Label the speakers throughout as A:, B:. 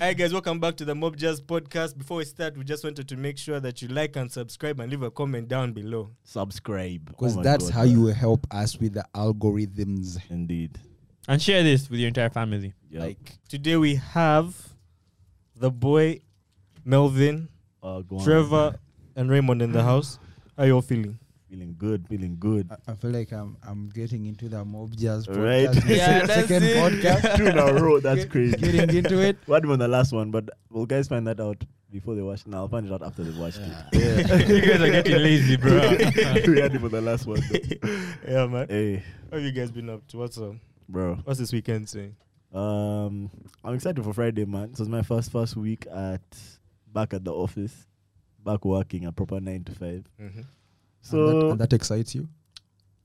A: Hi guys, welcome back to the Mob Jazz Podcast. Before we start, we just wanted to make sure that you like and subscribe and leave a comment down below.
B: Subscribe.
C: Because
B: Oh my
C: that's
B: God,
C: how
B: man.
C: you help us with the algorithms.
B: Indeed.
D: And share this with your entire family.
B: Yep.
C: Like,
A: Today we have the boy Melvin,
B: Uh, go on.
A: Trevor, and Raymond in the house. How you all feeling?
B: Feeling good, feeling good.
C: I, I feel like I'm I'm getting into the mob jazz
B: Right.
C: podcast. the
D: Yeah,
C: se-
D: that's
C: second
D: it.
C: podcast.
B: Two in a row. That's
C: Get-
B: crazy.
C: Getting into it.
B: What on the last one? But will guys find that out before they watch? No, I'll find it out after they've watched
D: you guys are getting lazy, bro.
B: it. we had it for the last one. though.
A: yeah, man.
B: Hey,
A: How have you guys been up to? What's up?
B: bro.
A: What's this weekend saying?
B: Um, I'm excited for Friday, man. This was my first first week at back at the office, back working a proper nine to five.
A: Mm-hmm.
B: So
C: and that, and that excites you.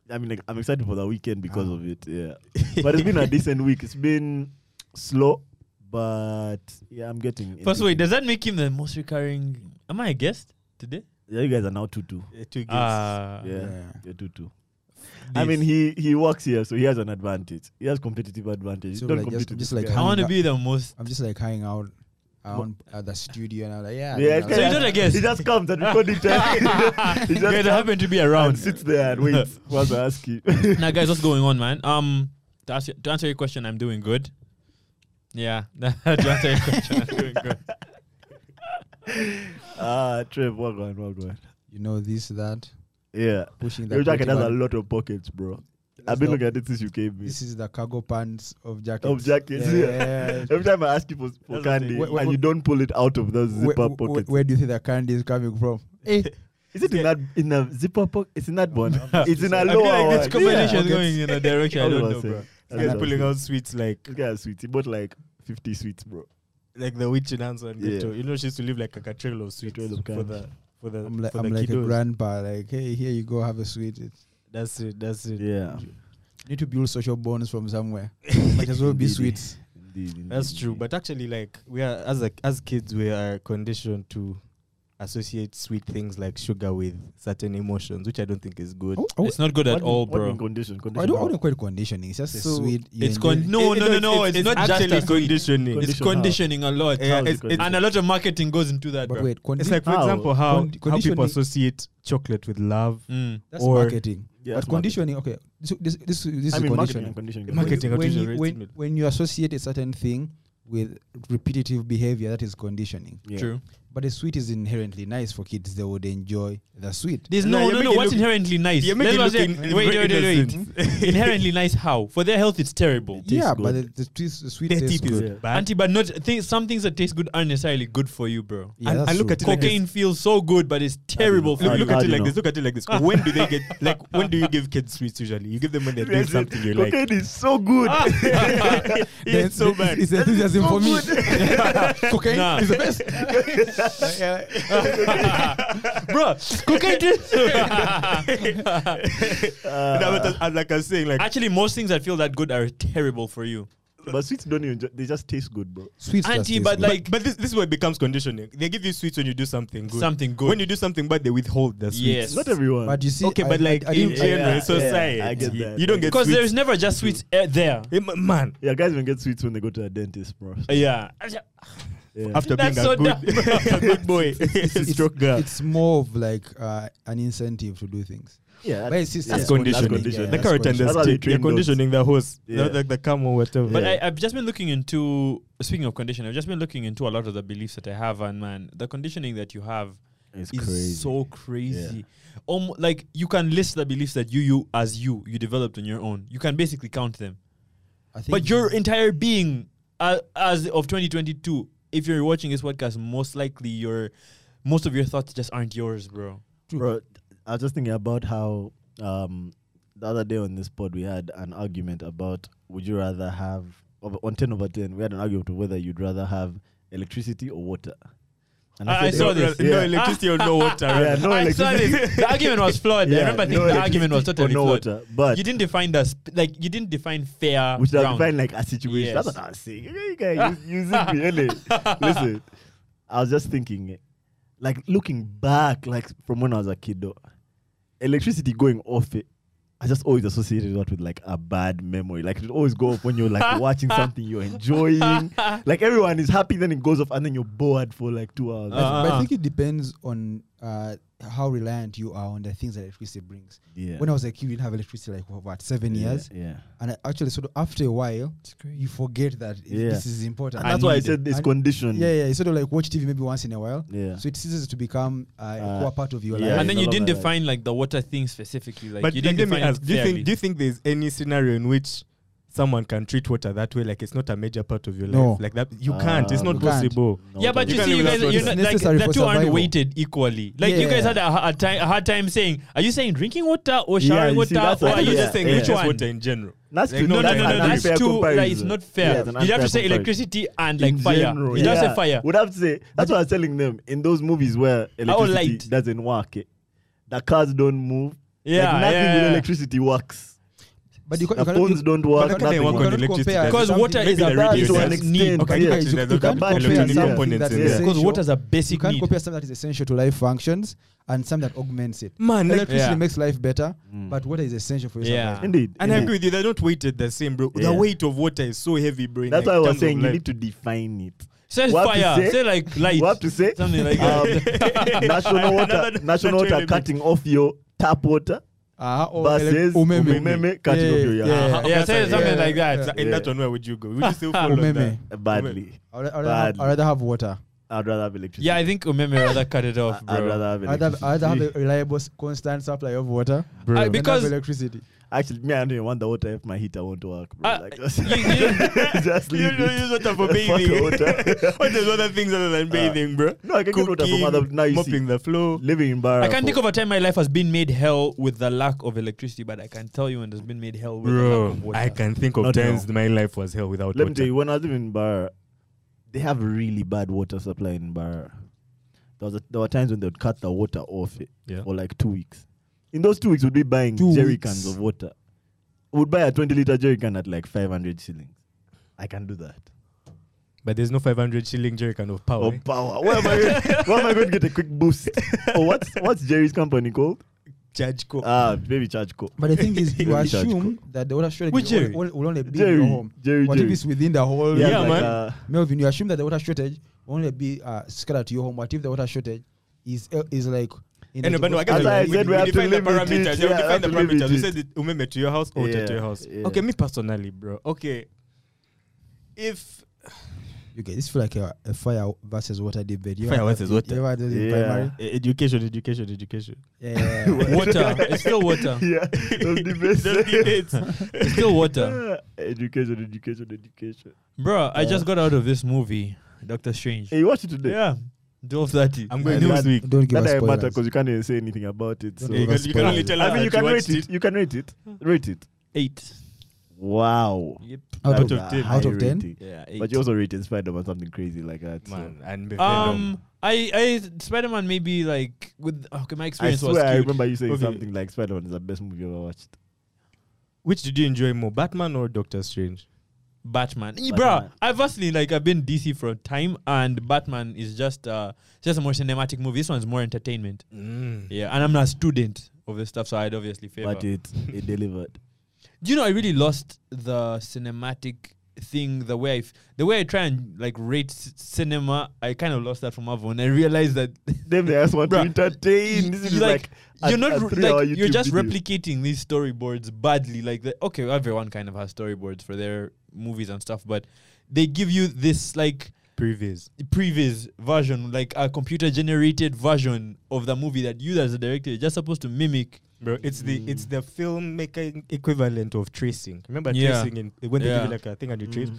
B: I mean, like, I'm excited for the weekend because
C: Ah.
B: of it. Yeah, but it's been a decent week. It's been slow, but yeah, I'm getting.
D: First,
B: into
D: wait,
B: it.
D: does that make him the most recurring? Am I a guest today?
B: yeah, you guys are now two two.
A: Uh, two gigs.
D: Ah,
B: Yeah,
C: Yeah.
B: you're two two. I mean, he he works here, so he has an advantage. He has competitive advantage.
C: So,
B: Don't
C: like,
B: compete
C: just-
B: with
C: just
B: this
C: like
B: guy.
D: I
C: how-
D: want to be the most.
C: I'm just like hanging out around at the studio and I'm like, yeah.
B: Yeah,
C: I
B: it's
C: think
D: So
B: kinda-
D: you're not a guest.
B: He just comes and recording time. he
D: you guys
B: just
D: happen to be
B: around,
D: around.
B: sits there and waits. Wants to ask you.
D: now, guys, what's going on, man? Um, to, ask you, to answer your question, I'm doing good. Yeah, to answer your question, I'm doing good.
B: Ah, Trev, well gone, well gone.
C: you know this, that,
B: Yeah,
C: pushing that.
B: your jacket has a
C: button.
B: lot of pockets, bro.
C: That's
B: I've been
C: not-
B: looking at it since you came. in.
C: This is the cargo pants of jackets.
B: Of jackets, yeah.
C: yeah.
B: Every time I ask you for, for
A: That's the
B: candy
A: thing.
C: Wh- wh-
B: and you don't pull it out of those
C: Where,
B: zipper
C: where-
B: pockets,
C: where do you think the candy is coming from? Eh,
B: is it in that in a zipper pocket? It's in that one. it's in a
D: I feel
B: lower
D: like this
B: one.
D: conversation is
C: Yeah.
D: going in a direction I
B: That's what
D: don't
B: I'm
D: know,
B: saying.
D: bro.
B: That's
A: Guys
B: what I'm
A: pulling
B: saying.
A: out sweets like
B: This guy is sweet. He bought like fifty sweets, bro.
A: like the witch in Hansa and
B: Yeah.
A: Gretel. You know, she used to leave like a trail of sweets
B: trail of
A: for
B: candy.
A: the for the
C: I'm like,
A: for
C: I'm
A: the
C: like a
A: kiddos.
C: grandpa. Like, hey, here you go, have a sweet. It,
A: That's it. That's it.
B: Yeah,
C: need to build social bonds from somewhere. Might as well be
B: Indeed.
C: sweets.
B: indeed, indeed,
A: That's true,
B: indeed.
A: but actually, like we are as a, as kids, we are conditioned to associate sweet things like sugar with certain emotions, which I don't think is good.
C: Oh, oh,
D: It's not good
B: What
D: at
B: do-
D: all,
B: what do you mean
D: bro.
B: Condition,
C: I
B: condition.
C: don't, I
B: how?
C: don't call it conditioning. It's just a
A: So
C: sweet. you
D: It's
C: enjoy
D: con- no,
A: It-
D: no,
A: it-
D: no, no. It's, not just
A: actually
D: a sweet.
A: conditioning.
B: Condi-
D: It's
B: Condition how?
D: conditioning a lot,
A: Yeah,
B: How is
A: it's,
B: it
A: it's-
D: and a lot of marketing goes into that,
C: But
D: bro.
C: wait, condi-
A: it's like, for
B: How?
A: example, how
C: Condi-
A: how people
C: conditioning-
A: associate chocolate with love,
D: Mm.
C: that's
A: or-
C: marketing.
B: Yeah,
C: but
B: that's marketing.
C: conditioning, okay. So this this this
B: I
C: is
B: mean, marketing
C: conditioning.
B: and conditioning.
A: Marketing.
C: When,
A: condition
C: you,
A: rates
C: when,
A: mid-
C: when you associate a certain thing with repetitive behavior, that is conditioning.
B: Yeah.
D: True.
C: But a sweet is inherently nice for kids; they would enjoy the sweet.
D: There's
A: No,
D: no,
A: you're
D: no, no.
A: making
D: What's
A: look-
D: inherently nice?
A: you're making
D: Let's
A: look
D: not say-
A: in-
D: wait,
A: very
D: wait, wait,
A: innocent.
D: wait. inherently nice. How for their health, it's terrible.
B: tastes
C: yeah, but the,
B: good.
C: the, twist- the sweet
A: their
C: tastes
A: teeth is
C: good.
A: bad.
D: Auntie, but not things. Some things that taste good aren't necessarily good for you, bro.
C: Yeah,
A: And
C: that's
A: I look
C: true.
A: at it like this.
D: Cocaine feels so good, but it's terrible for
A: Look,
B: Hard-
D: you.
A: look at
B: hard
A: it like
B: enough.
A: this. Look at it like this. When do they get like? When do you give kids sweets usually? You give them when they're doing something you like.
B: Cocaine is so good.
A: Yeah, it's so
C: It's-
A: bad.
C: It's enthusiasm
B: so
C: for me. Cocaine
D: Nah.
C: is the best.
D: bro, cocaine tastes.
B: Uh,
A: No, but I- like I was saying, like
D: Actually, most things that feel that good are terrible for you.
B: but sweets don't even. ju- They just taste good, bro.
C: Sweets just
D: Auntie,
C: taste
D: but
C: good.
D: like-
A: But this, this is what becomes conditioning. They give you sweets when you do something good.
D: Something good.
A: When you do something bad, they withhold the sweets.
D: Yes.
B: Not everyone.
C: but you see,
A: Okay,
C: I-
A: but
C: I-
A: like
C: I
A: in
C: didn't-
B: gen-
A: general,
B: yeah,
A: society,
B: yeah, I get that.
A: you don't get
D: Because there is
A: sweets.
D: never just sweets eh, there.
A: Eh, ma- man
B: yeah, guys even get sweets when they go to a dentist, bro.
D: Yeah.
B: Yeah.
A: after being
D: That's
A: a
D: so
A: good,
D: dumb.
A: good boy, stroke girl.
C: it's more of like uh, an incentive to do things.
B: Yeah,
C: But it's, it's,
A: that's
C: it's
A: conditioning.
B: conditioning.
A: the
B: that's
A: carrot and the
B: That's how they
A: stick. You're
B: train dogs.
A: conditioning the horse,
B: Yeah.
A: the, the, the camel, whatever.
D: But
B: Yeah.
D: I, I've just been looking into speaking of conditioning, I've just been looking into a lot of the beliefs that I have, and man, the conditioning that you have
B: It's
D: is so crazy. Almo- like you can list the beliefs that you you as you you developed on your own. You can basically count them,
C: I think
D: but your entire being uh, as of 2022, if you're watching this podcast, most likely your most of your thoughts just aren't yours, bro.
B: Bro, I was just thinking about how um, the other day on this pod we had an argument about would you rather have of- on ten over ten we had an argument of whether you'd rather have electricity or water. And
D: I- I
B: said-
D: saw
A: no,
D: this.
A: no
B: Yeah.
A: electricity or no water.
B: Yeah, no
D: I saw
B: electricity.
D: this. The argument was flawed. I
B: Yeah,
D: remember
B: no
D: thinking the argument was
B: electricity or
D: totally
B: no
D: flawed.
B: water, but
D: You didn't define the sp- like you didn't define fair
B: which does
D: Uh, ground.
B: define like a situation.
D: Yes.
B: That's what I was saying. You guys use- using me, innit? Listen, I was just thinking, eh, like looking back, like from when I was a kid, though, electricity going off it. I just always associated that with like a bad memory. Like it always go off when you're like watching something you're enjoying. Like everyone is happy, then it goes off, and then you're bored for like two hours.
D: Uh,
C: but I think it depends on uh, how reliant you are on the things that electricity brings.
B: yeah.
C: When I was a kid, we didn't have electricity like for what seven years,
B: Yeah. yeah.
C: and I actually sort of after a while
D: It's crazy.
C: you forget that i-
B: Yeah.
C: this is important.
B: And
D: I
B: that's why I
D: need
B: said it's
C: I-
B: conditioned.
C: yeah, yeah, you sort of like watch TV maybe once in a while,
B: Yeah.
C: so it ceases to become uh,
B: Uh,
C: a core part of your
B: yeah,
C: life.
D: and
B: it's
D: then you
B: all
D: didn't
B: about that.
D: define like the water thing specifically. Like
A: but
D: you
A: like,
D: didn't
A: let me
D: define
A: ask,
D: it
A: do you
D: fairly.
A: think do you think there's any scenario in which someone can treat water that way? Like it's not a major part of your
C: No.
A: life. Like that you can't. It's
B: Ah,
A: not
C: you can't.
A: possible.
B: No,
D: yeah, but
A: You
D: you
A: can't
D: see, you
A: even
D: guys,
A: ask
D: you're
A: what
D: not,
C: it
D: like
C: is. Necessary
D: the
C: for
D: two aren't
C: survival.
D: weighted equally. Like you guys
C: Yeah.
D: had a, ha- a, time, a hard time saying, "Are you saying drinking water or
B: Yeah,
D: showering
B: you see,
D: water?"
B: that's
D: or
B: what
D: are
B: I
D: you
B: mean.
D: just saying
B: Yeah.
D: which
A: Just
D: one?
A: water in general.
B: That's
A: Like,
B: too,
D: No,
A: No,
D: no,
B: that's
D: no,
B: an
D: no, that's
B: unfair
D: too. That is
B: comparison.
D: not
B: Yeah, it's
D: fair.
B: an
D: You'd have
B: unfair
D: to say
B: comparison.
D: electricity and
B: In
D: like fire.
B: general,
D: You'd have to
B: yeah.
D: say fire.
B: Would have to say that's what I was telling them in those movies where electricity
D: light.
B: doesn't work. eh, The cars don't move. like,
D: Yeah,
B: nothing
D: yeah,
B: with
D: yeah.
B: electricity works.
C: But you, ca-
B: The
C: you cannot-
B: phones
C: you-
B: don't
C: but
B: work.
C: you
A: they
B: Nothing
C: cannot-
A: work
B: works.
A: on
C: you cannot
A: electricity.
C: compare
A: Because
C: something-
D: water is
C: maybe
D: a
C: the
D: bad
C: radio
B: to an
C: does.
B: extent. Yeah,
A: Okay,
B: you
A: actually, there's a
C: you
A: lot
C: can't
A: of
B: compare
A: electronic
B: something
A: components
C: that's
A: in
C: essential.
A: there.
D: Because water is a basic
C: you can't
D: need.
C: compare something that is essential to life functions and some that augments it.
A: Man, like-
C: Electricity
D: Yeah.
C: makes life better,
B: Mm.
C: but water is essential for your
D: Yeah.
C: survival.
B: Indeed.
A: And I
B: indeed.
A: agree with you. They're not weighted the same, bro.
B: Yeah.
A: The weight of water is so heavy, bro. in,
B: That's
A: like,
B: why I was
A: terms of
B: saying you
A: life.
B: need to define it.
D: Say
B: What to
D: fire.
B: say?
D: Say, like light.
B: What to say?
D: Something like
B: Um,
D: that.
B: national water,
A: Another
B: national
A: natural
B: water
A: element.
B: cutting off your tap water
C: Ah, or
B: versus
C: elec- umeme.
B: umeme cutting off your yeah.
D: Uh, yeah, say
A: Yeah,
D: something
C: yeah,
D: like that.
C: yeah.
A: In that one, where would you go? Would you
B: Oh,
A: still follow that?
C: Umeme.
B: badly.
C: I'd, ra- I'd rather have,
B: Badly.
C: I'd rather have water.
B: I'd rather have electricity.
D: Yeah, I think Umeme rather cut it off,
B: I- I'd rather
D: bro.
B: have
C: I'd rather,
B: electricity.
C: I'd rather have a reliable, s- constant supply of water
A: Bro.
D: I-
C: than have
D: because
C: electricity.
B: Actually, me, I don't even want the water if my heater won't work, bro.
D: Uh,
B: like,
D: you-
B: just,
D: you-
B: just
A: you
B: leave
A: don't
B: it.
A: use water for
B: Fuck
A: bathing.
B: water.
A: what is other things other than bathing, bro?
B: No, I can get water from
A: Cooking,
B: other. Now you see,
A: mopping the floor.
B: living in Barra.
D: I can't think of a time my life has been made hell with the lack of electricity, but I can tell you when it's been made hell with the lack
A: Bro,
D: of water.
A: I can think of
B: Not
A: times my life was hell without
B: Let me tell
A: water.
B: you, when I was living in Barra, they have really bad water supply in Barra. There was a, there were times when they would cut the water off it
A: Yeah.
B: for like two weeks. In those two weeks, we'd be buying
C: Two
B: jerry
C: weeks.
B: cans of water. We'd buy a twenty liter jerry can at like five hundred shillings. I can do that.
A: But there's no 500 shilling jerrycan of power. eh?
B: Or power. Where am I? Going, where am I going to get a quick boost? oh, what's what's Jerry's company called?
A: Judge Co.
B: Ah, maybe charge co.
C: But the thing is, you
B: Recharge
C: assume that the water shortage
A: Which
C: will only-
A: Jerry?
C: will, will only be in your
B: Jerry,
C: home.
B: Jerry,
C: What if
B: Jerry.
C: it's within the whole?
A: Yeah,
B: like,
A: man.
B: uh,
C: Melvin, you assume that the water shortage will only be uh, scattered to your home. What if the water shortage is uh, is like? in
A: And
C: the-
A: but no, I
B: As
A: can't
B: I
A: we,
B: said, we
A: we
B: have to
A: define the
B: limit it.
A: parameters. Yeah, we define
B: Yeah, we
A: the
B: have to limit
A: parameters. We
B: it.
A: said it umeme to your house, or water
B: Yeah,
A: to your house.
B: yeah.
A: Okay, me personally, bro. Okay, if
C: Okay, this feel like a, a fire versus water debate. You
A: Fire
C: ever-
A: versus water.
C: You ever had this in
B: Yeah.
C: primary?
A: education, education, education.
C: Yeah. yeah, yeah.
D: water. It's still water.
B: yeah, those debates. Ah,
A: Those debates.
D: It's still water.
B: education, education, education.
D: Bro, I just got out of this movie, Doctor Strange.
B: Hey, you watched it today?
D: Yeah. 12.30.
A: I'm going
B: Yeah,
A: next
B: that-
A: week.
C: Don't give
B: That
C: us
B: doesn't matter
C: spoilers.
B: because you can't even say anything about it. So.
C: Don't
A: Yeah, you,
C: give
A: can,
C: us
A: you can only
C: spoilers.
A: tell us.
B: I mean, you
A: that
B: can rate
A: watched
B: it. You can rate it. Rate it.
D: 8.
B: Wow.
D: Yep.
C: Out
B: That
C: of
B: was a
C: 10.
B: high
C: Out of 10?
B: rating.
D: Yeah, 8.
B: But you also rated Spider-Man something crazy like that. so.
A: man. And Venom.
D: um, I, I, Spider-Man maybe like, with, okay, my
B: I
D: experience was
B: swear I
D: skewed.
B: remember you saying
A: Okay.
B: something like Spider-Man is the best movie you ever watched.
A: which did you enjoy more, Batman or Doctor Strange?
D: Batman. Eh,
B: Batman.
D: Bruh, I've personally like I've been DC for a time and Batman is just uh just a more cinematic movie. This one's more entertainment. Yeah, and I'm not a student of this stuff, so I'd obviously favor.
B: But it it delivered.
D: Do you know I really lost the cinematic thing the way I f- the way I try and like rate c- cinema, I kind of lost that from Marvel and I realized that
B: Them they just want to
D: Bruh,
B: entertain. This
D: you
B: is like,
D: like-
B: a-
D: you're
B: a
D: not re-
B: three-hour
D: like you're
B: YouTube
D: just
B: video.
D: replicating these storyboards badly. Like the, okay, everyone kind of has storyboards for their movies and stuff, but they give you this like
A: Previous.
D: previous version, like a computer generated version of the movie that you as a director are just supposed to mimic.
A: Bro, it's the it's the filmmaker equivalent of tracing. Remember
D: Yeah.
A: tracing in when they
D: Yeah.
A: give you like a thing and you
B: Mm.
A: trace?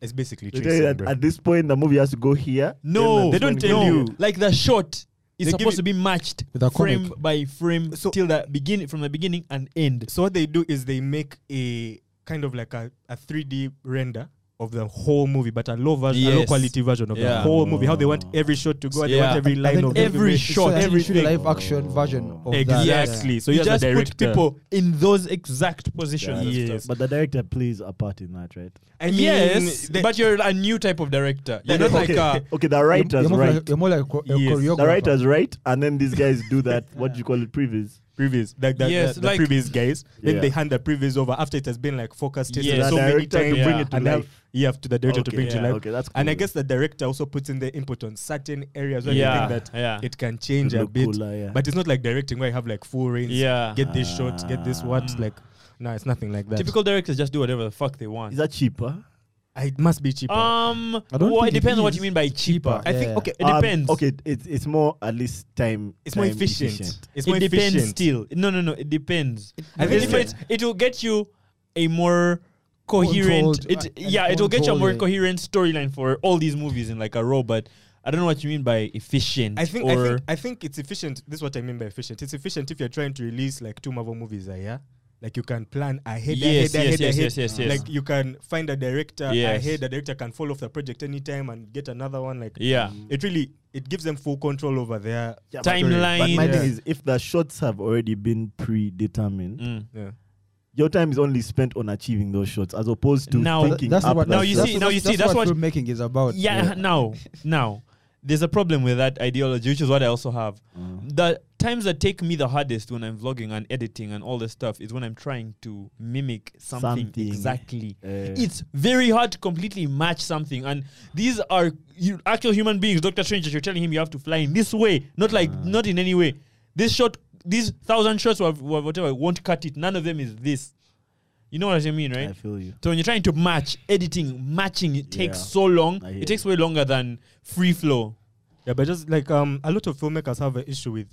A: It's basically
B: They tell you
A: tracing,
B: that
A: bro.
B: at this point the movie has to go here. then
D: No,
A: they
B: that's when
A: don't
B: it
A: tell
B: goes
A: you.
B: here.
D: Like the shot is
A: They give
D: supposed
A: it-
D: to be matched
C: With a
D: frame
C: comic.
D: by frame
A: So-
D: till the begin from the beginning and end.
A: So what they do is they make a kind of like a, a 3D render of the whole movie, but a low version, a low
D: Yes.
A: quality version of the
D: Yeah.
A: whole movie. How they want
B: Oh.
A: every shot to go, and they
D: Yeah.
A: want every
C: I
A: line
C: think
A: of
D: every
A: every
D: shot,
C: so I think you should
A: everything.
C: Live action version of that.
A: exactly. So
D: you
A: you're
D: just
A: the
D: put
A: director.
D: people in those exact positions.
A: Yeah.
D: Yes.
B: But the director plays a part in that, right?
A: I mean,
D: yes,
A: they-
D: but you're a new type of director. You're not like
B: okay.
D: a
B: okay, the
C: You're-
B: writers
C: you're more
B: right.
C: like- You're more like a chor- a
A: Yes. The
B: the
C: choreographer.
B: writers right, and then these guys do that. What do you call it? Previous.
A: previous, like the,
D: Yes,
A: the, the
D: like-
A: previous guys. Then
B: Yeah.
A: they hand the previous over after it has been like forecasted
D: Yes.
A: so
D: The
A: many
B: director
A: times.
D: to bring
A: yeah.
D: it
B: to
A: and have-
B: life.
A: yeah, to the director to
B: Okay,
A: bring
D: yeah.
A: to life.
B: Okay, that's cool.
A: And I guess the director also puts in the input on certain areas where
D: yeah,
A: they think that
D: yeah,
A: it can change a
B: Look
A: bit.
B: cooler, yeah.
A: But it's not like directing where you have like full range.
D: yeah.
A: Get this shot, get this what.
D: Ah.
A: Like, no, it's nothing like that.
D: Typical directors just do whatever the fuck they want.
B: is that cheaper?
A: Ah, It must be cheaper.
D: Um,
C: I don't
D: well, it
C: think it
D: depends on what
C: is
D: you mean by cheaper.
C: cheaper.
D: I think
C: Yeah.
D: okay, it
B: Um,
D: depends.
B: Okay, it's it's more at least time.
A: it's more
B: time
A: efficient. It's
D: it
A: more
D: depends
A: efficient.
D: still. No, no, no. It depends. I
A: It
D: think
A: depends.
D: it's, it will get you a more coherent.
C: Controlled,
D: it
C: uh, and
D: yeah, it will get you a more
C: controlled, yeah.
D: coherent storyline for all these movies in like a row. But I don't know what you mean by efficient.
A: I think, I
D: or
A: think I think it's efficient. This is what I mean by efficient. It's efficient if you're trying to release like two Marvel movies a year. Like you can plan ahead,
D: yes,
A: ahead, ahead,
D: yes, yes,
A: ahead.
D: yes, yes, yes.
A: Like you can find a director
D: Yes.
A: ahead. The director can fall off the project anytime and get another one. Like
D: yeah,
B: Mm.
A: it really it gives them full control over their
B: Yeah, but- But
D: timeline.
B: my
A: Yeah.
B: thing is, if the shots have already been predetermined,
D: Mm.
A: yeah.
B: your time is only spent on achieving those shots, as opposed to
D: Now-
B: thinking
C: that's
B: up
C: what
D: Now
B: the
D: you
B: shot.
C: that's
D: see- now you see, that's
C: what,
D: what-
C: filmmaking is about.
D: Yeah, now, now, there's a problem with that ideology, which is what I also have.
B: Mm.
D: The times that take me the hardest when I'm vlogging and editing and all this stuff is when I'm trying to mimic something,
B: Something.
D: exactly.
B: Uh,
D: It's very hard to completely match something, and these are you, actual human beings. Doctor Strange, that you're telling him you have to fly in this way, not like
B: Ah.
D: not in any way. This shot, these thousand shots, or whatever, won't cut it. None of them is this. You know what I mean, right?
B: I feel you.
D: So when you're trying to match editing, matching it takes
B: Yeah.
D: so long.
B: I hear
D: It takes way longer than free flow.
A: Yeah, but just like um, a lot of filmmakers have an issue with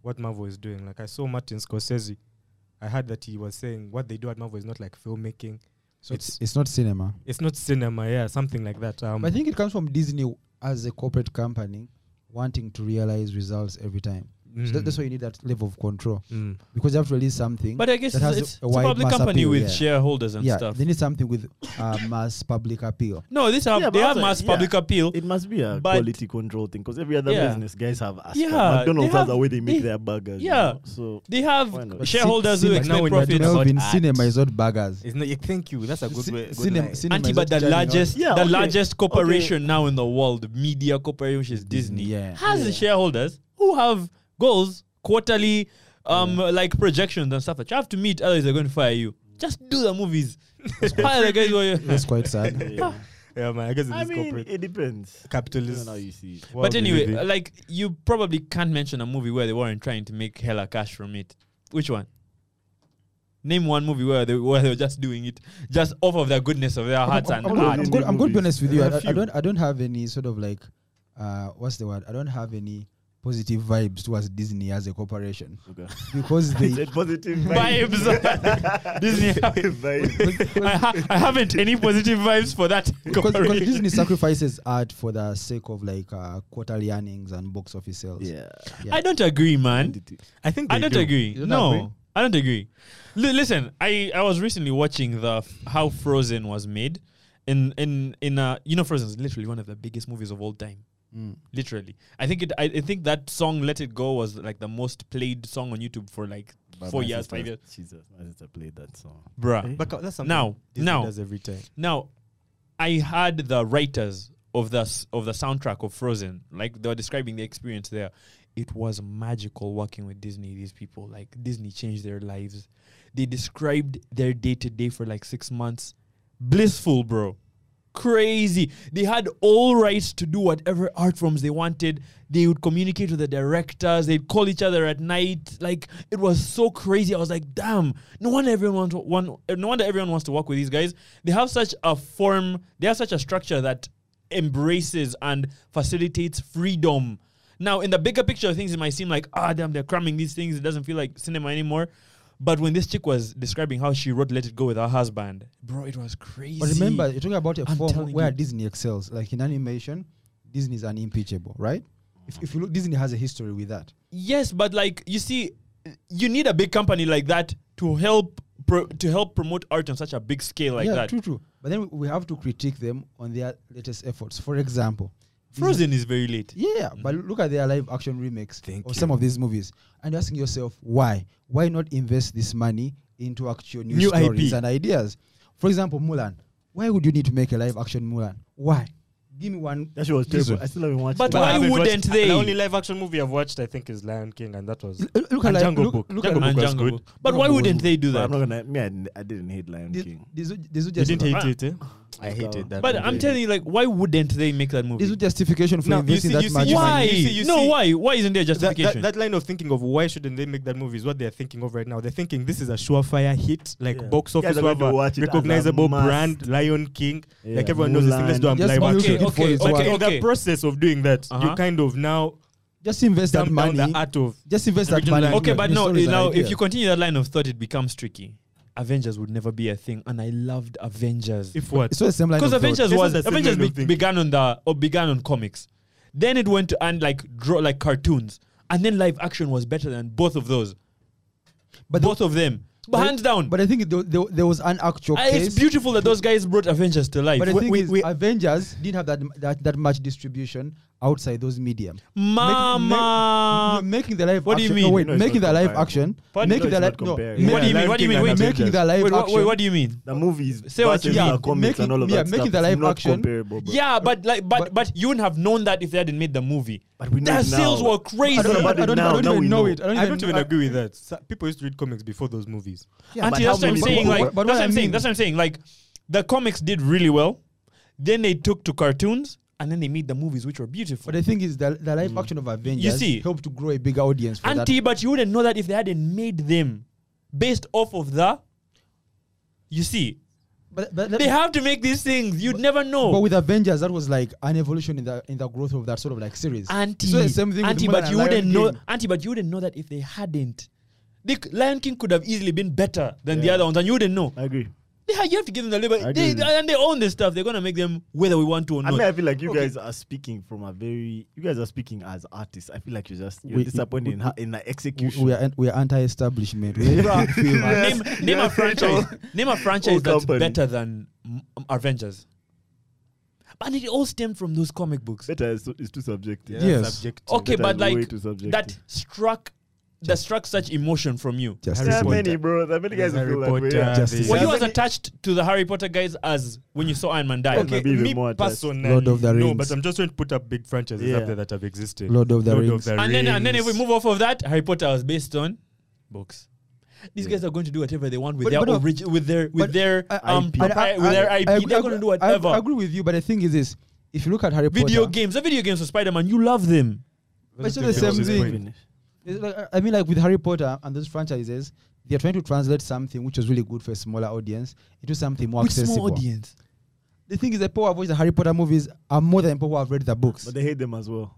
A: what Marvel is doing. Like I saw Martin Scorsese. I heard that he was saying what they do at Marvel is not like filmmaking.
C: so it's
A: It's-
C: it's not cinema.
A: It's not cinema, yeah, something like that. Um,
C: But I think it comes from Disney w- as a corporate company wanting to realize results every time. So that, that's why you need that level of control
A: Mm.
C: because you have to release something.
D: But I guess
C: That
D: it's,
C: has
D: it's,
C: a
D: it's a
C: wide
D: public
C: mass
D: company
C: appeal,
D: with
C: yeah.
D: shareholders and
C: yeah,
D: stuff.
C: they need something with uh, mass public appeal.
D: No, this have
B: Yeah,
D: they
B: but
D: have
B: also-
D: mass
B: yeah.
D: public appeal.
B: It must be a
D: But-
B: quality control thing because every other
D: Yeah.
B: business guys have asked.
D: Yeah,
B: McDonald's has
D: they have-
B: the way they make
D: they-
B: their burgers. you
D: yeah.
B: know, So
D: They
B: Why
D: have
B: not?
D: shareholders who
C: But
A: now
D: expect
A: when you're doing
D: profits.
A: about
C: Melvin,
A: act.
C: cinema is not burgers.
A: It's not, yeah, thank you. That's a good
C: Ci-
A: way. Good
C: cinema-
A: line.
C: cinema
D: Auntie,
C: is
D: but
C: not
D: the
C: judging
D: largest,
B: Yeah,
D: the
B: okay.
D: largest
B: Okay.
D: corporation now in the world, media corporation, which is Disney,
C: Yeah.
D: has shareholders who have goals, quarterly, um, like projections and stuff that you have to meet. Otherwise, they're going to fire you. Just do the movies. Fire the guys who are you-
C: That's quite sad.
B: yeah.
A: Yeah, man. I guess it
B: I
A: is
B: mean,
A: corporate
B: it depends. Depends
A: capitalist.
B: on how you see it.
A: world
D: But
A: we
D: anyway,
A: live in.
D: like you probably can't mention a movie where they weren't trying to make hella cash from it. Which one? Name one movie where they where they were just doing it just off of their goodness of their hearts
C: I'm,
D: and
C: I'm,
B: art.
C: I'm, good, I'm good to be honest with you. I,
B: There are
C: I
B: few.
C: don't. I don't have any sort of like, uh, what's the word? I don't have any positive vibes towards Disney as a corporation
B: Okay.
C: because
B: It's
C: they.
B: a positive
D: vibes. Disney.
B: Vibes.
D: I, ha- I haven't any positive vibes for that.
C: Because, because
D: corporation.
C: Disney sacrifices art for the sake of like uh, quarterly earnings and box office sales.
B: yeah.
C: Yeah.
D: I don't agree, man.
B: Entity.
A: I think
D: I
A: they
D: don't
A: do.
D: agree.
C: You don't
D: no,
C: agree?
D: I don't agree. Li- listen, I, I was recently watching the f- how Frozen was made, in in in uh, you know Frozen is literally one of the biggest movies of all time.
C: Mm.
D: Literally, I think it. I, I think that song "Let It Go" was like the most played song on YouTube for like
B: But
D: four
B: my
D: years,
B: sister-
D: five years.
B: Jesus, my sister played that song.
D: Bruh.
A: But that's something
D: Now,
A: Disney
D: now.
A: does every time.
D: Now, I had the writers of the s- of the soundtrack of Frozen, like they were describing the experience there. It was magical working with Disney. These people, like Disney, changed their lives. They described their day to day for like six months. Blissful, bro. Crazy. They had all rights to do whatever art forms they wanted. They would communicate with the directors. They'd call each other at night. Like it was so crazy. I was like, damn. No wonder everyone wants one. No wonder everyone wants to work with these guys. They have such a form. They have such a structure that embraces and facilitates freedom. Now, in the bigger picture of things, it might seem like, ah, damn, they're cramming these things. It doesn't feel like cinema anymore. But when this chick was describing how she wrote "Let It Go" with her husband, bro, it was crazy.
C: But remember, you're talking about a
D: I'm
C: form
D: telling
C: where
D: you.
C: Disney excels. Like in animation, Disney is unimpeachable, right? If, if you look, Disney has a history with that.
D: Yes, but like you see, you need a big company like that to help pro- to help promote art on such a big scale like
C: yeah,
D: that.
C: true, true. But then we have to critique them on their latest efforts. For example, Disney-
D: Frozen is very late.
C: Yeah, but look at their live action remakes
A: Thank
C: of
A: you.
C: some of these movies, and you're asking yourself why? Why not invest this money into actual new,
A: New
C: stories
A: IP.
C: and ideas? For example, Mulan. Why would you need to make a live action Mulan? Why? Give me one.
B: That shit was
C: Listen.
B: terrible. I still haven't watched it.
D: But
A: I
D: why
A: haven't watched-
D: wouldn't they?
A: The only live action movie I've watched, I think, is Lion King, and that was
C: L- Look at
A: And
C: like,
A: Jungle
C: look,
A: Book.
C: Look
A: Jungle
D: And
A: Book was
D: Jungle
A: good.
D: Book. But why wouldn't they do
B: But I'm
D: that?
B: not gonna. Me, I, didn't- I didn't hate Lion
C: Did-
B: King.
C: These these are
A: You
C: just
A: didn't hate
D: Ah.
A: it, eh? I hated that.
D: But
A: movie.
D: I'm telling you, like, why wouldn't they make that
C: these are
D: movie?
C: justification for
A: No, you
C: investing
A: see-
C: that
A: you see-
C: much.
A: you
D: Why?
A: you
D: no,
A: see-
D: why? Why isn't there
A: That- that,
D: justification?
A: that line of thinking of why shouldn't they make that movie is what they're thinking of right now. They're thinking this is a surefire hit, like
B: Yeah.
A: box
B: Guys
A: office,
B: are going to
A: whatever,
B: watch it as a
A: recognizable
B: must.
A: brand, Lion King.
B: Yeah,
A: Like everyone knows this thing. Let's do a
B: Mulan.
C: Just
A: live
C: use
A: action.
D: okay,
C: it for
D: okay,
C: its
A: But
C: worth.
A: in the process of doing that,
D: Uh-huh.
A: you kind of now
C: Just invest that
A: dumb down
C: money.
A: the art of
C: Just invest that
A: Original
C: money.
A: idea.
D: okay,
A: Yeah,
D: but
C: in
D: no,
C: stories and
D: now
C: ideas.
D: if you continue that line of thought, it becomes tricky. Avengers would never be a thing, and I loved Avengers
A: if what
C: it's all the same line.
D: because
C: of thought.
D: Avengers
A: This
D: was
A: is the same
D: Avengers
A: line of
D: be-
A: thinking.
D: began on the or began on comics, then it went to and like draw like cartoons, and then live action was better than both of those,
C: But the-
D: both of them, but,
C: but-
D: hands down.
C: But I think there, there, there was an actual
D: Uh,
C: case.
D: it's beautiful that those guys brought Avengers to life.
C: But the
A: We-
C: thing
A: we-
C: is,
A: we-
C: Avengers didn't have that, that that much distribution outside those medium.
D: Mama,
C: You're making the live.
D: Um, What do you
C: action-
D: mean?
C: No, wait,
B: No, it's
C: making
B: not
C: the live
B: comparable.
C: action.
B: Pardon?
C: Making
B: No,
C: the
B: it's
C: live.
B: not
C: No,
B: comparable.
D: what do you
A: Lion
D: mean? What do
A: King
D: you mean?
A: and
D: Wait,
C: making the live
D: wait, what,
C: action.
D: wait, what do you mean?
B: The movies,
D: Say what you
B: versus
D: mean.
B: the comics
C: Making-
B: and all of
C: yeah,
B: that
C: making
B: stuff.
C: the
B: It's
C: live
B: not
C: action-
B: comparable, bro.
D: Yeah, but like, but
C: But-
D: but you wouldn't have known that if they hadn't made the movie.
B: But we know
D: Their
B: it now.
D: sales were crazy.
C: I don't,
B: about
C: I
B: it
C: don't,
B: now,
C: I don't
B: now we
C: even know
B: know.
C: it. I don't
A: I
C: even,
A: don't even agree with that. So- People used to read comics before those movies.
B: Yeah, but
D: Auntie, that's
B: how
D: what I'm
B: many-
D: saying.
C: but-
D: Like,
C: but what
D: that's what
C: I
D: I'm saying.
C: mean-
D: That's what I'm saying. Like, the comics did really well. Then they took to cartoons, and then they made the movies, which were beautiful.
C: But the thing is, the, the live action of Avengers
D: Mm. see-
C: helped to grow a bigger audience for
D: Auntie, but you wouldn't know that if they hadn't made them based off of the. You see,
C: that. But, but,
D: they have to make these things. You'd never know.
C: but with Avengers, that was like an evolution in the in the growth of that sort of like series.
D: Auntie,
C: so the same thing with
D: auntie,
C: Mulan
D: but
C: and
D: you
C: Lion
D: wouldn't know.
C: King.
D: Auntie, but you wouldn't know that if they hadn't. They, c- Lion King could have easily been better than the other ones, and you wouldn't know.
B: I agree.
D: They ha- you have to give them the
B: I
D: liberty,
B: agree
D: they,
B: with you.
D: and they own this stuff. They're gonna make them whether we want to or
B: I
D: not.
B: mean, I feel like you
C: Okay.
B: guys are speaking from a very. You guys are speaking as artists. I feel like you're just you're
C: We-
B: disappointed
C: we-
B: in, how, in the
C: We-
B: execution.
C: we are an- we are anti-establishment. We
B: Yeah.
C: don't feel
B: Yeah.
C: much.
D: name, name a
B: Yes.
D: franchise. name a franchise
B: Old
D: that's
B: company.
D: better than um, Avengers. But it all stemmed from those comic books
B: Better is, is too subjective.
C: Yeah. Yes.
A: Subjective.
D: Okay,
B: Better
D: but
B: is
D: like,
B: way too subjective.
D: that struck that struck such emotion from you.
C: Just
A: Harry
B: There are
C: as a-
A: Potter.
B: many, bro. There are many guys who
A: Harry
B: feel that way.
A: Potter,
B: Yeah.
A: Justice.
B: There
D: Were
B: are
D: you as
B: many-
D: attached to the Harry Potter guys as when you saw Iron Man die?
B: Okay. maybe even
A: me
B: more attached.
A: personally,
C: Lord of the
A: no,
C: Rings.
A: but I'm just trying to put up big franchises
B: Yeah.
A: up there that have existed.
C: Lord of the
A: Lord
C: Rings.
A: of the
D: And then and then if we
A: Rings.
D: move off of that, Harry Potter was based on books. These guys are going to do whatever they want with
C: But-
D: their
C: but no,
D: origi- with their with
C: but
D: their
C: I-
D: um
B: IP.
D: propri- with their IP.
C: agree-
D: They're going to do
C: I-
D: whatever.
C: I agree with you, but the thing is this: if you look at Harry
D: video
C: Potter,
D: games, the video games of Spider Man, you love them.
C: But it's
A: Those
C: not the
A: are
C: same
A: people's
C: thing.
A: point.
C: it's like- I mean, like with Harry Potter and those franchises, they are trying to translate something which was really good for a smaller audience into something more
D: With
C: accessible.
D: small audience.
C: The thing is, the people who have watched the Harry Potter movies are more than people who have read the books.
B: But they hate them as well.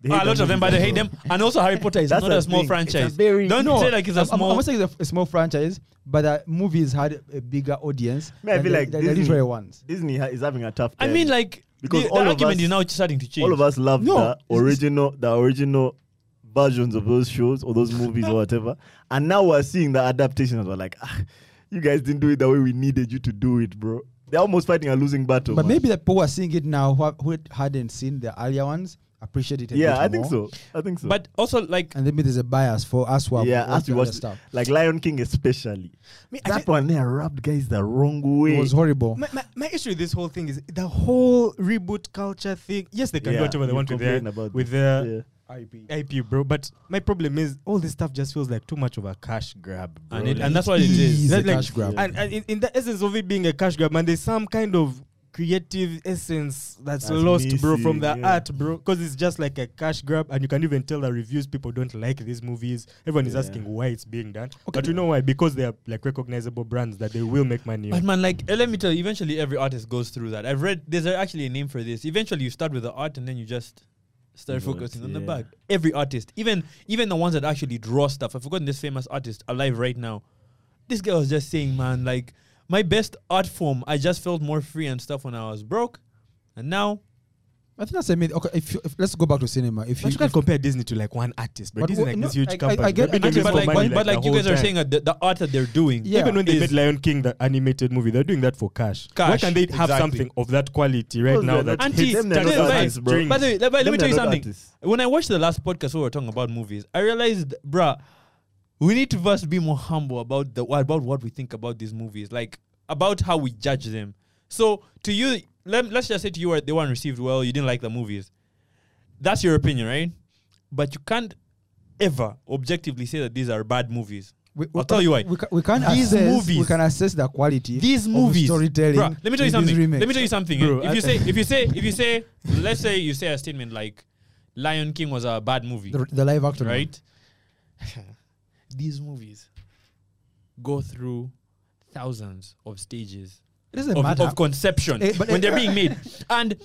B: They hate
D: Ah, A lot
B: their
D: of
B: movies
D: them, but they
B: as
D: hate
B: well.
D: them. And also, Harry Potter is
B: That's
D: not
B: the
D: a small
B: thing. It's a
D: franchise.
B: very-
D: Don't
C: no,
D: say like it's a
C: I'm- I'm,
D: small.
C: I'm not saying it's a, a small franchise, but the movies had a bigger audience.
B: Man, I
C: than
B: feel
C: the,
B: like
C: than the
B: Disney-
C: literal ones.
B: Disney ha- is having a tough
D: I
B: time.
D: mean, like
B: Because
D: the, the
B: all of
D: argument
B: us-
D: is now starting to change.
B: all of us love
C: No,
B: the
C: it's- it's-
B: original, the original versions of those shows or those movies or whatever, and now we're seeing the adaptations. We're like, ah, you guys didn't do it the way we needed you to do it, bro. They're almost fighting a losing battle.
C: But
B: man.
C: maybe the people who are seeing it now who, have, who hadn't seen the earlier ones appreciate it. A
B: yeah,
C: bit
B: I think
C: more.
B: so. I think so.
D: But also, like
C: And maybe there's a bias for us who have
B: yeah, as
C: watched
B: we
C: the other
B: watched,
C: stuff.
B: like Lion King especially,
A: Me, I
B: that
A: think-
B: one they rubbed guys the wrong way.
C: It was horrible.
A: My, my, my issue with this whole thing is the whole reboot culture thing. Yes, they can
B: Yeah,
A: do whatever they
B: you
A: want with their
B: complain about
A: with uh,
B: this.
A: their
B: yeah.
A: IP, bro. But my problem is all this stuff just feels like too much of a cash grab, bro.
D: and it,
A: Like,
D: and that's what it is.
C: It's a
A: That's like-
C: cash grab.
A: and, and in, in the essence of it being a cash grab, man, there's some kind of creative essence that's,
B: That's
A: lost, bro, from
B: missing,
A: the
B: yeah.
A: art, bro. Because it's just like a cash grab, and you can even tell the reviews people don't like these movies. Everyone is
B: Yeah.
A: asking why it's being done, but you know why? Because they are like recognizable brands that they will make
B: Oh,
A: money.
D: But
A: on.
D: man, like, eh, let me tell you, eventually every artist goes through that. I've read there's a- actually a name for this. Eventually, you start with the art and then you just start
B: Evolve,
D: focusing on the
B: yeah.
D: bag. Every artist, even even the ones that actually draw stuff. I've forgotten this famous artist alive right now. This guy was just saying, man, like my best art form. I just felt more free and stuff when I was broke, and now
C: I think that's a myth. Okay, if, you, if let's go back to cinema. If
A: But you can't compare Disney to like one artist, but,
C: But
A: Disney
C: wha-
A: like
C: no,
A: this huge
C: I- I- I
A: company. They've
C: get-
A: been
C: I
A: doing
C: get-
A: this
D: but
A: for
D: like,
A: money,
D: but, but,
A: the
D: like you
A: whole
D: guys are
A: time.
D: saying that the, the art that they're doing.
C: Yeah.
A: Even when they
D: is-
A: made Lion King, the animated movie, they're doing that for cash. Why
D: Cash,
A: can't they have
D: exactly.
A: something of that quality right
B: Because
A: now?
B: they're
A: That
B: not-
A: hits
D: Auntie,
B: them
D: they're
A: tons
D: not
A: of
D: artists,
A: strings?
D: By the way, let, by- let
B: Them
D: me tell you
B: they're not
D: something.
B: artists.
D: When I watched the last podcast where we were talking about movies, I realized, bruh, we need to first be more humble about the about what we think about these movies, like about how we judge them. So to you, let, let's just say to you, uh, they weren't received well. You didn't like the movies. That's your opinion, right? But you can't ever objectively say that these are bad movies.
C: We,
D: I'll tell you why.
C: We, ca- we can
D: These
C: assess, We
D: movies-
C: can assess the quality.
D: These
C: of
D: movies,
C: storytelling.
D: Bruh, let me tell you
C: in these
D: something.
C: remakes.
D: Let me tell you something. eh.
A: Bro,
D: if
A: I-
D: you say, if you say, if you say, let's say you say a statement like, "Lion King was a bad movie,"
C: The, the live action, one.
D: right? These movies go through thousands of stages
C: It doesn't
D: of,
C: matter.
D: of conception
C: Eh, but
D: when
C: eh,
D: they're being made, and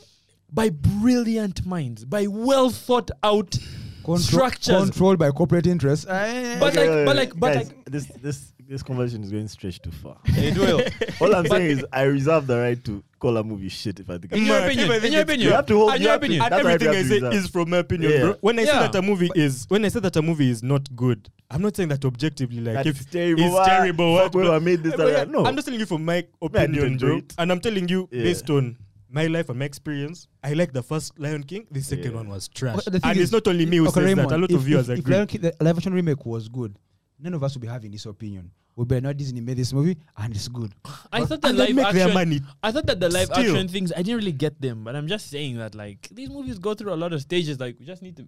D: by brilliant minds, by well thought out
C: Contro-
D: structures.
C: controlled by corporate interests. Eh,
D: But like-
B: wait,
D: but
B: wait,
D: like- but
B: guys,
D: like-
B: this this this conversation is going stretch too far.
D: It will.
B: All I'm
D: But-
B: saying is, I reserve the right to call a movie shit if I think.
D: In
B: I
D: your
A: Nah,
D: opinion,
A: people, I
D: in
A: think
D: your
A: it's-
D: opinion,
B: You have to hold-
D: in
B: you
D: your
B: have to-
D: opinion,
A: And
B: That's why we
A: everything
B: have
A: I
B: to
A: say
B: reserve.
A: is from my opinion,
B: Yeah.
A: bro. When I say
D: Yeah.
A: that a movie is, when I say that a movie is not good, I'm not saying that objectively. Like,
B: That's
A: if
B: terrible.
A: it's
B: Ah,
A: terrible,
B: Fuck
A: what, bro?
B: whoever made this.
A: Eh,
B: that,
A: but
B: that.
A: yeah,
B: No,
A: I'm just telling you from my
B: I didn't
A: opinion,
B: enjoy
A: bro.
B: it.
A: And I'm telling you
B: Yeah.
A: based on my life and my experience. I like the first Lion King. The second
B: Yeah.
A: one was trash.
C: But the thing
A: and
C: is-
A: it's not only me who
C: okay,
A: says
C: Raymond,
A: that. A lot
C: if,
A: of viewers
C: if, If
A: agree.
C: Lion King, the live action remake was good, none of us would be having this opinion. We'll be like, no, Disney made this movie and it's good.
D: I
A: But-
D: thought the
A: and they
D: live
A: make their
D: action.
A: money.
D: I thought that the live
A: Still.
D: action things. I didn't really get them, but I'm just saying that like these movies go through a lot of stages. Like we just need to.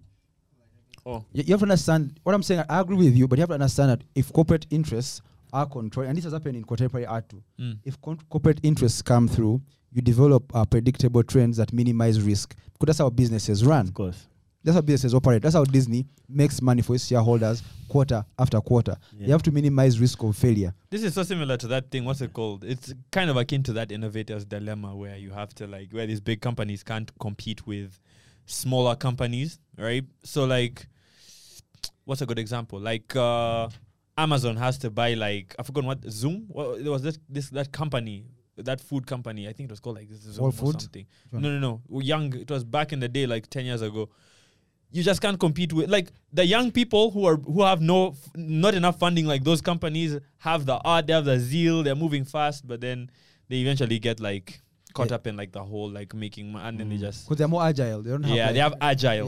D: Oh,
C: You, you have to understand what I'm saying. I agree with you, but you have to understand that if corporate interests are controlled, and this has happened in contemporary art too,
D: Mm.
C: if con- corporate interests come through, you develop uh, predictable trends that minimize risk because that's how businesses run.
B: of course.
C: That's how businesses operate. That's how Disney makes money for its shareholders quarter after quarter.
B: Yeah.
C: You have to minimize risk of failure.
D: this is so similar to that thing. What's it called? It's kind of akin to that innovator's dilemma where you have to like where these big companies can't compete with smaller companies, right? So like, what's a good example? Like uh, Amazon has to buy like I forgot what Zoom. Well, there was this this that company. That food company, I think it was called like Zoom
C: Whole
D: or
C: Foods?
D: something.
C: Which one?
D: No, no, no. We're Young. It was back in the day, like ten years ago. you just can't compete with like the young people who are who have no f- not enough funding like those companies have the art they have the zeal they're moving fast but then they eventually get like caught
C: Yeah. Mm.
D: up in like the whole like making mo- and then they just
C: Because they're more agile. They don't have
D: yeah
C: like-
D: they have agile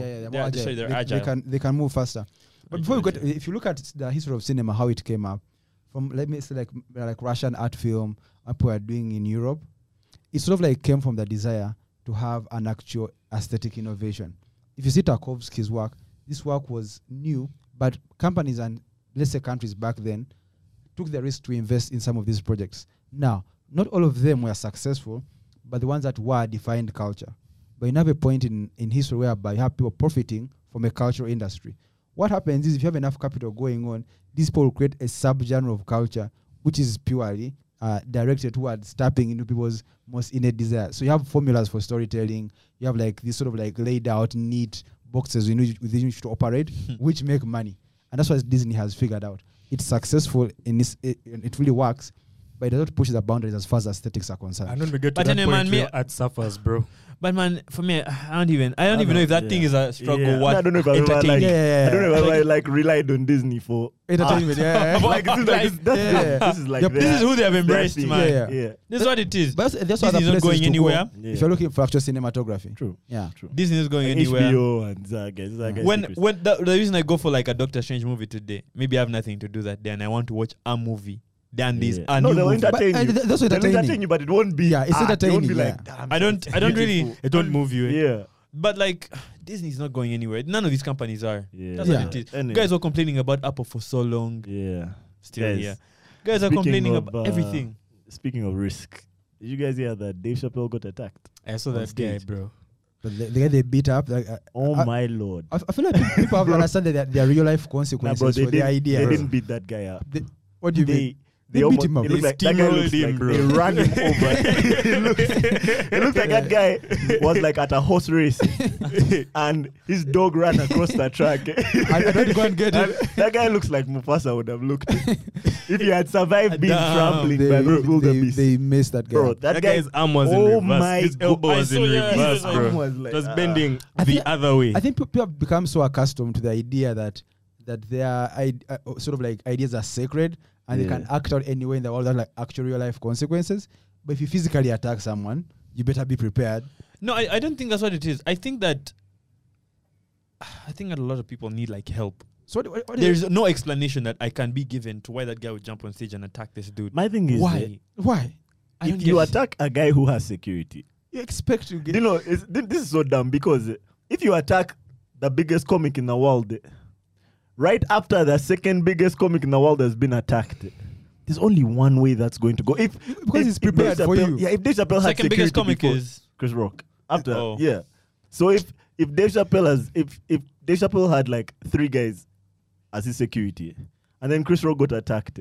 C: Yeah, yeah,
D: they're
C: they're more agile.
D: sorry they're
C: they,
D: agile
C: They can they can move faster. But before we
D: Agile,
C: get, if you look at the history of cinema, how it came up, from let me say like m- like Russian art film, what people are doing in Europe, it sort of like came from the desire to have an actual aesthetic innovation. If you see Tarkovsky's work, this work was new, but companies and let's say countries back then took the risk to invest in some of these projects. Now, not all of them were successful, but the ones that were defined culture. But you have a point in, in history whereby you have people profiting from a cultural industry. What happens is if you have enough capital going on, these people will create a subgenre of culture which is purely uh, directed towards tapping into people's most innate desire. So you have formulas for storytelling. You have like these sort of like laid out neat boxes in which, within which to operate, which make money, and that's what Disney has figured out. It's successful in this, it, it really works, but it does not push the boundaries as far as aesthetics are concerned.
A: And when we get to
D: But
A: that
D: anyway,
A: point,
D: man, me-
A: we're at suffers, bro.
D: but man for me I don't even I don't
B: I
D: even know
B: don't-
D: if that thing
B: yeah.
D: is a struggle
B: Yeah.
D: what
B: I don't know if I've ever, like,
D: entertaining
C: Yeah, yeah,
B: I don't know if
D: Like-
B: I like relied on Disney for
D: Ah.
C: Entertainment, yeah.
B: like, this is like, this, that's
C: Yeah.
B: them. this is like
C: Yep.
B: their-
D: this is who they have
B: their
D: embraced
B: thing.
D: man
C: Yeah,
B: Yeah.
D: this is what it is
C: But that's, that's
D: Disney
C: other
D: is
C: places
D: not going
C: to go
D: anywhere.
B: Yeah.
C: If you're looking for actual cinematography,
B: True.
C: yeah.
B: True.
D: Disney is going
B: And
D: anywhere
B: HBO and Zaga. Zaga is
D: when
B: the
D: when the, the reason I go for like a Doctor Strange movie today, maybe I have nothing to do that day, and I want to watch a movie. Then this
B: Yeah.
D: a
B: no,
D: new
B: they'll
D: movie.
C: But,
B: entertain
C: uh,
B: you.
C: th- that's what
B: They'll
C: entertaining.
B: entertain you, but it won't be.
C: Yeah, it's
B: ah, they won't be
C: entertaining,
B: like,
C: yeah.
B: damn,
D: I don't I don't really
A: It don't move you. eh?
B: Yeah.
D: but like Disney's not going anywhere. None of these companies are.
B: Yeah.
D: That's
C: Yeah.
D: what it is.
B: Anyway.
D: Guys were complaining about Apple for so long.
B: Yeah.
D: Still
B: Guys,
D: here. Guys are
B: speaking
D: complaining
B: of,
D: about
B: uh,
D: everything.
B: Speaking of risk, did you guys hear that Dave Chappelle got attacked?
A: I saw
B: On
A: that guy,
B: stage.
A: bro.
C: But the, the guy they beat up, like, uh,
B: Oh
C: I-
B: my lord.
C: I, f- I feel like pe- people have to understand that there- there are real life
B: Nah,
C: consequences
B: bro, they,
C: for their
B: didn't,
C: ideas.
B: they didn't beat that guy up.
C: They- what do you mean?
B: They, they,
C: beat
B: almost,
C: him up.
B: It looked
A: They
B: like, that guy
A: steamrolled
B: looks
A: him,
B: like
A: bro.
B: they ran him over. it, looks, it looks like that guy was like at a horse race and his dog ran across the track.
C: I, I don't go and get
B: And
C: it.
B: that guy looks like Mufasa would have looked if he had survived being
D: Damn.
B: trampled
C: They,
B: by the wildebeest.
C: they, they missed that guy.
B: bro, that,
A: That
B: guy
A: guy's arm was in
B: oh my
A: reverse. His elbow
B: God.
A: was
D: I
A: in
D: saw, yeah, his
A: reverse,
B: his arm
A: bro.
B: was like,
A: It was
B: ah.
A: bending
C: I
A: the
C: think-
A: other way.
C: I think people have become so accustomed to the idea that that their I- uh, sort of like ideas are sacred and they can
B: Yeah.
C: act out anywhere in the world without like actual real life consequences. But if you physically attack someone, you better be prepared.
D: No, I, I don't think that's what it is. I think that I think that a lot of people need like help.
C: So what, what, what is-
D: There's no explanation that I can be given to why that guy would jump on stage and attack this dude.
B: My thing is,
D: why?
B: that
C: why?
D: I don't
B: if you
D: get it.
B: attack a guy who has security,
C: You expect to get
B: you know, it's, thi- this is so dumb because if you attack the biggest comic in the world, right after the second biggest comic in the world has been attacked, there's only one way that's going to go. If
C: Because
B: if-
C: it's
B: if Dave
C: prepared for
B: Chappelle-
C: you.
B: Yeah, if Dave Chappelle had
D: Second biggest
B: security
D: comic
B: before
D: is
B: Chris Rock after,
D: Oh.
B: yeah. So if if Dave Chappelle has if if Dave Chappelle had like three guys as his security, and then Chris Rock got attacked,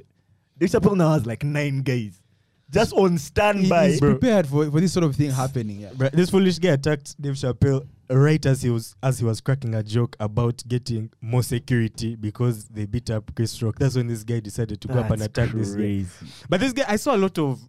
B: Dave Chappelle now has like nine guys just on
C: He
B: standby.
C: is prepared for, for this sort of thing happening. Yeah.
A: Bruh, this foolish guy attacked Dave Chappelle right as he was as he was cracking a joke about getting more security because they beat up Chris Rock. That's when this guy decided to go up and
B: That's
A: attack this guy.
B: crazy.
A: But this guy, I saw a lot of.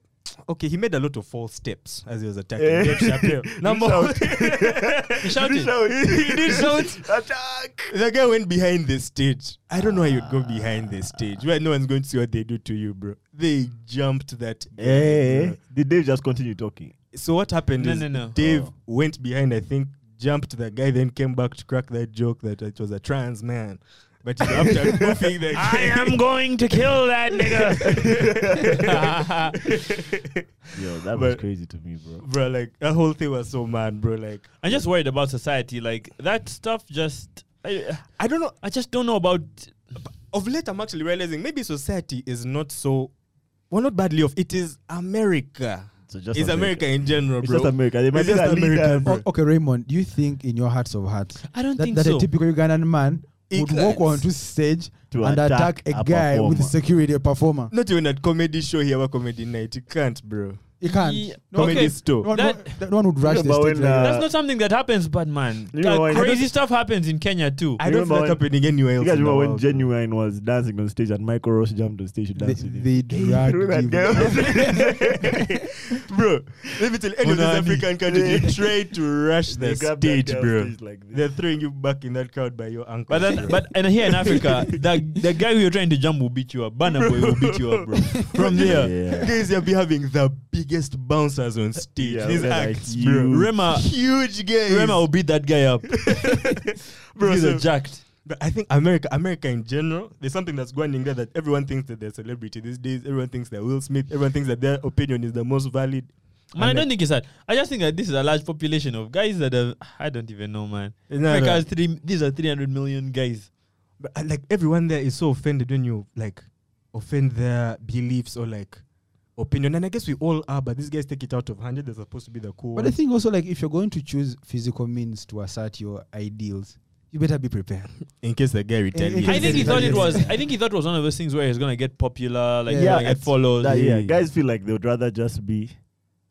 A: Okay, he made a lot of false steps as he was attacking
B: Eh.
A: Dave Chappelle. Number one,
D: He shouted.
A: He did shout.
B: Attack!
A: the guy went behind the stage. I don't know why you'd go behind the stage where no one's going to see what they do to you, bro. They jumped that. guy,
B: Hey,
A: bro.
B: did they just continue talking?
A: So what happened
D: No,
A: is
D: no, no.
A: Dave
B: Oh.
A: went behind, I think, jumped the guy, then came back to crack that joke that it was a trans man. But you know, after goofing the
D: I
A: guy,
D: am going to kill that nigga.
B: Yo, that
A: was
B: was crazy to me, bro.
A: bro, like that whole thing was so mad, bro. Like
D: I'm just worried about society. Like that stuff just I,
A: I don't know.
D: I just don't know about
A: Of late, I'm actually realizing maybe society is not so. Well, not badly off. It is America.
B: So just
A: it's America. in general,
B: It's
A: bro.
B: just America. They might
A: just
B: be a leader,
A: America,
B: bro.
A: bro.
C: O- Oh, okay, Raymond, do you think in your hearts of hearts
D: I don't
C: that,
D: think
C: that
D: so.
C: a typical Ugandan man would walk
A: Ignorance.
C: onto stage
B: To
C: and
B: attack
C: attack,
B: a
C: a guy with
B: performer.
C: security, a performer?
A: Not even at comedy show here, our comedy night. You can't, bro.
C: He can't.
D: Yeah,
C: No,
A: comedy
D: okay.
A: store.
C: no,
D: that-
C: no, that one would rush
B: Yeah,
C: the
B: but
C: stage.
B: when,
C: like that.
B: uh,
D: That's not something that happens, but man,
B: You know
D: Like,
B: why-
D: crazy stuff happens in Kenya too.
A: I don't feel
B: remember
A: that
B: when-
A: happening anywhere else.
B: You guys
A: in the
B: remember when
A: world, bro.
B: Genuine was dancing on stage and Michael Ross jumped on stage to
C: they,
B: dance with him?
C: they drag
B: Threw that
C: him.
B: guy off
A: bro, let me tell you, any of these
D: Onani.
A: African countries, you try to rush
B: They
A: the
B: grabbed that
A: stage,
B: guy off
A: bro.
B: stage like this.
A: They're throwing you back in that crowd by your ankle.
D: But then, but and here in Africa, the the guy who you're trying to jump will beat you up. Banner boy will beat you up, bro.
A: from there,
B: Yeah.
A: guys, you'll be having the biggest bouncers on stage.
B: Yeah,
A: These
B: they're like
A: acts, bro.
D: Rema
A: Huge guys.
D: Rema will beat that guy up.
A: Bro,
D: He's
A: so-
D: a jacked.
A: But I think America, America in general, there's something that's going in there that everyone thinks that they're a celebrity these days. Everyone thinks they're Will Smith. Everyone thinks that their opinion is the most valid.
D: Man, I
A: And
D: don't think it's that. I just think that this is a large population of guys that have, I don't even know, man.
A: No, no.
D: America has three. These are three hundred million guys.
A: But uh, like everyone there is so offended when you like offend their beliefs or like opinion. And I guess we all are, but these guys take it out of hundred. They're supposed to be the cool.
C: But I
A: ones.
C: think also like if you're going to choose physical means to assert your ideals, you better be prepared.
A: in case the guy retaliates,
C: Yes,
D: I think he thought it
C: yes.
D: was. I think he thought it was one of those things where he's gonna get popular, like
C: Yeah.
D: he's gonna
B: Yeah,
D: get
B: it's-
D: followed.
B: That- yeah,
A: Yeah.
B: guys feel like they would rather just be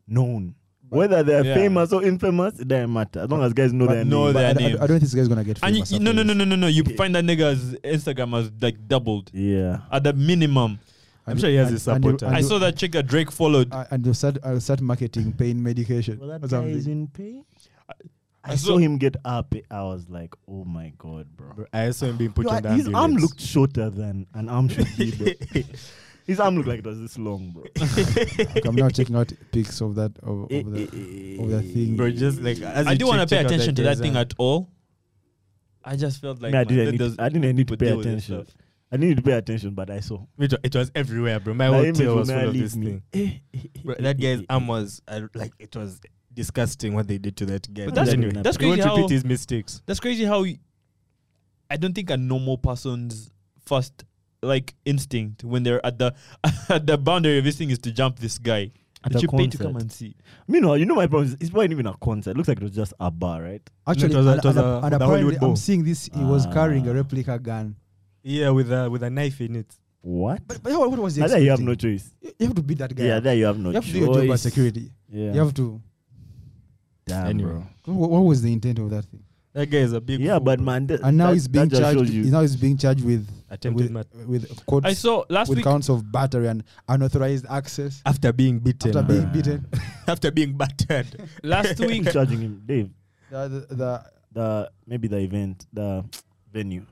B: known. Whether they're
D: Yeah.
B: famous or infamous, it doesn't matter. As long as guys know
C: But
B: their
D: know
B: name.
D: that-
C: But I, I-
D: Their
C: I
D: names.
C: don't think this guy's gonna get
D: And you,
C: famous.
D: you- no, no,
C: after
D: no,
C: this.
D: no, no, no. You
B: Yeah.
D: find that nigga's Instagram has like doubled
B: Yeah.
D: at the minimum.
A: I'm sure he has
C: And-
A: his
C: and you-
A: supporters.
C: and
D: I
C: you-
D: saw that chick that Drake followed.
C: uh, and you start, I'll start marketing pain medication.
B: Well,
C: or
B: that guy
C: something.
B: is in pain. I,
D: I
B: saw,
D: saw-
B: him get up. I was like, oh my god, bro.
A: Bro, I saw him being put
B: Yo,
A: on the
B: his arm
A: ambulance.
B: looked shorter than an arm should be, bro. his arm looked like it was this long, bro.
C: I'm now checking out pics of that of, of the of the thing.
A: Bro, just like as
D: I
A: you
D: do want
A: check-
D: to pay
A: check out uh,
D: attention to that
A: guy's
D: thing
A: arm.
D: at all. I just felt like
B: I,
D: man,
B: didn't
D: that
B: need,
D: does-
B: I didn't need to
D: people
B: pay
D: deal with this
B: attention.
D: stuff.
B: I needed to pay attention, but I saw.
A: It wa- it was everywhere, bro. My
B: That
A: whole
B: image
A: tail
B: will
A: was
B: never
A: full of
B: leave
A: this
B: me.
A: thing. Bro, that guy's arm was uh, like it was disgusting what they did to that guy.
D: But that's-
A: anyway,
D: that's
A: he won't
D: crazy how-
A: repeat his mistakes.
D: That's crazy how y- I don't think a normal person's first like instinct when they're at the at the boundary of this thing is to jump this guy.
B: At
D: that
B: a
D: you pay to come
B: concert.
D: and see.
B: Meanwhile, you know my problem is it's probably not even a concert. It looks like it was just a bar, right?
A: No,
C: Actually,
A: it was a-
C: and,
A: it was
C: and-
A: a-
C: and
A: the Hollywood
C: apparently,
A: Bowl.
C: I'm seeing this. He was carrying
B: Ah.
C: a replica gun.
A: Yeah, with a with a knife in it.
B: What?
C: But, but what what was he?
B: Either you have no
C: expecting?
B: choice.
C: You- you have to beat that guy.
B: Yeah, there you have no
C: you have
B: choice.
C: to do your job as security.
B: Yeah.
C: You have to.
B: Damn,
A: Anyway.
B: bro.
C: wh- What, was the intent of that thing?
A: That guy is a big
B: Yeah,
A: fool,
B: but
A: bro.
B: man, th-
C: And now
B: that-
C: he's
B: that
C: being
B: just
C: charged.
B: shows you.
C: he's Now he's being charged with
A: attempted
C: with,
A: murder.
C: with courts,
D: I saw last
C: with
D: week.
C: counts of battery and unauthorized access
A: after being beaten,
C: after
A: after,
C: being
B: man.
C: beaten.
A: after being battered.
D: Last
B: Who's
D: week,
B: charging him, Dave.
C: The, the, the,
B: The maybe the event, the venue.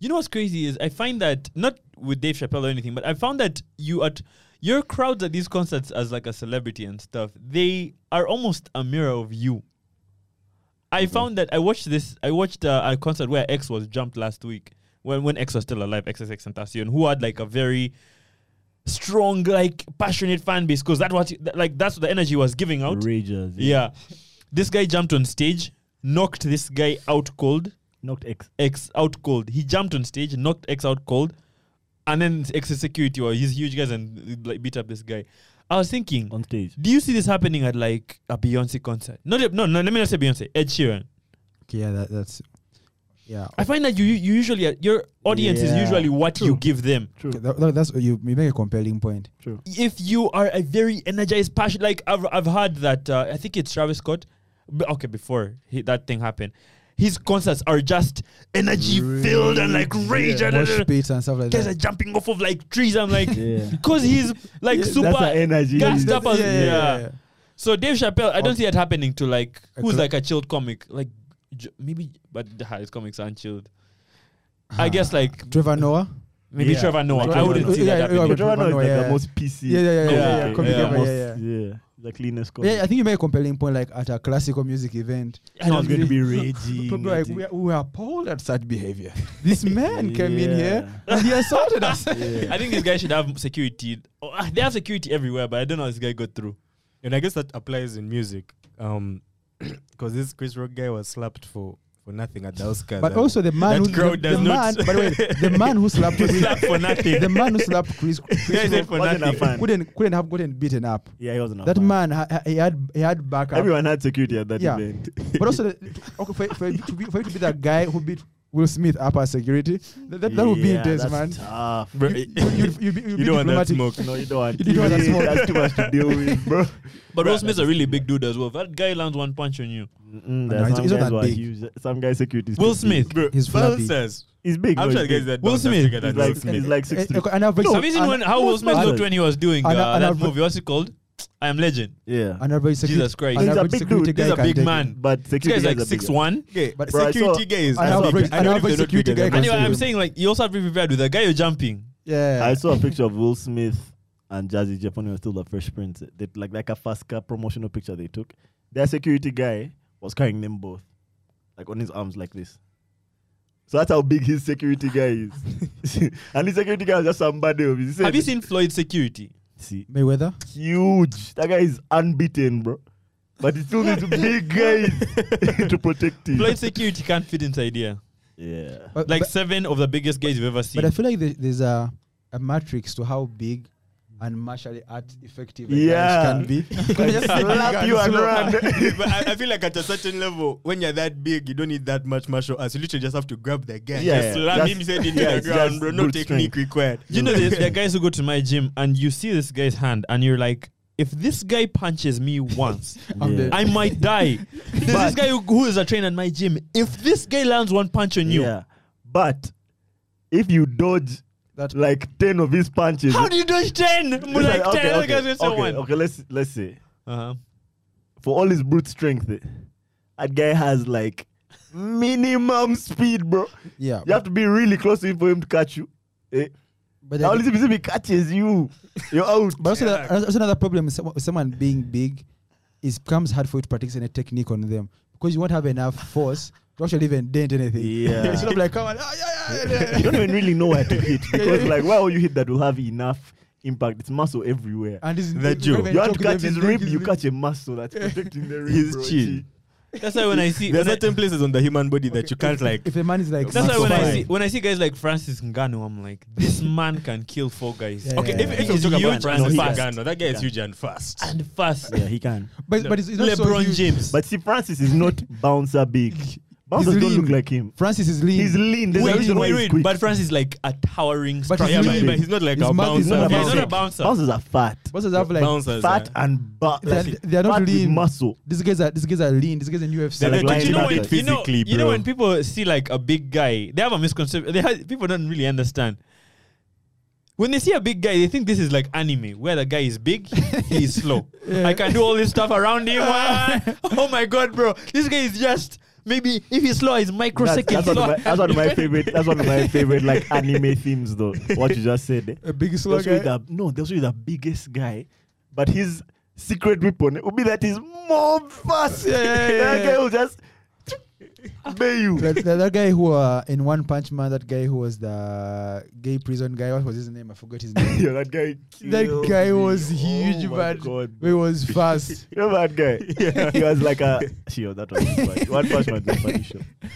D: you know what's crazy is I find that not with Dave Chappelle or anything, but I found that you at your crowds at these concerts as like a celebrity and stuff, they are almost a mirror of you. I found that I watched this. I watched uh, a concert where X was jumped last week when when X was still alive, XXX Tentacion, who had like a very strong, like passionate fan base because that what that- like that's what the energy was giving out.
B: Ragers.
D: Yeah. This guy jumped on stage, knocked this guy out cold.
B: Knocked X.
D: X out cold. He jumped on stage, knocked X out cold, and then X's security or his huge guys and like beat up this guy. I was thinking,
B: on stage.
D: do you see this happening at like a Beyonce concert? Not a- no, no. Let me not say Beyonce. Ed Sheeran.
C: Okay, yeah, that, that's yeah.
D: I find that you you usually your audience is
B: Yeah.
D: usually what you
B: True.
D: give them.
B: True.
C: Okay, that- that- that's you, you make a compelling point.
B: True.
D: if you are a very energized, passion, like I've, I've heard that uh, I think it's Travis Scott. B- okay, before he, that thing happened, his concerts are just energy filled and like rage and
C: Mosh pits and stuff like
D: guys are
C: that.
D: jumping off of like trees. I'm like,
B: Yeah.
D: because he's like
B: Yeah,
D: super.
B: That's the energy.
D: gassed
B: Yeah.
D: up as- yeah.
C: yeah.
D: so Dave Chappelle, I
B: Oh.
D: don't
C: Okay.
D: see it happening to like
C: A
D: who's
C: cl-
D: like a chilled comic, like j- maybe, but uh, his comics aren't chilled. I guess like
C: Ah. Trevor Noah.
D: maybe
B: Yeah.
D: Trevor Noah.
B: Trevor
D: I wouldn't
B: Noah.
D: see that
C: Yeah,
D: happening.
B: But
C: But
B: Trevor Noah is
C: Trevor
B: like
C: Noah,
B: the
C: yeah.
B: most PC.
C: Yeah, yeah, yeah,
D: Yeah,
C: yeah, yeah,
D: yeah,
C: comic
D: yeah.
C: ever,
B: most,
C: yeah, yeah.
B: The cleanest comic.
C: Yeah, I think you make a compelling point. Like at a classical music event,
D: I don't
B: Someone's going to be
C: P-
B: raging.
C: people are like we are, we are appalled at such behavior. This man came in here
B: Yeah.
C: and he assaulted us.
D: I think this guy should have security. Oh, ah, they have security everywhere, but I don't know how this guy got through.
A: And I guess that applies in music, because this Chris Rock guy was slapped for for nothing at the Oscars.
C: But
A: and
C: also the man
A: that
C: who
A: crowd
C: the, the
A: does
C: man.
A: not-
C: By the way, the man who slapped
D: He
C: Chris,
D: slapped for nothing.
C: the man who slapped Chris, Chris
D: guy said
C: Rock
D: for
B: Wasn't a
D: nothing.
B: fan.
C: couldn't couldn't have gotten beaten up.
B: Yeah, he wasn't a
C: That
B: fan.
C: man ha- ha- he had he had backup.
B: Oh, Everyone had security at that
C: Yeah.
B: event.
C: But also, the, okay, for, for, you to be, for you to be that guy who beat Will Smith up as security, that, that, that would be
B: Yeah,
C: intense,
B: that's
C: man.
B: Tough.
D: Bro,
C: You, you, you'd- you'd be, you'd
A: you
C: be
A: don't want that
C: diplomatic.
A: smoke.
B: No, you don't want.
C: You don't want that
B: Yeah,
C: smoke.
B: That's too much to deal with, bro.
D: But Will Smith's a really big dude as well. If that guy lands one punch on you.
B: Mm-mm,
C: No, it's-
B: some
C: it's not
B: guys
C: that
B: who Mm, are
C: big.
B: huge. Some guys' security. is
D: Will
B: too big.
D: Smith.
A: Bro,
C: He's
A: Fallon
C: flappy.
A: says,
B: He's big.
A: I'm
B: no,
A: sure the
B: he's
A: guys
B: big.
A: that
D: Will
A: don't
D: Smith.
A: have to get that
B: He's like
A: Will Smith.
B: he's like
C: Eh,
B: six
C: eh, okay, and I've ex-
D: Have you seen
C: and-
D: when how Will Smith
C: Alan-
D: looked when he was doing
C: Alan-
D: uh, that
C: Alan-
D: movie? What's it called? I am Legend.
B: Yeah,
C: An average secu-
D: Jesus Christ.
C: an
B: He's a
C: average
B: big
C: security
B: dude.
C: guy
D: He's a
C: can
D: big
C: take
D: man.
C: it.
B: but
D: This guy
B: security
D: is like
B: guys are
D: six
B: bigger.
D: one.
A: Okay, but
B: Bro, I
A: security
B: saw-
A: guy is
C: I have
A: big.
C: friends- I
A: don't if
C: have
A: they're
C: friends
A: not
C: security
A: bigger than
C: guy
A: us.
D: Anyway, I'm
C: him.
D: saying like you also have to be prepared with the guy you're jumping.
C: Yeah.
B: I saw a picture of Will Smith and Jazzy Jeff when he was still a Fresh Prince. They, like like a Fasca promotional picture they took. Their security guy was carrying them both, like on his arms like this. So that's how big his security guy is. and his security guy was just somebody. Of his.
D: Have you seen Floyd's security?
B: See,
C: Mayweather.
B: huge. That guy is unbeaten, bro. But he still needs big guys to protect him.
D: Floyd's security can't fit inside here.
B: Yeah.
C: But,
D: Like
C: Uh, but,
D: seven of the biggest guys you've ever seen.
C: but I feel like there- there's a, a matrix to how big and martially art effective a guy
B: Yeah.
C: can be.
B: Like,
C: Just
B: slap
C: big
B: you and
C: and slow.
B: run.
A: but I, I feel like at a certain level, when you're that big, you don't need that much martial arts. You literally just have to grab the guy,
B: Yeah,
A: yeah, just
B: yeah.
A: slam
B: That's-
A: him head into
B: yeah,
A: the
B: it's
A: ground,
B: just
A: bro. No
B: brute
A: technique
B: strength.
A: required.
D: You know, there's there are guys who go to my gym and you see this guy's hand and you're like, if this guy punches me once,
C: I'm
B: Yeah.
C: dead.
D: I might die. There's this
B: But-
D: guy who, who is a trainer at my gym. If this guy lands one punch on you,
B: Yeah. But if you dodge
C: That-
B: like 10 of his punches,
D: how do you dodge 10? Like,
B: It's
D: 10 other guys
B: okay,
D: with someone.
B: okay, okay, let's let's say
D: Uh-huh.
B: for all his brute strength, eh, that guy has like minimum speed, bro.
C: Yeah.
B: You have to be really close to him for him to catch you. Eh?
C: But
B: Now,
C: then-
B: listen, if he catches you, you're out.
C: But also,
A: Yeah.
C: the, also another problem is someone, someone being big, it becomes hard for you to practice any technique on them because you won't have enough force to actually even dent anything.
B: Yeah.
C: Instead of like, come on, ah, yeah, yeah, yeah,
B: you don't
C: yeah.
B: even really know where to hit because, like, where will you hit that will have enough impact? It's muscle everywhere.
C: and this
A: That Jew.
B: You want to catch his rib, you catch a muscle that's protecting the rib.
A: He's
B: bro,
A: chill.
B: Gee.
D: That's why when I see
A: there are
D: when I-
A: certain places on the human body that you can't like.
C: If a man is like,
D: that's why when I
A: Fine.
D: see when I see guys like Francis Ngannou, I'm like, this man can kill four guys.
C: Yeah.
A: Okay, if, if you
D: He's
A: talk
D: huge
A: about Francis
D: and fast.
A: Ngannou, that guy is huge and fast.
D: And fast.
B: Yeah, he can.
C: but, but it's, it's not so
D: LeBron
C: huge.
D: James.
B: But see, Francis is not bouncer big. Bouncers don't
C: lean.
B: look like him.
C: Francis is lean.
B: He's lean. There's a
D: wait,
B: reason why
D: wait,
B: he's
D: wait.
B: quick.
D: But Francis is like a towering
C: But
D: striker.
A: yeah,
C: he's
A: but,
C: lean.
A: but he's not like
C: His
A: a
C: mouth is
A: bouncer.
C: not a
D: Yeah, he's
C: bouncer.
D: not a bouncer.
B: Bouncers are fat.
C: Bouncers have like
A: Bouncers,
B: Fat
A: yeah.
B: and ba-
C: They're-
B: like,
C: they're not
B: fat with
C: lean.
B: muscle.
C: these guys are these guys are lean. These guys in UFC.
A: They're
B: Like
A: not
B: lining
D: you know
B: up
D: when
B: like
D: you know,
A: physically,
D: you know
A: bro.
D: when people see like a big guy, they have a misconception. They have, people don't really understand. When they see a big guy, they think this is like anime, where the guy is big, he is slow. I can do all this stuff around him. ah. oh my god, bro! This guy is just maybe if he's slow, he's
B: That's,
D: microseconds
B: that's, one
D: slow.
B: of my, that's one of my favorite. That's one of my favorite like anime themes, though. What you just said. eh?
C: a big slow
B: They'll show you
C: guy.
B: the, no, they'll show you the biggest guy, but his secret weapon would be that he's more fast.
C: Yeah, yeah, yeah,
B: that
C: yeah.
B: guy will just Bayu.
C: that, that, that guy who uh, in One Punch Man, that guy who was the gay prison guy. What was his name? I forgot his name.
B: Yo, that guy.
C: That
B: killed
C: guy
B: me.
C: was
B: Oh
C: huge,
B: my
C: man.
B: God.
C: He was fast.
B: You know that guy?
D: Yeah.
B: He was like a. Yo, that was funny. One Punch Man was a funny show.
C: Uh,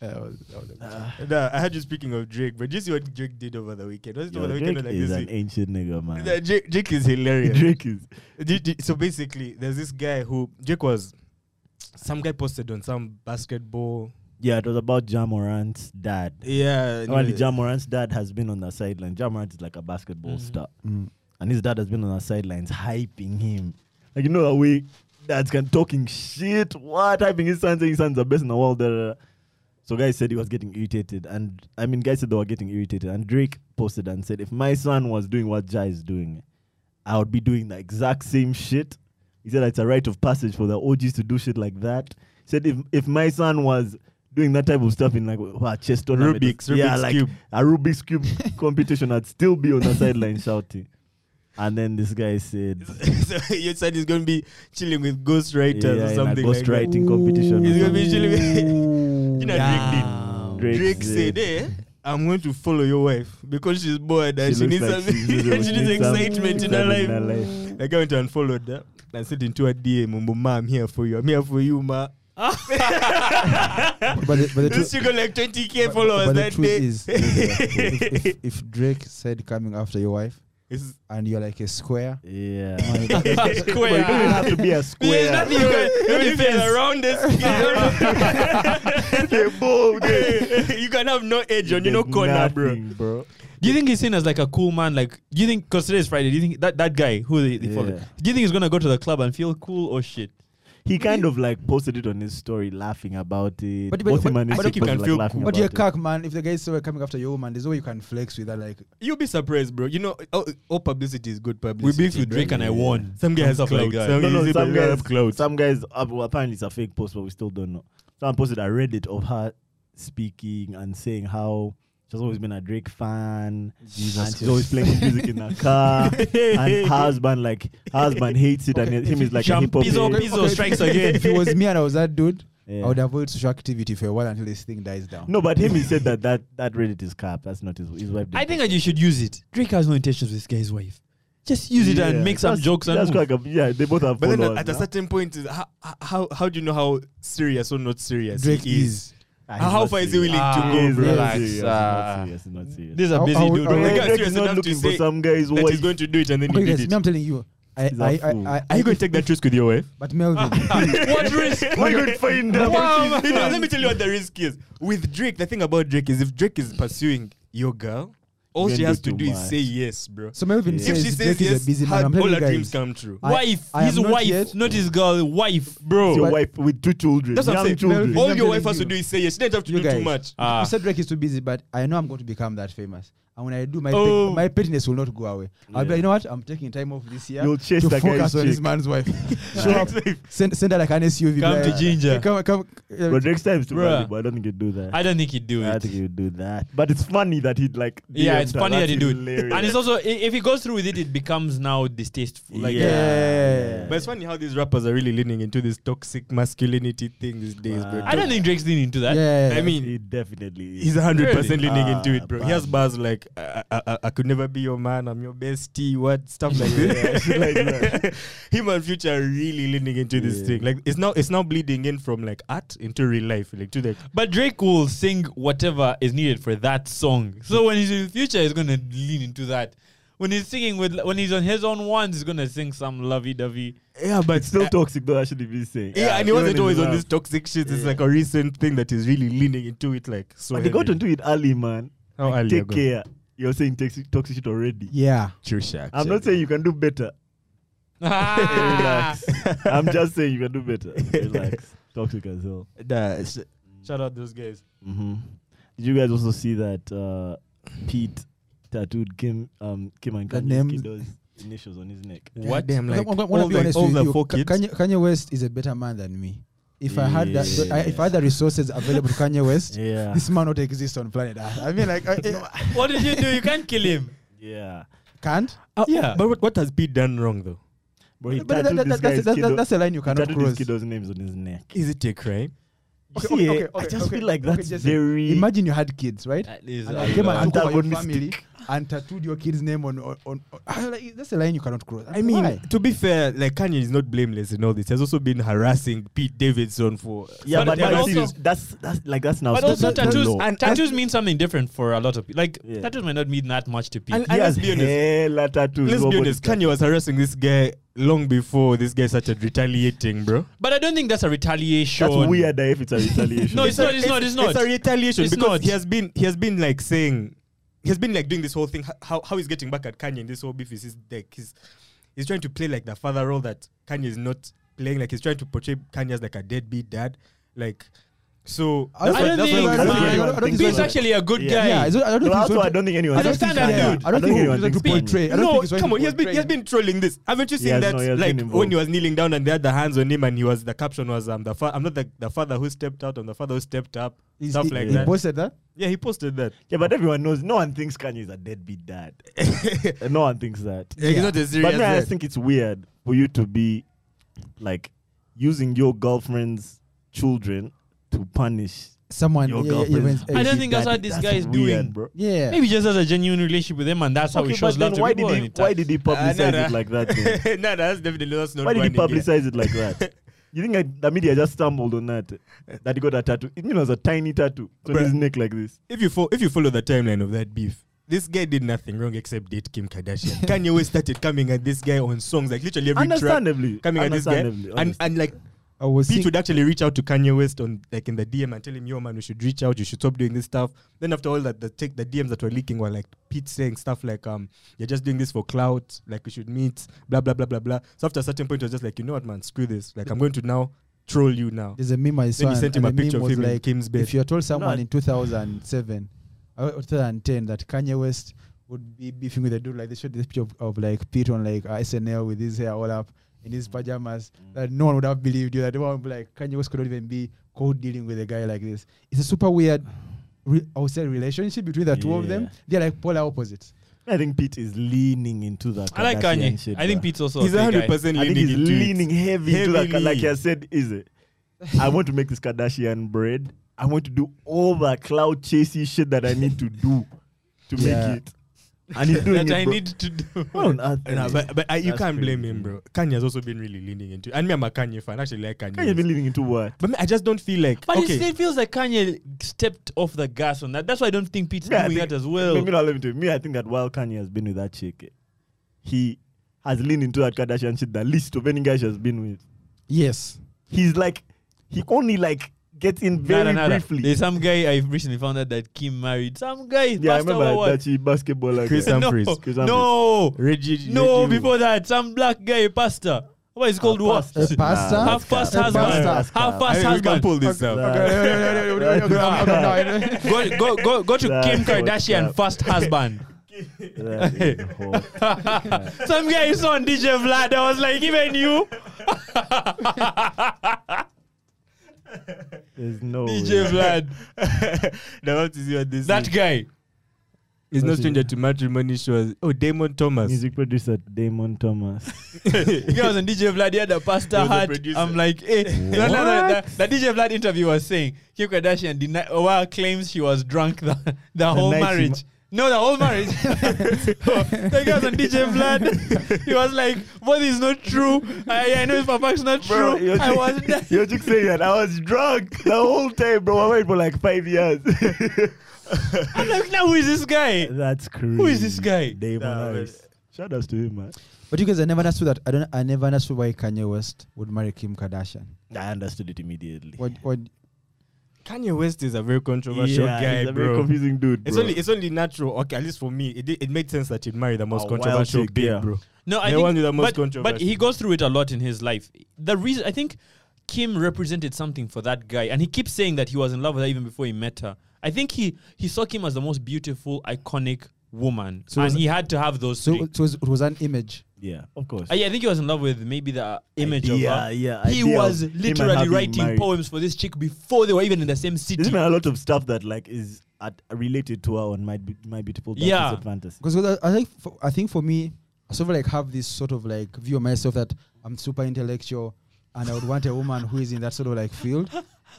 C: That was- that was a good-
A: Nah, I heard you speaking of Drake, but just see what Drake did over the weekend. Was it
B: Yo,
A: over the
B: Drake
A: weekend or like
B: is
A: this
B: an
A: week?
B: ancient nigga, man.
A: Nah, Drake, Drake is hilarious.
B: Drake is.
A: Di- di- so basically, there's this guy who Drake was. Some guy posted on some basketball.
B: Yeah, it was about Jamorant's dad.
A: Yeah,
B: Apparently, Jamorant's dad has been on the sideline. Jamorant is like a basketball star,
C: Mm.
B: and his dad has been on the sidelines hyping him. Like you know how we dads can talking shit. What hyping his son saying his son's the best in the world. da, da, da. So guys said he was getting irritated, and I mean guys said they were getting irritated. And Drake posted and said, if my son was doing what Jai is doing, I would be doing the exact same shit. He said it's a rite of passage for the OGs to do shit like that. He said if if my son was doing that type of stuff in like wow, chess tournament,
A: Rubik's,
B: yeah,
A: Rubik's
B: like
A: Cube.
B: a Rubik's cube competition, I'd still be on the sideline shouting. And then this guy said,
A: so your son is going to be chilling with ghostwriters
B: yeah,
A: or
B: in a
A: something like that.
B: ghostwriting competition.
A: He's
B: or
A: gonna be chilling with- you know,
D: Damn.
A: Drake did. Drake,
B: Drake
A: said, "Eh, I'm going to follow your wife because she's bored and she,
B: looks
A: needs
B: like
A: something.
B: she's
A: She,
B: using-
A: needs
B: some-
A: excitement in her
B: some
A: life." I went and followed her and said into a DM, "Mumbo, ma, I'm here for you. I'm here for you, ma."
C: But the, but the
A: This
C: truth,
A: chick got like 20k
C: but,
A: followers
C: but the
A: that
C: truth
A: day.
C: is, if, if, if Drake said coming after your wife
A: It's-
C: and you're like a square,
B: Yeah.
C: my God,
B: But you don't even have to be a
A: There's
B: square.
A: nothing you can you can
B: Defense.
A: around this.
B: Okay, boom, okay.
A: you can have no edge on you no
B: eh. There's
A: corner, bro.
B: nothing, bro.
D: Do you think he's seen as like a cool man? Like, do you think because today is Friday? Do you think that that guy who they, they follow?
B: Yeah.
D: Do you think he's gonna go to the club and feel cool or shit?
B: He kind of like posted it on his story, laughing about it.
C: But- but-
B: Both him
C: but-
B: and his
A: I think you
B: was,
A: can
B: like,
A: feel
B: laughing
A: cool.
C: But
B: about
C: you're a
B: it.
C: cuck, man. If the guy is still coming after your woman, there's no way you can flex with that. Like,
A: You'll be surprised, bro. You know,
C: oh,
A: all, Oh, all publicity is good publicity.
D: We beef with Drake and I won.
A: Some guy has
D: Stuff
A: clout.
D: like that.
A: Some
B: No, no,
A: easy
B: some
A: people
B: guys,
A: have clout.
B: some guys, uh, well, apparently it's a fake post, but we still don't know. Someone posted a Reddit of her speaking and saying how she's always been a Drake fan, and she's always playing his music in her car, and her husband, like, her husband hates it,
C: Okay,
B: and him
C: if
B: is like a
D: Jump,
B: hip hop
D: pizzo,
B: head.
D: pizzo strikes again.
C: if it was me and I was Oh, that dude,
B: Yeah.
C: I would avoid social activity for a while until this thing dies down.
B: No, but him, he said that that, that Reddit is cap. That's not his, his wife. did
D: I think that you should use it. Drake has no intentions with this guy's wife. Just use it
B: Yeah,
D: and make some
B: that's-
D: jokes and
B: that's
D: move.
B: quite a, yeah, they both have
A: But then
B: followers
A: at a
B: now.
A: certain point, is how, how how do you know how serious or not serious
C: Drake
A: he is?
C: is.
B: Ah, he's
A: How
B: not
A: far is he
B: serious.
A: willing
D: Ah,
A: to
B: He
A: go,
B: is
A: bro?
B: not
D: Relax,
B: serious, he's
D: ah.
B: not serious, he's not serious.
D: This is a
C: How-
D: busy
C: how-
D: dude.
C: how-
A: The
B: Drake
A: guy is
B: Drake
A: serious
B: is not
A: enough to
B: looking for
A: say
B: some guy's
A: That he's
B: wife.
A: going to do it and then
C: Okay,
A: he
C: guys,
A: did
C: Oh, me,
A: it.
C: I'm telling you, I,
B: He's a
C: I, I,
B: fool.
C: I,
A: Are you going
C: if-
A: to take Ah. that risk with your wife?
C: But Melvin,
D: what risk?
B: We're going to find out.
D: Wow,
A: You know, let me tell you what the risk is. With Drake, the thing about Drake is if Drake is pursuing your girl, all
B: You're
A: she
B: gonna
A: has
B: do
A: to
B: too
A: do
B: much.
A: is say yes, bro.
C: so Melvin
B: Yeah.
A: if
C: says
A: she
C: Drake
A: says
C: is
A: yes,
C: a busy man.
A: her-
C: I'm
A: all
C: telling
A: her
C: you
A: dreams
C: guys.
A: come true.
C: I-
D: wife,
C: I am
D: his
C: not
D: wife,
C: yet-
D: not his girl, wife,
B: It's
D: bro.
B: your
C: But-
B: wife with two children,
A: That's what I'm saying.
B: young children.
A: All
C: I'm
A: your wife has
C: telling
A: to
C: you.
A: do is say yes. She doesn't have to
C: You
A: do too
C: guys.
A: much.
D: Ah.
C: You said Drake is too busy, but I know I'm going to become that famous. And when I do, my pet-
A: Oh.
C: my pettiness will not go away. I'll be like, you know what? I'm taking time off this year
B: You'll chase
C: to
B: that guy's
C: focus on this
B: chick.
C: man's wife. Show up, send, send her like an SUV.
D: Come
C: like,
D: to Ginger.
C: "Hey, Come, come. uh,
B: But next time, it's too
D: Bruh.
B: valuable. I don't think he'd do that.
D: I don't think he'd do
B: I
D: it.
B: think he'd do that. But it's funny that he'd like.
D: Yeah,
B: DM
D: it's
B: her.
D: funny that
B: That's
D: he do it.
B: hilarious.
D: And it's also i- if he goes through with it, it becomes now distasteful. Like
B: Yeah.
A: But it's funny how these rappers are really leaning into this toxic masculinity thing these days, bro.
B: Wow.
D: I don't think Drake's leaning into that.
C: yeah,
A: I mean,
B: he definitely.
A: He's 100% leaning
B: Ah,
A: into it, bro. He has
B: bad.
A: bars like, I, I, I, I could never be your man, I'm your bestie, what, stuff like this.
B: Yeah, like that.
A: Him and Future are really leaning into this
B: Yeah.
A: thing. Like, it's now it's now bleeding in from like art into real life. Like, to the.
D: But Drake will sing whatever is needed for that song. So when he's in the future, he's gonna lean into that. When he's singing with, when he's on his own ones, he's gonna sing some lovey-dovey.
A: Yeah, but
B: It's still toxic though. I shouldn't be saying.
A: Yeah, and he wasn't
B: even
A: always
B: in
A: on
B: love.
A: this toxic shit. It's
B: Yeah.
A: like a recent thing that is really leaning into it, like, so.
B: But they got
A: heavy.
B: into it early, man.
A: How
B: Like,
A: early
B: Take
A: ago?
B: care. You're saying toxic, toxic shit already.
C: yeah.
A: True Shaq.
B: I'm not saying you can do better.
D: Ah.
B: Relax. I'm just saying you can do better. Relax. Toxic as hell.
A: Shout out those guys.
B: Mm-hmm. Did you guys also see that uh, Pete tattooed Kim, um, Kim and
C: The
B: Kanye
C: names.
B: Kido's initials on his neck?
A: What? Damn, like,
C: I'm, gonna- I'm
A: all
C: gonna be
A: the,
C: honest
A: all
C: with
A: the
C: you.
A: four
C: Ka-
A: kids.
C: Kanye, Kanye West is a better man than me. If I had that, so I, if I had
B: Yeah.
C: the resources available to Kanye West,
B: Yeah.
C: this man would exist on planet Earth. I mean, like, uh, I, I
D: what did you do? You can't kill him.
B: Yeah.
C: can't.
D: yeah.
A: Oh, But what, what has Pete done wrong, though?
B: Bro, he
C: But that-
B: tattooed
C: that-
B: this
C: that's,
B: guy's
C: that's,
B: kiddo.
C: that's a line you
B: He
C: cannot
B: tattooed his
C: cross.
B: kiddo's names on his neck.
A: Is it a crime?
B: You
C: Okay,
B: see, eh,
C: okay, okay,
B: I just
C: okay,
B: feel like
C: okay,
B: that's
C: Jesse.
B: very.
C: Imagine you had kids, right?
D: That is
C: And
D: I
C: I came
D: don't
C: and
D: know.
C: took over your
B: Antagonistic.
C: family and tattooed your kid's name on on. on, on like, that's a line you cannot cross.
A: I mean,
C: Uh, Why?
A: to be fair, like Kanye is not blameless in all this. He has also been harassing Pete Davidson for
B: yeah,
D: But
B: but,
D: then
B: but
D: also-
B: see, that's that's like that's now.
D: But also
B: that's
D: tattoos,
B: law.
D: and tattoos mean something different for a lot of people. Like
B: Yeah.
D: tattoos might not mean that much to people.
A: And-
B: He
A: and
B: has
A: let's be honest.
B: hella tattoos.
A: Let's be
B: nobody
A: honest,
B: can-
A: Kanye was harassing this guy long before this guy started retaliating, bro.
D: but I don't think that's a retaliation.
B: That's weird eh, if it's a retaliation.
D: No, it's
A: a-
D: not, it's not, it's not.
A: It's a retaliation
D: It's
A: because
D: not.
A: he has been he has been like saying he has been like doing this whole thing. h- How how he's getting back at Kanye in this whole beef is his deck. He's he's trying to play like the father role that Kanye is not playing. Like he's trying to portray Kanye as like a deadbeat dad. Like so
C: I
A: that's
D: I
A: why-
D: don't
A: that's why
D: think,
A: we-
B: I
A: that's
B: don't
A: why
B: think
A: we-
B: anyone
C: I don't think
B: thinks
D: Pete's
C: so.
B: that.
D: actually a good
B: Yeah.
D: guy.
C: yeah, I don't, I don't
B: No,
C: think
B: also,
C: it's
B: I
C: right
B: don't think anyone.
C: I don't
D: understand
C: think
D: that,
C: yeah,
D: dude.
C: I don't think
B: anyone
C: it's right to
B: thinks Kanye.
C: portray. I don't
A: no,
C: think it's right
A: come
C: to
A: on. He has been he has
C: portray.
A: been trolling this. Haven't you
B: He
A: seen
B: has-
A: that?
B: no, he has
A: like
B: been
A: when
B: involved.
A: he was kneeling down and they had the hands on him, and he was the caption was um the fa- I'm not the, the father who stepped out, I'm the father who stepped up.
C: He's-
A: stuff
C: he-
A: like
C: he
A: that.
C: posted that.
A: yeah, he posted that.
B: Yeah, but everyone knows. No one thinks Kanye is a deadbeat dad. Uh, no one thinks that.
A: He's not a serious.
B: But me, I just think it's weird for you to be like using your girlfriend's children to punish
C: Someone.
B: your
C: yeah, yeah, yeah,
B: girlfriend's.
C: when-
D: I don't think that's
B: daddy.
D: what this
B: That's
D: guy is
B: weird,
D: doing.
B: bro.
C: Yeah.
D: Maybe he just has a genuine relationship with him, and that's how he
B: Okay,
D: shows
B: but
D: love
B: then
D: to
B: why
D: people.
B: did
D: and
B: he
D: it
B: why
D: touch-
B: did he publicize it like that? though?
A: no, that's definitely that's not
B: Why did he
A: running yet.
B: publicize it like that? You think I, the media just stumbled on that? That he got a tattoo. It mean it was a tiny tattoo on
A: Bruh.
B: his neck like this.
A: If you fo- if you follow the timeline of that beef, this guy did nothing wrong except date Kim Kardashian. Kanye West started coming at this guy on songs like literally every track.
B: Understandably,
A: Coming at this guy,
B: understandably,
A: And, and like
C: I was
A: Pete
C: seeing-
A: would actually reach out to Kanye West on like in the DM and tell him, "Yo, man, we should reach out. You should stop doing this stuff." Then after all that, the take the DMs that were leaking were like Pete saying stuff like, "Um, you're just doing this for clout. Like we should meet." Blah blah blah blah blah. So after a certain point, it was just like, "You know what, man? Screw this. Like I'm going to now troll you now."
C: There's a meme I saw.
A: Then he
C: and-
A: sent him
C: and
A: a
C: the meme
A: picture of
C: was
A: him in
C: like,
A: Kim's bed.
C: If you had told someone
B: I-
C: in 2007 or 2010 that Kanye West would be beefing with a dude, like they showed this picture of, of like Pete on like uh, SNL with his hair all up in his pajamas, that no one would have believed you. That no one would be like, Kanye West could not even be cold dealing with a guy like this. It's a super weird, re- I would say, relationship between the two of them.
B: Yeah.
C: They're like polar opposites.
B: I think Pete is leaning into that.
D: I like
B: Kardashian
D: Kanye.
B: shit,
D: I think
B: bruh.
D: Pete's also
A: He's
D: a good
A: hundred
D: guy.
A: percent
B: I think
A: leaning
B: he's
A: into it.
B: leaning heavy into that.
A: Heavily.
B: Like I said, is it? I want to make this Kardashian bread. I want to do all the cloud chasey shit that I need to do to
C: Yeah.
B: make it. And he's doing
D: that
B: it.
D: I
B: bro.
D: need to do.
B: What on earth
A: No,
B: is
A: but, but I, you
B: That's
A: can't blame
B: crazy.
A: him, bro. Kanye has also been really leaning into And me, I'm a Kanye fan. I Actually, like Kanye.
B: Kanye's been
A: West.
B: leaning into what?
A: But me, I just don't feel like.
D: But it
A: okay,
D: still feels like Kanye stepped off the gas on that. That's why I don't think Pete's
B: Yeah, I
D: doing
B: think-
D: that as well.
B: Me, me, not let me, tell you. me, I think that while Kanye has been with that chick, eh, he has leaned into that Kardashian shit the least of any guy she has been with.
C: Yes.
B: He's like, he only like gets in
D: Nah,
B: very
D: nah, nah, nah.
B: briefly.
D: There's some guy I recently found out that Kim married. Some guy.
B: yeah, I
D: Pastor
B: remember
D: Wawad.
B: that she basketballer.
A: Chris
B: guy.
A: Am- Humphries.
D: No,
B: Chris
D: no,
A: Reggie.
D: no.
A: Reggie-
D: Before that, some black guy, pastor. What is called what?
B: pastor.
C: A pastor?
B: Nah,
D: Half past
C: A
D: husband.
B: pastor.
D: Half
A: I
D: past
A: think we can
D: husband.
A: pull this up.
D: Go, go, go, go to
B: That's
D: Kim
B: what-
D: Kardashian
B: yeah.
D: first husband.
B: That is hot.
D: Some guy is on DJ Vlad. I was like, even you,
B: There's no
D: DJ
B: way.
D: Vlad,
A: Now I have to see what this
D: that
A: is.
D: guy.
A: He's no
B: What's his
A: stranger to matrimony shows. Oh, Damon Thomas.
B: Music producer Damon Thomas.
D: The guy was on DJ Vlad. He had a
A: He
D: pastor
A: was a
D: hat.
A: producer.
D: I'm like, hey, no, no, no, the, the DJ Vlad interview was saying Kim Kardashian denied, well, claims she was drunk the, the, whole
B: night she
D: marriage. no, the whole marriage. so, the guy was on DJ Vlad. he was like, what is not true? I, I know his papa's not
B: Bro,
D: true.
B: you're,
D: I was
B: just, you're just saying that I was drunk the whole time, bro. I waited for like five years.
D: I'm like, now who is this guy?
B: That's crazy.
D: is this guy?
B: Damon
A: Nah,
B: Harris. Shout outs to him, man.
C: But you guys, I never understood that. I don't. I never understood why Kanye West would marry Kim Kardashian.
B: I understood it immediately.
C: What? What?
A: Kanye West is a very controversial
B: yeah,
A: guy,
B: he's a
A: bro.
B: very confusing dude. Bro.
A: It's only it's only natural. Okay, at least for me, it did, it made sense that he'd marry the most
B: A wild
A: controversial
B: chick,
A: babe,
B: yeah.
A: bro.
D: No, I
A: The
D: think
A: one with the most
D: but, but he
A: controversy.
D: goes through it a lot in his life. The reason I think Kim represented something for that guy, and he keeps saying that he was in love with her even before he met her. I think he he saw Kim as the most beautiful, iconic woman,
C: So
D: and
C: was-
D: he had to have those
C: So
D: three.
C: it was, it was an image.
B: yeah, of course.
D: Uh, yeah, I think he was in love with maybe the image of
B: Idea,
D: her.
B: yeah,
D: he
B: idea
D: was
B: of him and her
D: literally
B: being
D: writing
B: married.
D: poems for this chick before they were even in the same city.
B: There's been a lot of stuff that like is at, related to her on my Be- my beautiful Dark
D: Yeah.
B: Twisted fantasy.
C: Because I, I think for, I think for me, I sort of like have this sort of like view of myself that I'm super intellectual, and I would want a woman who is in that sort of like field.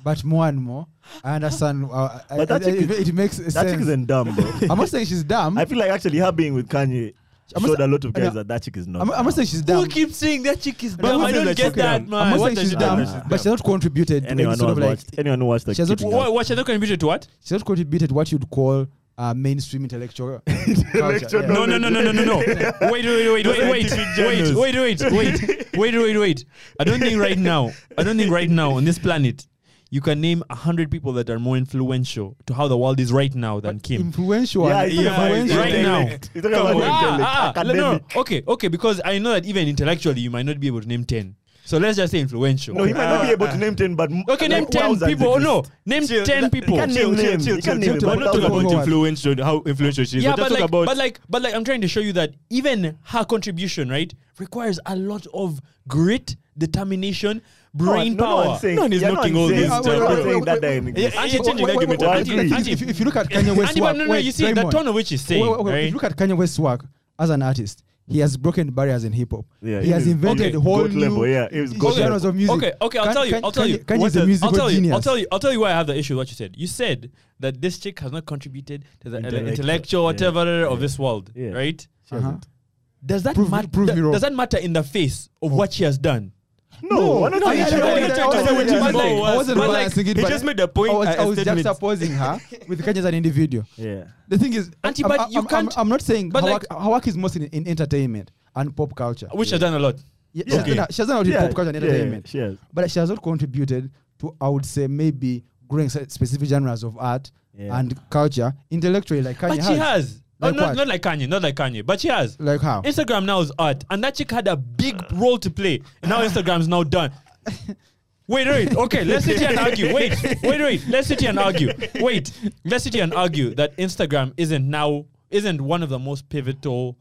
C: but more and more, I understand. Uh, I-
B: But that
C: I-
B: chick
C: it,
B: is-
C: it makes
B: That chick
C: sense.
B: isn't dumb, bro.
C: I'm not saying she's dumb.
B: I feel like actually her being with Kanye
C: I must-
B: showed a lot of guys
C: no.
B: that that chick is not.
C: I'm, I'm not
B: dumb.
C: saying she's dumb.
D: keeps saying that chick is
A: No,
D: dumb?
A: who
D: I
A: says
D: don't
A: that
D: get
A: chick is
D: that,
A: dumb?
D: man.
C: I'm not
D: What
C: saying
D: does
C: she's
D: she
C: dumb,
D: do?
B: She's
C: but she's not contributed to any
B: anyone who
C: sort
B: has
C: of like.
B: watched, anyone who watched, like,
C: She has not-
B: keeping
D: Wha-
B: up.
D: What's another contribution to what?
C: She's not contributed what you'd call uh, mainstream intellectual. culture, yeah.
D: No, no, no, no, no, no, no. Wait, wait, wait, wait,
B: Those
D: wait,
B: scientific
D: wait,
B: journals.
D: wait, wait, wait, wait, wait, wait. I don't think right now, I don't think right now on this planet, you can name a hundred people that are more influential to how the world is right now than Kim.
C: Influential.
B: Yeah,
C: and
B: yeah,
C: influential.
D: right now.
B: You're talking about intellect,
D: Ah, ah, ah, no, no,
B: academic.
D: okay, okay, because I know that even intellectually you might not be able to name ten. So let's just say influential.
B: No, he might not be able to name ten, but m-
D: Okay, name
B: like,
D: ten
B: thousands
D: people. Oh,
B: exist.
D: no, name
A: Chill,
D: ten
A: that-
D: people.
B: can't
A: Chill,
B: name
A: chill,
B: names.
A: chill,
B: You
A: chill,
B: can't
A: chill.
B: name
A: We're
B: them.
A: not talking about
C: Who are-
A: influential, how influential she is.
D: yeah,
A: We're
D: but
A: just talking
D: like,
A: about
D: but like, but like, I'm trying to show you that even her contribution, right, requires a lot of grit, determination, brain
B: No, no,
D: power.
B: I'm saying-
A: No one is
B: yeah,
A: knocking
B: I'm
A: all
B: saying-
A: this
B: I'm
A: stuff,
B: not
A: bro.
B: saying that
C: Wait,
B: doesn't
A: Yeah,
B: exist.
A: I-
D: Andy,
A: Andy,
D: changing
A: wait,
D: argument.
A: wait,
B: wait,
D: Andy,
B: wait,
D: Andy,
B: wait,
D: Andy,
C: if, if you look at Kanye West's
D: Andy, but
C: work,
D: no, no,
C: wait,
D: you see
C: Draymond.
D: the tone of which he's saying,
C: Wait, wait, wait, If
D: right?
C: you look at Kanye West's work as an artist, he has broken barriers in hip hop.
B: Yeah,
C: he
B: he
C: has
B: is
C: invented
D: goat-
C: whole
B: goat
C: new
B: level, yeah, he was goat
C: genres
B: level.
C: of music.
D: Okay, okay, I'll
C: Kan-
D: tell you.
C: Kan-
D: I'll tell you.
C: Kanye, Kanye's
D: What
C: a
D: the- I'll
C: musical
D: tell you.
C: genius.
D: I'll tell you. I'll tell you why I have the issue. with What you said. You said that this chick has not contributed to the
B: Intellectual.
D: intellectual, whatever of this world,
B: Yeah.
D: right?
B: She hasn't.
C: Uh-huh.
D: Does that
C: Prove me-
D: matter?
C: prove me wrong.
D: Does that matter in the face of what she has done?
B: No, we're not
C: Uh-huh. No,
B: saying
C: yeah,
B: she
C: yeah,
B: can't
C: yeah,
B: name
C: yeah,
B: 10.
C: yeah, yeah,
D: But
C: yeah,
D: like-
C: yeah. I wasn't
D: but like,
C: biasing it,
A: he
C: but
A: just made a point,
C: I was,
A: a
C: I was
A: statement.
C: juxtaposing her with Kanye as an individual.
B: Yeah.
C: The thing is,
D: Auntie,
C: I'm,
D: but
C: I'm-
D: you
C: I'm-
D: can't-
C: I'm not saying
D: but
C: her,
D: like-
C: work, her work is mostly in, in entertainment and pop culture.
D: Which has done a lot.
C: Yeah,
B: Yeah.
C: She has done a- she has done a lot in
B: Yeah,
C: pop culture and
B: yeah,
C: entertainment,
B: She has.
C: but she has not contributed to, I would say, maybe growing cer- specific genres of art
B: Yeah.
C: and culture intellectually, like Kanye
D: but
C: has.
D: she has. Oh,
C: Like
D: not,
C: what?
D: not like Kanye, not like Kanye, but she has.
C: Like how?
D: Instagram now is art, and that chick had a big role to play. And now Instagram's now done. Wait, wait, okay, let's sit here and argue. Wait, wait, wait, let's sit here and argue. Wait, let's sit here and argue that Instagram isn't now, isn't one of the most pivotal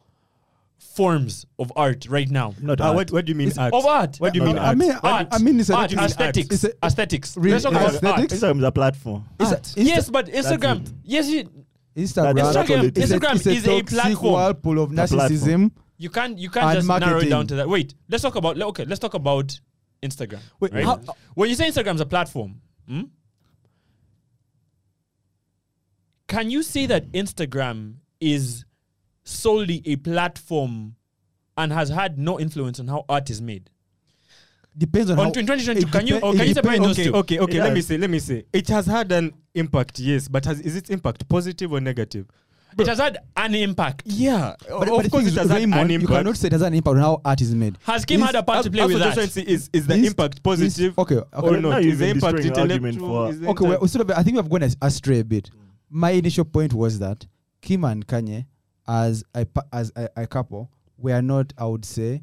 D: forms of art right now.
B: Not
A: Ah,
B: art.
A: what, what do you mean
D: It's
A: art?
D: of art.
A: What do you
B: I-
A: mean
C: I
A: art?
C: mean,
D: Art,
C: I, I mean, it's a,
D: art,
C: it's a-
D: aesthetics,
C: it's a-
D: aesthetics.
C: Really,
D: Let's talk about
C: aesthetics?
D: art.
B: Instagram is a platform.
C: it's a- Art.
D: Yes, but
B: That's
D: Instagram, yes, you,
C: Instagram,
B: That's all
D: Instagram,
B: it is.
D: Instagram
C: it's a,
D: is a
C: toxic
D: platform.
C: whirlpool of
B: A platform.
C: narcissism.
D: You can't you can't
C: And
D: just narrow it down
C: marketing.
D: to that. Wait, let's talk about le- okay. Let's talk about Instagram.
A: Wait,
D: right?
A: how-
D: when you say Instagram's a platform, hmm? can you say that Instagram is solely a platform and has had no influence on how art is made?
C: Depends on
D: On
C: how.
D: in 2022,
C: it
D: can you
C: depe-
D: or
C: it
D: can you separate
C: depends-
D: those
A: okay,
D: two?
A: okay, okay. Let
B: Yeah.
A: me say, let me say. It has had an impact, yes, but has, is its impact positive or negative?
D: It has had an impact.
A: Yeah,
C: But,
A: of
C: but
A: course
C: the thing
A: it
C: is,
A: has had an
C: Raymond, you
A: impact.
C: cannot say it doesn't impact on how art is made.
D: Has Kim
C: Is-
D: had a part to play
A: That's what
D: with
A: I'm
D: that?
A: trying to say, is is the
C: Is-
A: impact positive?
C: okay, okay.
A: or
B: Now
A: not?
B: you've
A: Is the
B: been
A: impact
B: destroying argument
A: intellectual?
B: for-
A: Is the
C: Okay, well,
A: impact-
C: sort of, I think we've gone as- astray a
B: Mm.
C: bit. My initial point was that Kim and Kanye, as a pa- as a, a couple, were not, I would say,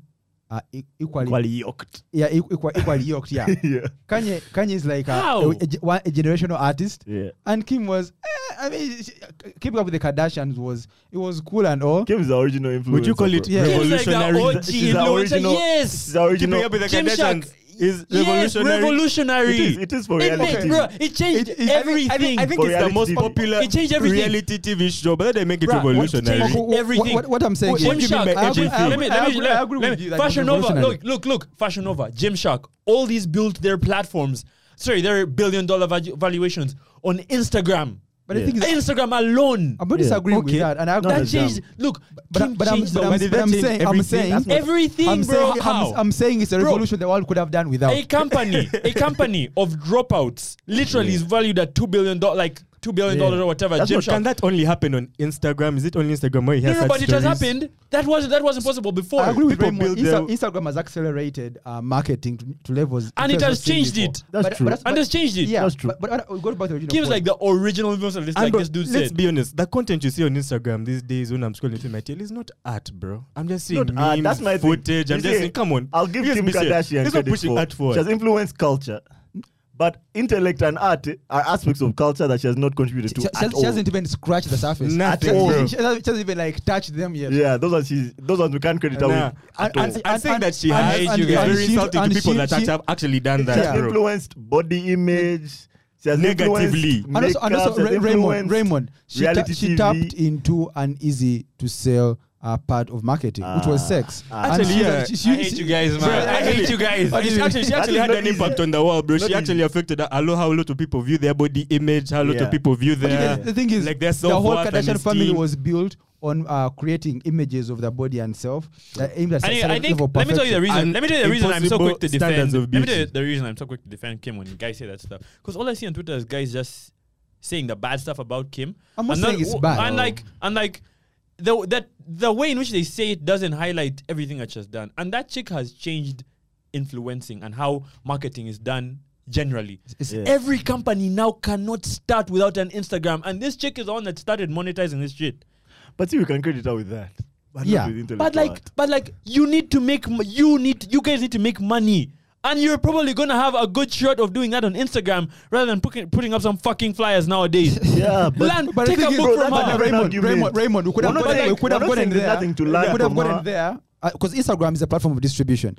C: uh, e- equally,
B: Equally yoked.
C: yeah, e- equal, equally yoked. Yeah,
B: Yeah.
C: Kanye Kanye is like a,
D: How?
C: a, a ge- one- a generational artist,
B: Yeah.
C: and Kim was, eh, I mean, she, keeping up with the Kardashians was it was cool and all.
B: Kim is the original influencer.
A: Would you call it
B: bro.
C: Yeah.
D: Kim's like
A: revolutionary?
D: the OG
B: She's the
D: influencer.
B: original-
D: Yes.
B: She's the
A: Keeping
B: original.
A: up with the
D: Gymshark.
A: Kardashians is
D: Yes,
A: revolutionary.
D: revolutionary.
B: It is. It is for
D: It made-
B: reality.
D: bro, it changed
A: It- it- I think-
D: everything.
A: I think, I think
B: For
A: it's the
B: reality
A: most
B: TV.
A: popular
D: It changed everything.
A: reality TV show, but they make it
D: Bruh, what
A: revolutionary.
D: changed
C: Wha- wha-
D: everything.
C: What, what I'm saying
A: What-
C: is,
A: what do you mean by
C: I agree-
A: everything?
C: I
D: Let
C: agree-
D: me, let
C: I
D: me,
C: agree-
D: let,
C: I agree
D: let
C: with
D: me-
C: you, like,
D: Fashion Nova,
C: revolutionary.
D: look, look, look, Fashion Nova, Gymshark, all these built their platforms. Sorry, their billion dollar valu- valuations on Instagram.
C: But the
B: Yeah.
C: thing is,
D: Instagram alone.
C: I'm not
B: Yeah.
C: disagreeing with
A: Okay.
C: that, and I
B: No,
D: that
B: that's
D: changed. Look,
C: But,
D: Kim
C: but, I'm,
D: changed
C: but,
D: the
C: I'm,
A: world.
C: but
A: Did
C: I'm
A: that
C: saying,
A: change
C: I'm
A: everything?
C: saying,
A: That's
D: what- Everything,
C: I'm
D: bro,
C: saying,
D: how?
C: I'm, I'm saying it's a
D: Bro.
C: revolution the world could have done without.
D: a company, a company of dropouts, literally is valued at two billion dollars, like two billion dollars or whatever.
A: That's what-
D: Gymshark.
A: can that only happen on Instagram? Is it only Instagram where he
D: no,
A: has
D: no,
A: such
D: but it has
A: stories?
D: happened. That wasn't that wasn't possible before.
C: I agree with
A: People
C: Raymond.
A: build
C: Insta-
A: their-
C: Instagram has accelerated uh, marketing to, to levels,
D: And it
C: levels
D: has
C: seen
D: changed
C: before.
D: it.
B: That's true.
D: And it's changed it.
C: Yeah,
B: That's true.
C: But, but, uh, we go back to the original
D: Kim's like
C: point.
D: the original influencer. This like
A: And bro,
D: this dude
A: let's
D: said.
A: be honest. The content you see on Instagram these days, when I'm scrolling through my tail, is not art, bro. I'm just seeing
B: Not art,
A: memes,
B: that's my thing.
A: footage. I'm
B: You
A: just
B: see,
A: seeing. Come on,
B: I'll give
A: let's
B: Kim
A: be serious.
B: Kardashian
A: It's not
B: credit
A: pushing
B: for.
A: art forward.
B: She has influenced culture, but intellect and art are aspects of culture that she has not contributed to
C: she,
B: at
C: she,
B: all.
C: she hasn't even scratched the surface.
A: Nothing,
C: She- she-
A: bro.
C: She, hasn't, she hasn't even like touched them yet.
B: yeah, those ones she's, those ones we can't credit her
A: Nah.
B: with.
A: And,
B: at all.
A: and, and saying
C: and-
A: that she
C: and-
A: has
D: and-
A: you guys
D: and
A: very
C: she-
A: insulting to
C: and
A: people
C: she-
A: that
C: she-
A: actually have actually done
B: She
A: that,
B: has
A: bro.
B: influenced body image. She has
A: Negatively.
B: influenced
C: And also, and also
B: makeup, she has
C: Ra-
B: influenced
C: Raymond, Raymond, she, ta-
B: reality
C: she
B: TV.
C: tapped into an easy to sell uh, part of marketing, which was
B: Ah,
C: sex.
B: ah.
C: And
A: Actually,
C: she-
A: yeah.
C: she- she-
D: I hate you guys, man.
A: Sorry,
D: I hate
A: actually-
D: you guys.
A: But it's actually, she
B: That
A: actually
B: is
A: had
B: not
A: an
B: easy.
A: impact on the world, bro. she
B: Not
A: actually affected a lot how a lot of people view their body image, how a lot
B: Yeah.
A: of people view
C: But
A: their
C: the thing is,
A: like their
C: the whole
A: self-worth and
C: Kardashian family
A: esteem.
C: was built on uh, creating images of the body and self that aimed at
D: I think,
C: certain
D: I think
C: level of
D: let me tell you the
C: perfection.
D: reason.
A: and
D: Let me tell you the reason I'm so
A: impossible
D: quick to defend.
A: standards
D: Let
A: of
D: me tell you
A: beauty.
D: the reason I'm so quick to defend Kim when guys say that stuff. Because all I see on Twitter is guys just saying the bad stuff about Kim.
C: I'm not
D: And
C: saying
D: that-
C: it's bad.
D: And like, and like, the that the way in which they say it doesn't highlight everything that she's done. And that chick has changed influencing and how marketing is done generally.
C: It's-
B: Yeah.
D: Every company now cannot start without an Instagram, and this chick is the one that started monetizing this shit.
B: But you can credit her with that. But not
C: Yeah,
B: with intellectual
D: But like,
B: art.
D: but like, you need to make m- you need you guys need to make money, and you're probably gonna have a good shot of doing that on Instagram rather than putting putting up some fucking flyers nowadays.
B: yeah, but
D: Learn,
C: But the
D: take a
C: thing
D: book
B: Bro,
C: is-
D: from
B: that's
D: her.
B: another
C: Raymond,
B: argument.
C: Raymond, Raymond, we could
B: We're
C: have
B: not
C: gone,
B: saying-
C: we could
B: we're
C: have
B: not
C: gone in
B: saying there's
C: there.
B: nothing to
C: we
B: learn
C: could have
B: from
C: gone
B: her.
C: in there because Instagram is a platform of distribution.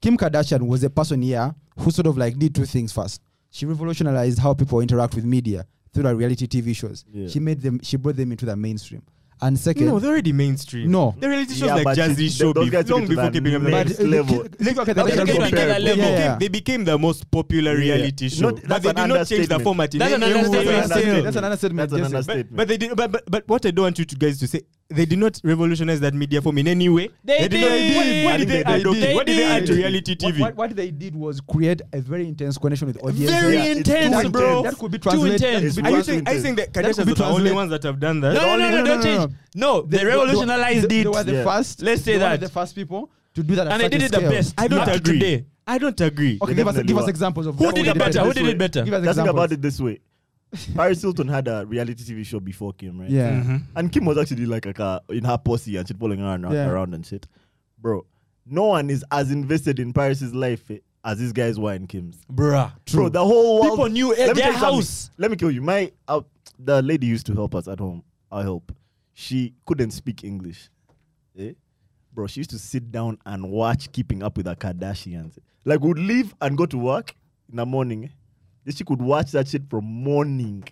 C: Kim Kardashian was a person here who sort of like did two things first. She revolutionized how people interact with media through her reality TV shows.
B: Yeah.
C: She made them. She brought them into the mainstream. And second,
A: No, they're already mainstream.
C: No.
A: the reality shows
B: Yeah,
A: like
B: but
A: Jazzy
B: th-
A: Show
B: those guys
A: be- long
B: took
A: before
B: that
A: keeping a
B: next
A: mainstream.
C: uh,
B: level.
C: look- look at the-
A: But
D: Okay,
A: they,
D: okay,
A: became,
D: okay,
A: they,
D: level.
A: became, they became the most popular
B: Yeah.
A: reality show,
B: Not-
A: but
B: that's
A: they
B: an
A: did not change the
B: understatement.
A: format.
D: That's an
A: They knew what they
B: That's an
D: understatement.
A: were
B: understatement.
C: that's an understatement.
B: That's an
C: Jesse.
A: But,
B: understatement.
A: but they did. But, but but what I don't want you to guys to say, they did not revolutionize that media form in any way.
D: They
A: not-
D: did.
A: What, what did
B: They
A: they add?
B: did.
A: okay, What did they
D: They
A: add to
B: did.
A: reality
C: What,
A: TV?
C: what, what they did was create a very intense connection with audience.
D: Very
B: Yeah, it's
D: intense,
B: too
C: that,
D: bro.
C: That could be
D: Too
C: translated.
D: intense.
C: that could be
A: Are you
B: What
A: saying?
B: we
A: Are you
B: did.
A: saying that
C: That could
A: Kardashians
C: be
A: are the only
C: translate-
A: ones that have done that?
D: No, no,
C: only-
D: no,
C: no,
D: no, don't
C: no, no,
D: change. No, they,
C: were-
D: revolutionized
C: they,
D: it.
C: They were the
B: Yeah.
C: first.
D: Let's say
C: they
D: that.
C: Were the first people to do that, at
D: and they
C: such a
D: did it the
C: scale.
D: best.
A: I don't
D: Up to
A: agree.
D: Today.
A: I don't agree.
C: Okay,
B: They
C: give us
B: definitely
C: give us
B: were.
C: examples of
D: Who
C: that
D: did
C: we
D: it better? Who
C: this
D: did it
C: way.
D: better?
C: Give us
B: Now think
C: examples.
B: about it this way. Paris Hilton had a reality TV show before Kim, right?
C: Yeah.
B: And Kim was actually like a car in her posse and shit following her around,
C: Yeah.
B: around and shit. Bro, no one is as invested in Paris's life eh, as these guys were in Kim's.
D: Bruh.
B: Bro, the whole world.
D: People knew
B: Let
D: at
B: me tell
D: their
B: you something.
D: house.
B: Let me kill you. My uh, the lady used to help us at home. I help. She couldn't speak English. Eh? Bro, she used to sit down and watch Keeping Up with the Kardashians. Like would leave and go to work in the morning. eh? This she could watch that shit from morning.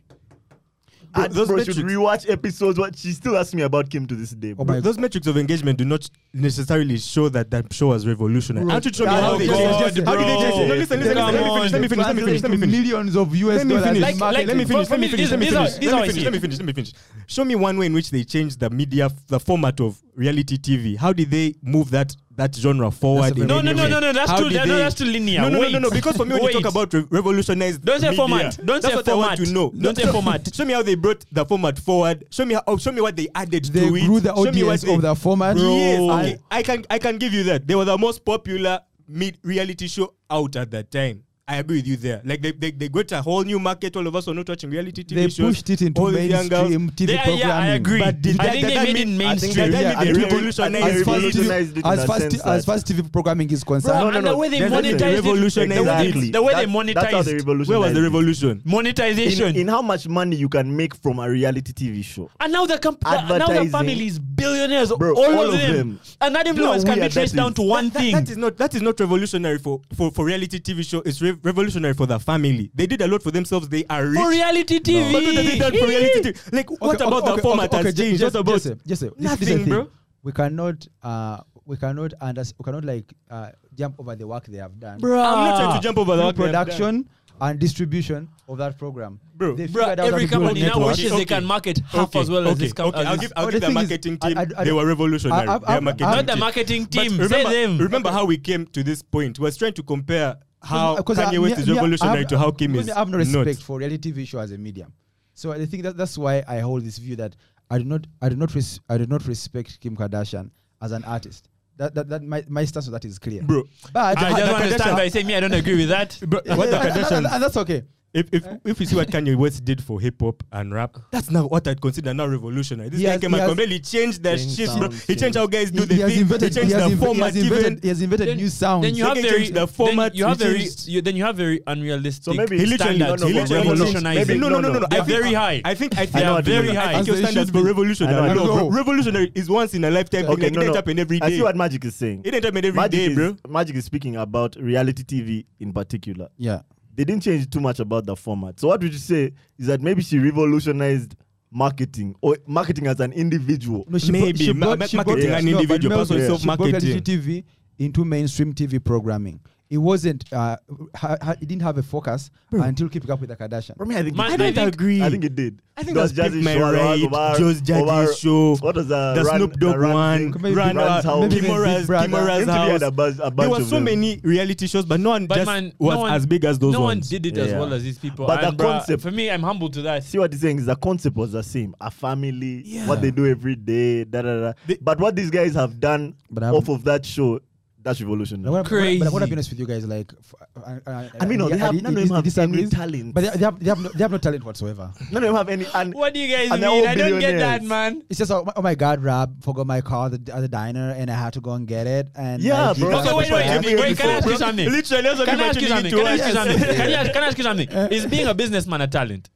A: Bro,
B: and
A: those
B: bro, should
A: metrics-
B: rewatch episodes. What she still asks me about Kim to this day.
C: Oh
B: Bro.
C: my
A: Those metrics of engagement do not necessarily show that that show was revolutionary.
C: Bro,
A: Aren't you show me
B: oh
A: how they
B: God,
A: changed it? How did they
D: bro.
A: change it? No, listen, listen,
D: Come
A: listen. Let me finish. Let me finish. Let me finish. Let me
C: Translated
A: finish.
C: to Millions of US
A: Let me
C: dollars.
A: finish.
D: Like- like-
A: let me finish.
D: for
A: Let me
D: me,
A: finish. Let me
D: these are-
A: finish.
D: these
A: Let
D: are
A: me finish.
D: what I
A: Let me finish. Let me finish. Show me one way in which they changed the media, f- the format of reality TV. How did they move that that genre forward?
C: very
A: in
D: No,
A: any
D: no, no,
A: way?
D: no, no. That's
A: How
D: too.
A: did
D: That, no,
A: they-
D: that's too linear.
A: No, no,
D: Wait.
A: no, no, no. Because for me, when you
D: Wait.
A: talk about re- revolutionize,
D: Don't say
A: media,
D: format. Don't
A: that's
D: say
A: what I want
D: format.
A: to know.
D: Don't
A: That's
D: say
A: what-
D: format.
A: Show me how they brought the format forward. Show me how. Show me what they added
C: They
A: to it.
C: grew the
A: Show me what
C: audience
A: they-
C: of the format.
A: Yes, okay.
C: And
A: I can I can give you that. They were the most popular mid reality show out at that time. I agree with you there. Like they they, they got a whole new market. All of us were not watching reality TV
C: They
A: shows.
C: pushed it into
A: all these young girls.
C: mainstream TV
D: They-
C: programming.
D: yeah, I agree.
A: But did
D: I
A: that-
D: think
A: that-
D: they
A: that
D: made it
A: mean-
B: I think
D: mainstream.
B: that-
A: Yeah,
B: I think
A: they
B: they
A: revolutionized
C: As far as, TV
B: revolutionized it in
C: as,
B: the
C: far as,
B: sense
C: t- as
B: that-
C: far as TV programming is concerned,
D: Bro, and the way they
B: That's what
D: monetized it-
A: revolutionized
D: the way
B: Exactly.
D: they, the way they
B: That- That's how they
D: monetized
B: revolutionized
A: Where was the
B: it.
A: revolution?
D: monetization.
B: In, in how much money you can make from a reality TV show.
D: and now the comp- the- now the
B: Advertising.
D: family is billionaires.
B: Bro,
D: all,
B: all
D: of
B: of
D: them.
B: them.
D: And that
B: You know how
D: influence can be
B: weird that
D: traced down
B: is?
D: to one
A: That- that-
D: thing.
A: that is not that is not revolutionary for for, for reality TV show. It's re- revolutionary for the family. They did a lot for themselves. They are rich.
D: for reality TV.
A: But look at the done for reality TV. Like what
C: Okay,
A: about
C: okay,
A: the
C: okay,
A: format
C: okay, okay,
A: has changed?
C: Jesse,
A: What about
C: Jesse, Jesse, this is the
A: nothing,
C: thing.
A: bro?
C: We cannot, uh, we cannot, under- we cannot like uh, jump over the work they have done.
D: Bruh.
A: I'm not trying to jump over
C: Through
A: the
C: production and distribution of that program.
A: Bro.
C: They
D: Bro,
C: figured out how
D: every
C: to build
D: company now
C: networks.
D: wishes they can market half as well
A: okay,
D: as this company.
A: Okay, I'll give,
C: Oh,
A: I'll
C: the
A: give the
C: thing is,
A: marketing team.
C: I- I- I-
A: they were revolutionary.
C: I- I- I-
A: Their marketing
C: Not
D: the
A: team.
D: marketing
A: But
D: team, say
A: Remember,
D: them.
A: remember how we came to this point. We was trying to compare how
C: Because I-
A: Kanye West
C: me-
A: is
C: me- I have-
A: revolutionary to how Kim
C: because
A: is.
C: I have no
A: not.
C: respect for reality TV show as a medium. So I think that that's why I hold this view that I do not, I do not, res- I do not respect Kim Kardashian as an artist. That that, that my, my stance on that is clear.
A: Bro,
C: But
D: I just
A: the
D: want to stand
A: Kardashian-
D: by saying me, I don't agree with that.
A: bro, what the
C: Yeah, and- and-
A: Kardashians,
C: and that's okay.
A: if, if, if we see what Kanye West did for hip hop and rap, that's now what I'd consider now revolutionary. This
C: He
A: guy
C: has-
A: came
C: he
A: and
C: has-
A: completely changed their
B: Changed
A: shit, bro.
B: sound,
A: He changed how guys do
C: he,
A: the
C: he has
A: thing.
C: invented,
A: he
C: he
A: changed
C: has
A: the
C: inve- he
A: format.
C: has invented, he
A: even.
C: has invented new sounds.
D: Then you
A: They
D: have
A: can
D: very
A: change the format,
D: Then you have
A: we
D: very
A: changed-
D: you, then you have very unrealistic.
B: So maybe
A: He literally,
D: standards
A: he
D: for
A: literally
D: revolutionizing.
A: Maybe, no, no, no, no, no.
D: They're
A: I think-
D: very high.
A: I think I
B: I
A: think
B: know
A: they're
B: what you mean.
A: very high. I
C: As
A: think your
C: they
A: standards
C: should
A: for
C: be.
A: revolutionary.
B: I know, I
A: No,
C: know.
A: bro, revolutionary is once in a lifetime.
B: Okay,
A: like,
B: no,
A: it
B: no.
A: ain't happen every
B: I see
A: day.
B: what Magic is saying.
A: It ain't happen every
B: Magic
A: day,
B: is,
A: bro.
B: Magic is speaking about reality TV in particular.
C: yeah.
B: They didn't change too much about the format. So what would you say is that maybe she revolutionized marketing or marketing as an individual.
C: No, she bro-
A: Maybe.
C: she
A: Ma-
C: brought-
A: ma-
C: she
A: marketing
C: brought-
A: an
C: no, but
A: individual,
C: Mel
A: personal
C: Brooks, She
A: self-marketing.
C: brought LGTV into mainstream TV programming. It wasn't. Uh, ha- ha- it didn't have a focus until keeping up with the Kardashians.
B: For me, I think
D: Man,
B: it
D: I
B: did.
D: think-
A: agree.
B: I think it did.
A: I think
B: Those
A: that's Pick
B: judges
A: My
B: show,
A: Right,
B: Omar-
A: Joe's Judges
B: Omar-
A: Show,
B: What was that?
A: the
B: Uh, Run-
A: Snoop Dogg
B: the run
A: one,
B: thing?
C: Maybe
A: Run
B: Run's
A: Out,
B: house.
C: maybe
A: Kimora's,
C: Big Brother.
A: Kimora's
B: Interview had
A: House.
B: a bunch, a bunch
A: there were
B: uh, of
A: so
B: them.
A: many reality shows, but no one
D: But
A: just
D: man,
A: was
D: no one,
A: as big as those
D: no
A: ones.
D: one did it as
B: Yeah.
D: well as these people.
B: But the
D: And bruh,
B: concept-
D: for me, I'm humble to that.
B: See what he's saying is the concept was the same. A family,
A: Yeah.
B: what they do every day, da da da.
A: They-
B: but what these guys have done
C: But I'm-
B: off of that show, that's revolutionary.
C: But what,
D: Crazy.
C: But, but what I've been honest with you guys, like, f- uh, I, I,
B: I mean, no, they have-
C: I-
B: none of
C: I-
B: them
C: I
B: have
C: disagree,
B: any talent.
C: But they, they have, they have, no, they have no talent whatsoever.
B: None of them have any. And
D: What do you guys
B: And they're
D: mean?
B: all
D: I don't get
B: billionaires.
D: that, man.
C: It's just, oh my, oh my God, Rob forgot my car at the, at the diner and I had to go and get it. And
B: Yeah,
C: like,
B: bro.
C: you guys-
D: Okay, wait,
B: But
D: wait,
B: I'm
D: wait.
B: here
D: wait can I ask
B: before.
D: you something?
A: Literally, that's what
D: Can I
A: people
D: ask you
A: are
D: something?
A: doing
D: Can I
A: to
D: ask you
A: us.
D: something? Can I ask- can I ask you something? Is being a businessman a talent?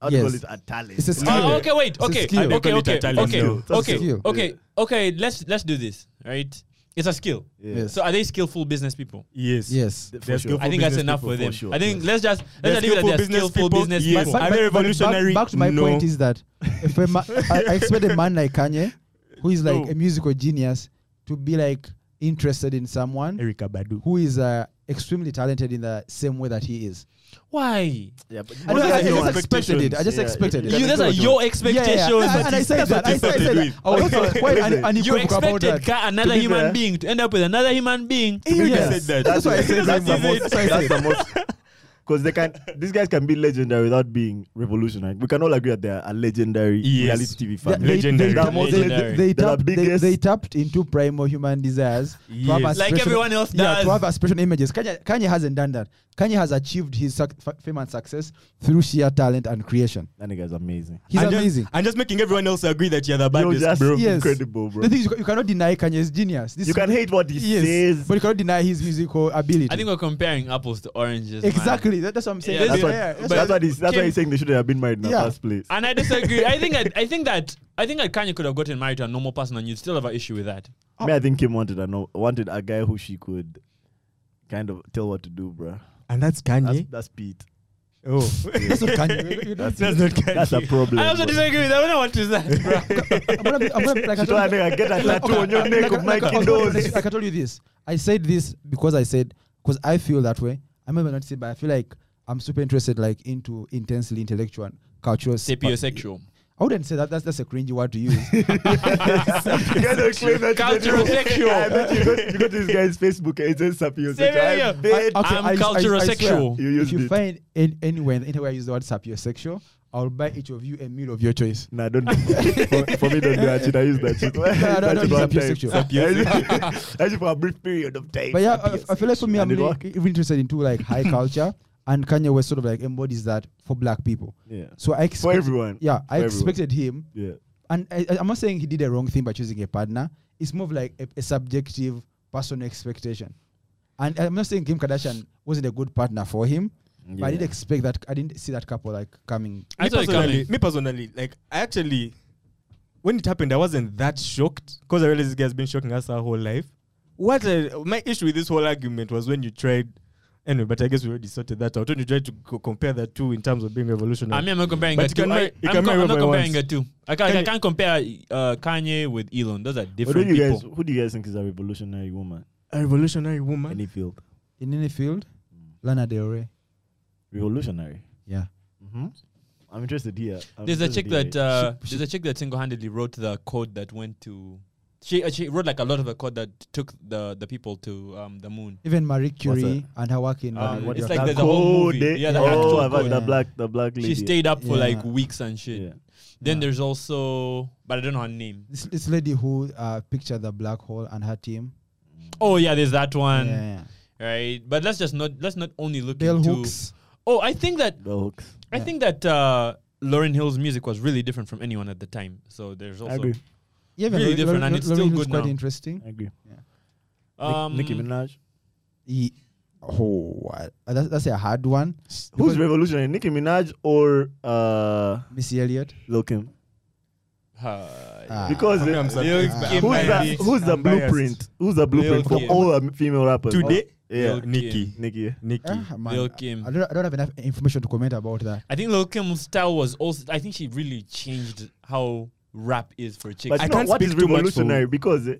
B: I would
C: Yes.
B: call it a talent.
C: It's a skill.
D: Oh, okay, wait.
C: a
D: Okay,
C: skill.
D: okay,
C: They
D: okay,
A: call it a
D: okay,
A: talent,
D: okay,
A: though.
B: It's a
D: okay,
C: skill.
D: okay, okay. Let's let's do this. Right? It's a skill.
B: Yeah.
C: Yes.
D: So are they skillful business people?
A: Yes.
C: Yes.
B: For
A: They're
B: sure.
A: skillful
D: I think that's
A: business
D: enough
A: people,
D: for them.
B: for sure,
D: I think
B: yes.
D: let's just
A: They're
D: let's just leave it at
A: skillful
D: they're
A: business
D: skillful
A: people,
D: business
A: yes.
D: people.
A: But- Are they
C: back-
A: revolutionary?
C: Back, back to my
A: No.
C: point is that if a ma- I, I expect a man like Kanye, who is like
A: No.
C: a musical genius, to be like interested in someone
A: Erica Badu.
C: who is uh, extremely talented in the same way that he is.
D: Why?
B: Yeah, but
C: I,
A: What
C: just,
A: are
C: I
A: your
C: just expected it. I just
B: Yeah,
C: expected
B: yeah,
C: it.
D: You, those are your expectations.
C: And, and I said
A: That's what
C: that. I
A: you
C: said, I
A: started
C: said that. Oh,
A: with.
C: I was
B: Okay.
C: quite un- unequivocal
D: You
C: about
D: expected
C: that.
D: ca- another
B: be
D: human
B: fair-
D: being to end up with another human being.
A: You
C: Yes.
A: just said that.
C: That's why I said
B: that's the
C: that. That's
B: most.
C: what I
B: That's the
C: said.
B: most. Because they can, these guys can be legendary without being revolutionary. We can all agree that they are a legendary
A: Yes.
B: reality TV
C: They-
B: family.
C: they-
A: Legendary.
C: They, tapped- they-
D: Legendary.
C: they
B: They're the
C: tapped, they,
B: biggest-
C: they tapped into primal human desires. to have
A: Yes.
D: Like
C: aspirational-
D: everyone else
C: Yeah,
D: does.
C: to have aspirational images. Kanye, Kanye hasn't done that. Kanye has achieved his suc fa- fame and success through sheer talent and creation.
B: That nigga's amazing.
C: He's
A: and
C: amazing.
A: Just, and just making everyone else agree that you're the
B: You're
A: baddest,
B: just
A: bro.
C: Yes.
B: incredible, bro.
C: the thing is, you, ca- you cannot deny Kanye's genius. This
B: You
C: is-
B: can hate what he
C: yes,
B: says.
C: but you cannot deny his musical ability.
D: I think we're comparing apples to oranges. man.
C: exactly. That, that's what I'm saying.
D: Yeah,
B: that's
D: That's
B: what,
D: fair.
B: that's,
D: But-
B: what he's, that's why
D: Kim-
B: he's saying they shouldn't have been married in the
C: Yeah.
B: first place.
D: And I disagree. I think that I think that I think that Kanye could have gotten married to a normal person and you'd still have an issue with that.
B: Me, I think Kim wanted a, no, wanted a guy who she could kind of tell what to do, bro.
A: And that's
B: That's,
A: Kanye.
B: that's Pete.
A: oh.
C: That's what Kanye. you know,
A: that's, not Kanye.
B: That's a problem.
D: I also
B: bro.
D: disagree with that. I don't know what is that, bro.
C: I'm gonna be, I'm gonna be, like, I
B: She
C: told
B: told her,
C: you-
B: "Nigga, get a
C: like,
B: tattoo
C: okay,
B: on your
C: like,
B: neck
C: like,
B: of my
C: like,
B: kiddos.
C: like I told you this. I said this because I said because I feel that way. I may not say, but I feel like I'm super interested, like into intensely intellectual and cultural. sp-
D: Sapiosexual.
C: I wouldn't say that. That's that's a cringy word to use.
B: You gotta explain that to the
D: Cultural
B: people.
D: sexual.
B: I bet you go, you go to this guy's Facebook and it says sapio
D: Same
B: sexual. I
D: here.
B: bet
C: I- okay,
D: I'm
C: I- I- I
D: cultural
C: swear,
D: sexual.
B: you
C: if
B: used
C: you
B: it.
C: find an- anywhere anywhere I use the word sapiosexual, I'll buy each of you a meal of your choice.
B: Nah, don't. do- for, for me, don't do that shit. I use that shit. I use
C: no,
B: that
C: no,
B: shit
C: he's
B: one
C: sapiosexual.
B: time. I use it- I use it for a brief period of time.
C: But yeah, I, I feel like for me, I'm
B: And it
C: really
B: worked.
C: even interested into like high culture, and Kanye West sort of like embodies that for black people.
B: Yeah.
C: So I
B: For
C: expect,
B: everyone.
C: yeah, I
B: For everyone.
C: expected him
B: Yeah.
C: and I, I- I'm not saying he did a wrong thing by choosing a partner. It's more of like a, a subjective personal expectation. And I'm not saying Kim Kardashian wasn't a good partner for him, but I didn't expect that. I didn't see that couple like coming.
D: I
A: me
D: saw it
A: personally,
D: coming.
A: me personally, like I actually, when it happened, I wasn't that shocked because I realized this guy's been shocking us our whole life. What a, my issue with this whole argument was when you tried. Anyway, but I guess we already sorted that out. When you tried to co- compare the two in terms of being revolutionary,
D: I mean, I'm not comparing
A: But you
D: the
A: can
D: two. I,
A: make- you
D: I'm,
A: can
D: co-
A: make
D: I'm
A: what
D: not
A: I
D: comparing the
A: want.
D: two. I can't, I
A: Kanye-
D: can't compare uh, Kanye with Elon. Those are
B: But who
D: different
B: do you
D: people.
B: guys? Who do you guys think is a revolutionary woman?
A: a revolutionary woman.
B: Any field?
C: In any field,
B: Mm.
C: Lana Del Rey.
B: Revolutionary.
C: Yeah.
B: Mm-hmm. I'm interested here. I'm
D: There's a
B: interested
D: chick
B: here.
D: that uh, there's a chick that single-handedly wrote the code that went to. She uh, she wrote like a lot of the code that took the the people to um the moon.
C: Even Marie Curie
B: that?
C: and her work in.
D: Um,
C: uh,
B: what
D: it's
B: is
D: like
B: that
D: there's a whole
B: code?
D: movie.
B: They-
D: Yeah, the
B: oh,
D: actual
B: about
C: code.
B: the
C: Yeah.
B: black, the black lady.
D: She stayed up for like
C: Yeah.
D: weeks and shit.
B: Yeah.
D: Then there's also, but I don't know her name.
C: this, this lady who uh, pictured the black hole and her team.
D: Oh yeah, there's that one,
C: yeah, yeah.
D: right? But let's just not let's not only look
C: Bell
D: into.
C: hooks.
D: Oh, I think that
B: The hooks.
D: I
C: Yeah.
D: think that uh, Lauren Hill's music was really different from anyone at the time. So there's
B: I
D: also
B: agree.
C: Yeah, even
D: Really
C: Lor-
D: different
C: Lor-
D: and it's
C: Lor-
D: still
C: Lor- Lor-
D: good
C: quite
D: now.
C: interesting.
B: I agree.
D: Um,
B: Nicki Minaj.
C: He, oh, what? Uh, that's, that's a hard one.
B: Who's
C: Because-
B: revolutionary? Nicki Minaj or uh,
C: Missy Elliott.
B: Lil Kim?
D: Hi.
C: Ah.
B: because
A: I
B: they-
A: mean, I'm sorry.
D: Lil
C: Ah.
D: Kim
B: who's
D: might
B: the
D: be-
B: who's the
A: I'm biased.
B: blueprint? Who's the blueprint for
D: Kim.
B: all um, female rappers Oh,
A: Today,
B: Yeah,
D: Lil' Kim.
A: Nikki.
B: Nikki.
A: Nikki.
C: Ah, man,
D: Lil'
C: I-
D: Kim.
C: I, don't, I don't have enough information to comment about that.
D: I think Lil Kim's style was also. I think she really changed how rap is for chicks.
B: But
A: I
B: you know
A: can't
B: what
A: speak
B: is
A: too much for-
B: revolutionary because eh,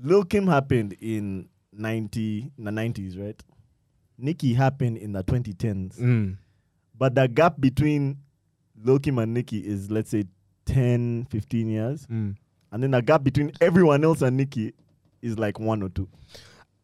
B: Lil Kim happened in 90 the 90s, right? Nicki happened in the 2010s.
A: Mm.
B: But the gap between Lil Kim and Nicki is let's say 10, 15 years.
A: Mm.
B: And then the gap between everyone else and Nicki is like one or two.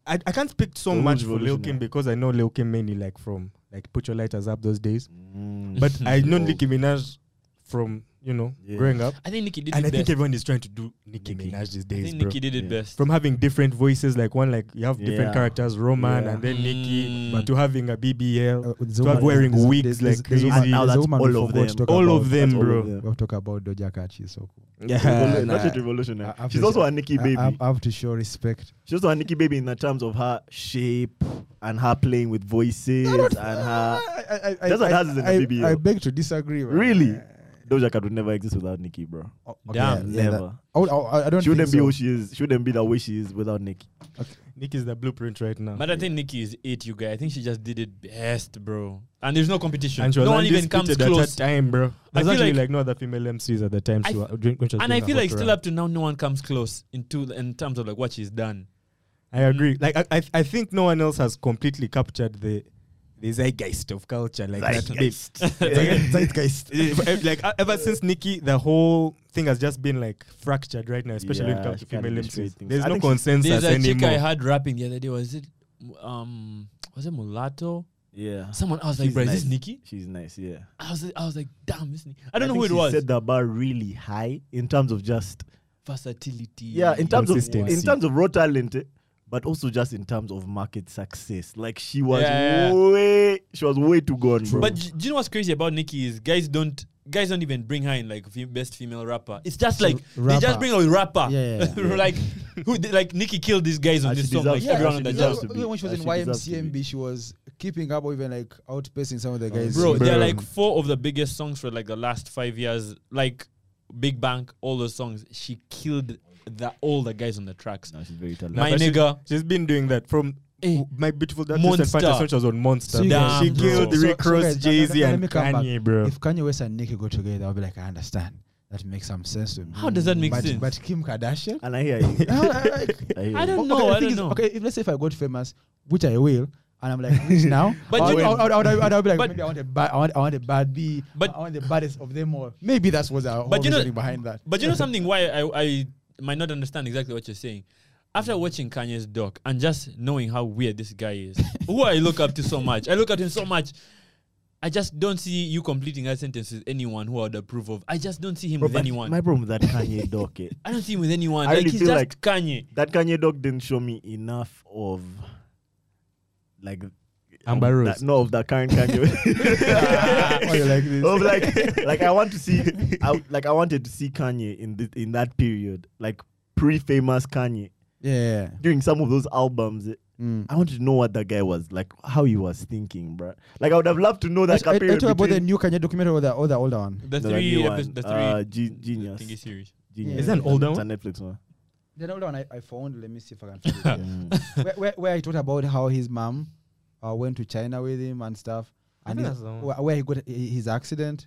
A: I, I can't speak so
B: Lil'
A: much for Lil
B: Revolutionary.
A: Kim because I know Lil Kim mainly like from like put your lighters up those days.
D: Mm.
C: Mm.
A: But I
D: Oh.
A: know Nicki Minaj from you know
B: Yeah.
A: growing up,
D: I think Nicki did
A: and I
D: it
A: think
D: best.
A: everyone is trying to do Nicki,
B: Nicki.
A: Minaj these
D: I
A: days,
D: think
A: bro.
D: Nicki did it
B: Yeah.
D: best.
A: From having different voices, like one like you have different
B: Yeah.
A: characters, Roman,
B: Yeah.
A: and then Nicki,
D: Mm.
A: but to having a BBL,
C: Uh, with
A: to have
C: Zuma-
A: wearing
C: there's-
A: wigs
C: there's-
A: like
C: there's
A: crazy,
C: a woman-
B: And now
C: there's a
B: that's
C: woman we
B: all of
C: forgot to
B: them.
C: talk
A: all of
C: about.
A: them,
B: all
A: bro.
B: of them.
C: We'll talk about Doja Cat. She's so cool.
A: Yeah,
B: Revolu- not yet revolutionary.
C: I- I've
B: She's
C: to-
B: also a Nicki
C: I-
B: baby.
C: I, I have to show respect.
B: She's also a Nicki baby in the terms of her shape and her playing with voices and her.
C: I,
B: That's what has it in the
C: I-
B: BBL.
C: I beg to disagree. man.
B: Really? Doja Cat would never exist without Nicki, bro.
C: Oh,
B: Um,
D: Damn,
C: yeah, that-
B: never.
C: I, would- I, I don't
B: She wouldn't
C: think
B: be
C: so.
B: who she is. She wouldn't be the way she is without Nicki.
A: Nicki's the blueprint right now.
D: But I think Nicki is it, you guys. I think she just did it best, bro. And there's no competition.
A: and she was
D: no one even comes
A: undisputed at
D: close.
A: that time, bro. There's
D: feel
A: actually
D: like-
A: like, no other female MCs at the time.
D: I
A: She
D: f-
A: wa- during- when she was
D: And
A: doing
D: I
A: her
D: feel
A: hot
D: like still
A: run.
D: up to now, no one comes close into in terms of like what she's done.
A: I
D: Mm.
A: agree. Like I, I, I think no one else has completely captured the the zeitgeist of culture like that bit.
C: Zeitgeist. Zeitgeist.
A: Eh, like e- ever since Nikki, the whole thing has just been like fractured right now, especially when it
B: Yeah,
A: comes to
B: she can't
A: female
B: illustrate
A: MCs.
B: things.
A: There's
B: I
A: no
B: think she-
A: consensus
D: There's a chick I
A: anymore.
D: had rapping the other day. Was it um was it mulatto?
B: Yeah.
D: Someone I was like,
B: She's
D: bro, is
B: nice.
D: this Nikki?
B: She's nice, yeah.
D: I was I was like, damn, this Nikki. I don't know
B: think
D: who it
B: she
D: was.
B: said the bar really high in terms of just
D: Versatility.
B: yeah, in terms of in
A: Consistency.
B: terms of raw talent, eh, but also just in terms of market success. Like she was
D: Yeah.
B: way she was way too gone, bro.
D: But d- do you know what's crazy about Nikki is guys don't guys don't even bring her in like fe- best female rapper. It's just like they
C: rapper.
D: just bring a rapper.
C: Yeah, yeah, yeah.
D: like who they, like Nikki killed these guys on
B: And
D: this
B: she
D: song. Like
B: deserves it.
D: everyone
B: Yeah,
D: on
B: she
D: the
B: deserves
D: job.
B: it. to be.
C: Even when she was
B: That
C: in
B: she deserves to be.
C: YMCMB, she was keeping up or even like outpacing some of the guys.
D: Bro, they're
A: Bro.
D: like four of the biggest songs for like the last five years. Like Big Bang, all those songs. She killed the all the guys on the tracks.
B: no, she's very talented.
A: Nah,
D: My
A: but she-
D: nigga.
A: She's been doing that from
D: Eh,
A: my beautiful Dark
D: Monster.
A: Twisted Fantasy when she was on Monster.
C: So you
A: bro.
D: guys-
A: she
D: Damn,
A: killed
D: bro.
A: Rick
C: So- so
A: Ross,
C: guys,
A: Jay Z,
C: let me
A: and
C: come back.
A: Kanye, bro.
C: if Kanye West and Nicki go together, I'll be like, I understand. That makes some sense to me.
D: How does that make
C: but,
D: sense?
C: But Kim Kardashian?
B: And I hear you.
C: I
B: I, hear
D: I
B: you.
D: don't
C: Okay,
D: know.
C: the
D: I
C: thing
D: don't
C: is,
D: know.
C: Okay, if, let's say if I got famous, which I will, and I'm like rich now,
D: But
C: I
D: you
C: would-
D: know-
C: I would- I would- I would- I would be like,
D: but-
C: maybe I want a bad, I want, I want a bad B,
D: But-
C: I want the baddest of them all. Maybe that's what's our
D: But
C: whole
D: you know-
C: reasoning behind that.
D: But you know something? Why I, I might not understand exactly what you're saying. After watching Kanye's doc and just knowing how weird this guy is, who I look up to so much, I look at him so much. I just don't see you completing that sentence with anyone who I would approve of. I just don't see him
B: Bro,
D: with
B: but
D: anyone.
B: My problem with that Kanye doc, eh,
D: I don't see him with anyone.
B: I
D: like
B: really
D: he's
B: feel
D: just
B: like-
D: Kanye.
B: that Kanye doc didn't show me enough of like
A: Amber
B: of
A: Rose.
B: That, no, of the current Kanye.
C: Why you Oh, like this?
B: of like like I want to see I, like I wanted to see Kanye in the, in that period, like pre-famous Kanye
C: Yeah.
B: during some of those albums. eh,
C: Mm.
B: I wanted to know what that guy was like, how he was thinking, bruh. Like I would have loved to know that
C: I, I, I
B: period
C: told you uh, about the
B: between-
C: new Kanye documentary or the, or the older one.
D: The
B: No,
D: three,
B: new
D: epi-
B: one,
D: the three
B: uh, Ge- Genius.
D: thingy series.
B: Genius.
A: Is that an older
B: It's
A: one?
B: a Netflix one.
C: The older one I, I found. Let me see if I can. Find it. where, where, where I talked about how his mom uh, went to China with him and stuff,
A: I
C: and
A: think
C: his-
A: that's the one.
C: where, where he got i- his accident.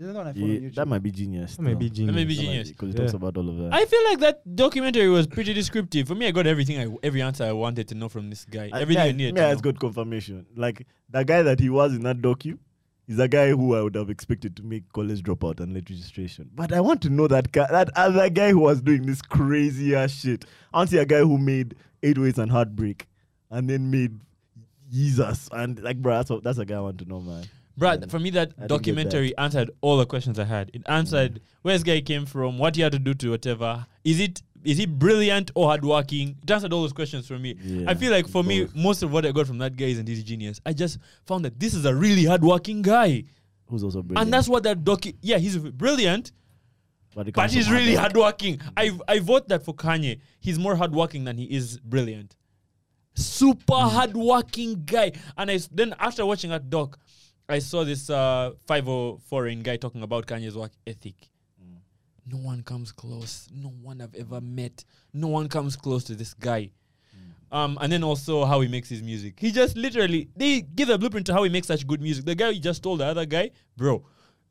C: Is that the one I found on
B: Yeah,
C: YouTube?
B: that might be genius.
A: That may be
D: That
A: genius.
D: may be genius.
B: because it
A: Yeah.
B: talks about all of that.
D: I feel like that documentary was pretty descriptive. For me, I got everything, I, every answer I wanted to know from this guy.
B: Uh,
D: everything
B: yeah,
D: I needed.
B: Yeah,
D: to
B: it's
D: know.
B: good confirmation. Like the guy that he was in that docu is a guy who I would have expected to make college dropout and late registration. But I want to know that guy, that other guy who was doing this crazy ass shit. I want to see a guy who made Eight Ways and Heartbreak, and then made Jesus and like, bro, that's what, that's a guy I want to know, man.
D: Brad,
B: Yeah.
D: for me, that
B: I didn't get Mm.
D: documentary answered all the questions I had. It answered where this guy came from, what he had to do to whatever. Is it is he brilliant or hardworking? It answered all those questions for me.
B: Yeah,
D: I feel like for me,
B: both.
D: most of what I got from that guy isn't his genius. I just found that this is a really hardworking guy,
B: Who's also brilliant.
D: and that's what that docu. Yeah, he's brilliant,
B: but, it
D: but
B: comes
D: he's
B: from
D: really
B: Heartbreak.
D: hardworking. I I vote that for Kanye. He's more hardworking than he is brilliant. Super hardworking guy. And I s- then after watching that doc, I saw this uh 504 guy talking about Kanye's work ethic.
B: Mm.
D: No one comes close. No one I've ever met. No one comes close to this guy. Um, and then also how he makes his music. He just literally they give a blueprint to how he makes such good music. The guy who just told the other guy, bro,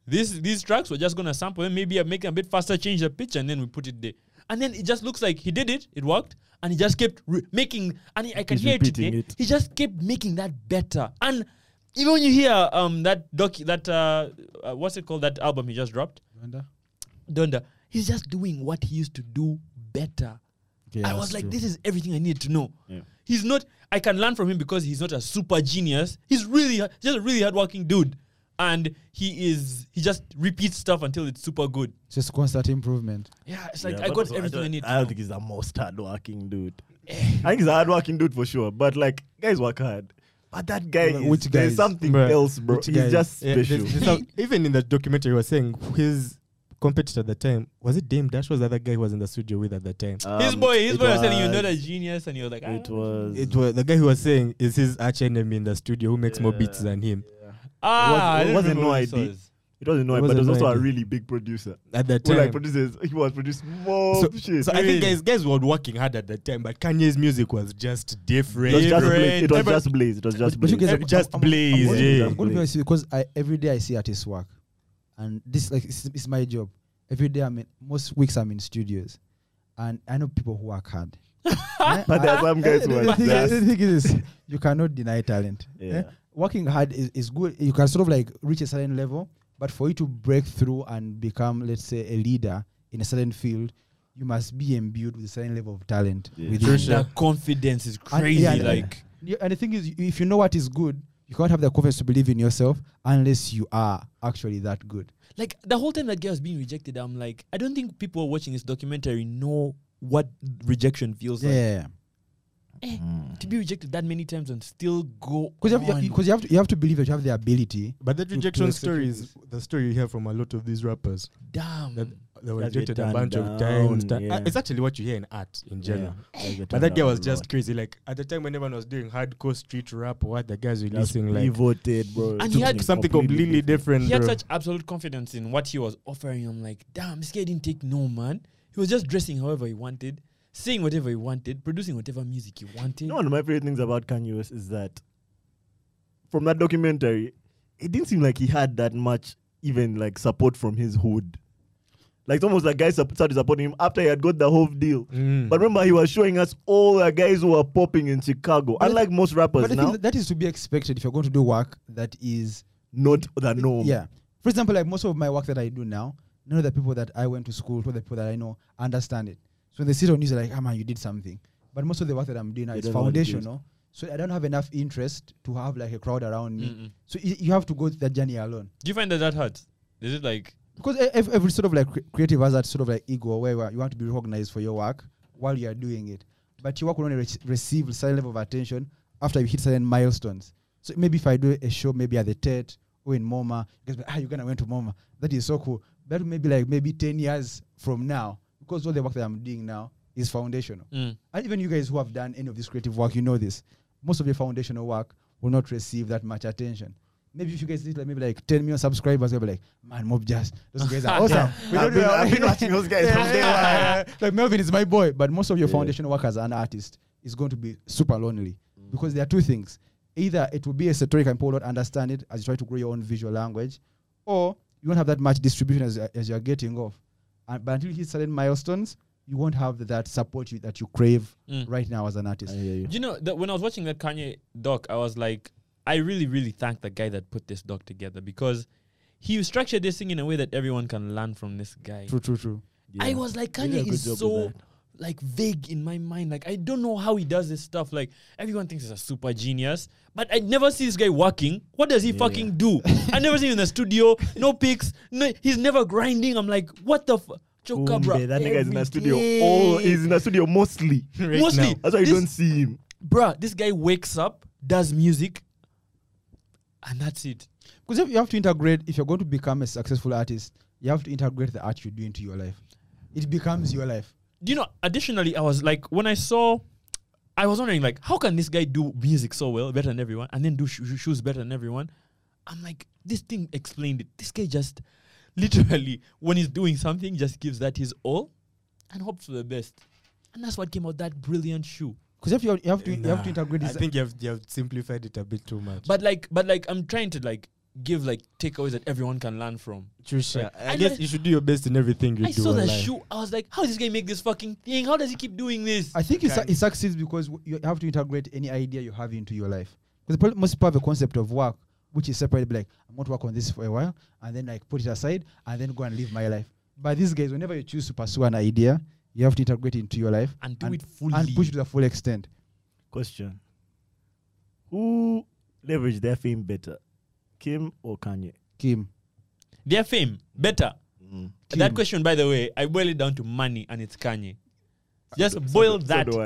D: these these tracks we're just gonna sample them, maybe make them a bit faster, change the pitch, and then we put it there. And then it just looks like he did it, it worked, and he just kept re- making. And he- I can
B: He's
D: hear it,
B: repeating
D: today.
B: it.
D: He just kept making that better. And even when you hear um that doc that uh, uh what's it called that album he just dropped, Donda, he's just doing what he used to do better. I was like, this is everything I need to know.
B: Yeah.
D: He's not. I can learn from him because he's not a super genius. He's really just a really hardworking dude, and he is. He just repeats stuff until it's super good.
C: It's just constant improvement.
D: Yeah, it's like
B: Yeah,
D: I
B: but
D: got
B: also
D: everything I,
B: don't,
D: need. To Eh.
B: I don't
D: know.
B: think he's the most hardworking dude. I think he's a hardworking dude for sure, but like guys work hard. But that guy,
C: Wh-
B: is,
C: which guy
B: there's
C: is-
B: something
A: Bruh,
B: else, bro.
C: which
B: He's
C: guy is-
B: just
A: Yeah,
B: special.
A: there's- there's some- even in the documentary, was saying his competitor at the time was it Dame Dash? Was the other guy who was in the studio with at the time?
D: his
B: Um,
D: boy, his
B: it
D: boy was telling you're not
B: was-
D: a genius, and you're like,
B: It
D: ah.
B: was.
A: It was the guy who was saying is his arch enemy in the studio who makes more beats than him
D: Ah,
B: It was- it
D: I don't
B: wasn't
D: remember
B: no
D: what it
B: idea.
D: was.
B: It wasn't no,
A: It
B: but it was
A: wasn't
B: also a
A: Noah.
B: really big producer.
A: at the
B: Who
A: time.
B: like produces? He was producing more
A: so,
B: shit.
A: so I think
D: Really?
A: guys guys were working hard at the time, but Kanye's music was just different.
B: it was just blaze. It was
A: Every-
B: just blaze. It was just
C: But you
B: blaze.
C: guys
A: Ev-
C: are-
A: just
C: I'm- I'm-
A: blaze,
C: I'm going to be-
A: yeah.
C: I'm going to be honest with you because I, every day I see artists work, and this like it's, it's my job. Every day I'm in most weeks I'm in studios, and I know people who work hard. Eh,
B: But there are
C: I-
B: some guys who
C: the-
B: are
C: the thing is-
B: just-
C: the thing is, you cannot deny talent. eh.
B: Yeah.
C: Working hard is, is good. You can sort of like reach a certain level, but for you to break through and become, let's say, a leader in a certain field, you must be imbued with a certain level of talent.
B: Yeah.
C: within
A: True,
C: you.
A: sure.
D: That confidence is
C: And-
D: crazy.
C: yeah, and-
D: like
C: You- and the thing is, if you know what is good, you can't have the confidence to believe in yourself unless you are actually that good.
D: like the whole time that girl was being rejected, I'm like, I don't think people watching this documentary know what rejection feels like.
C: Yeah,
B: Mm.
D: To be rejected that many times and still go
C: because you, have-
D: on.
C: you- 'cause you have to you have to believe that you have the ability.
A: But that
C: to- to
A: rejection
C: execute
A: story is
C: this.
A: the story you hear from a lot of these rappers.
D: damn.
A: That they were
B: That they
A: rejected a
B: turned
A: bunch
B: down,
A: of times. Ti-
B: yeah.
A: It's actually what you hear in art in general.
B: Yeah.
A: But that guy was just crazy. Like at the time when everyone was doing hardcore street rap, what the guys
B: Just
A: releasing like
B: pivoted, bro.
D: And
A: to
D: he had
A: something completely different.
D: he had
A: bro.
D: such absolute confidence in what he was offering. I'm like, damn, this guy didn't take no man. He was just dressing however he wanted, saying whatever he wanted, producing whatever music he wanted.
B: You know, one of my favorite things about Kanye West is that from that documentary, it didn't seem like he had that much even like support from his hood. Like it's almost like guys sup- started supporting him after he had got the whole deal.
A: Mm.
B: But remember, he was showing us all the guys who are popping in Chicago.
C: But the-
B: Unlike most
C: But
B: rappers
C: the thing
B: now,
C: is, that is to be expected if you're going to do work that is
B: not the norm.
C: Yeah. For example, like most of my work that I do now, none of the people that I went to school with, or the people that I know understand it. So when they sit on news, they're like, ah, man, you did something. But most of the work that I'm doing now
B: They
C: is
B: don't know what it is.
C: foundational. So I don't have enough interest to have like a crowd around me.
D: Mm-mm.
C: So y- you have to go through that journey alone.
D: Do you find that that hurts? Is it like
C: Because e- ev- every sort of like cre- creative has that sort of like ego where where you want to be recognized for your work while you are doing it. But your work will only rec- receive a certain level of attention after you hit certain milestones. So maybe if I do a show, maybe at the TED or in MoMA, you guys be, ah, you're gonna went to MoMA. That is so cool. That may be like maybe 10 years from now, because all the work that I'm doing now is foundational.
D: mm,
C: And even you guys who have done any of this creative work, you know this. Most of your foundational work will not receive that much attention. Maybe if you guys did like maybe like 10 million subscribers, they'll be like, man, Mob Jazz, those guys are awesome. We
B: I've
C: don't
B: been,
C: know-
B: I've been watching those guys from day one.
C: like Melvin is my boy, but most of your foundational work as an artist is going to be super lonely because there are two things. Either it will be esoteric and people will not understand it as you try to grow your own visual language, or you won't have that much distribution as, as you're getting off. And, but until you hit certain milestones, you won't have that support you, that you crave
D: mm.
C: right now as an artist.
D: Do you know that when I was watching that Kanye doc, I was like, I really, really thank the guy that put this doc together because he structured this thing in a way that everyone can learn from this guy.
C: True, true, true.
D: I was like,
B: He did a good
D: Kanye
B: job
D: is
B: with
D: so
B: that.
D: like vague in my mind. Like I don't know how he does this stuff. Like everyone thinks he's a super genius, but I never see this guy working. What does he
B: Yeah.
D: fucking do? I never see him in the studio. No pics. No, he's never grinding. I'm like, what the. F- Choka, bruh,
B: Kumbe, that nigga is in
D: every
B: the studio.
D: day.
B: All he's in the studio mostly.
A: Right
D: mostly.
A: now.
B: That's why you
D: This-
B: don't see him.
D: bruh, this guy wakes up, does music, and that's it.
C: Because you have to integrate, if you're going to become a successful artist, you have to integrate the art you do into your life. It becomes your life.
D: You know, additionally, I was like, when I saw, I was wondering, like, how can this guy do music so well, better than everyone, and then do sho- sho- shoes better than everyone? I'm like, this thing explained it. This guy just literally, when he's doing something, just gives that his all and hopes for the best. And that's what came out that brilliant shoe.
C: Because if you have, you have to you have to
A: Nah,
C: integrate
A: I
C: this.
A: think you've you've simplified it a bit too much.
D: But like, but like, I'm trying to like give like takeaways that everyone can learn from.
A: Trisha,
D: Like,
A: I,
D: I
A: guess
D: like-
A: you should do your best in everything you
D: I
A: do.
D: saw that
A: online.
D: shoe. I was like, how does this guy make this fucking thing? How does he keep doing this?
C: I think it, su-
A: Okay.
C: it succeeds because w- you have to integrate any idea you have into your life. Because most people have a concept of work which is separated. Like I'm going to work on this for a while and then like put it aside and then go and live my life. But these guys, whenever you choose to pursue an idea, you have to integrate it into your life
D: and do
C: and-
D: it fully.
C: and push it to the full extent.
B: Question: Who leveraged their fame better, Kim or Kanye?
C: Kim,
D: Their fame better.
B: Mm.
C: Kim.
D: That question, by the way, I boil it down to money, and it's Kanye. Just boil that.
B: Because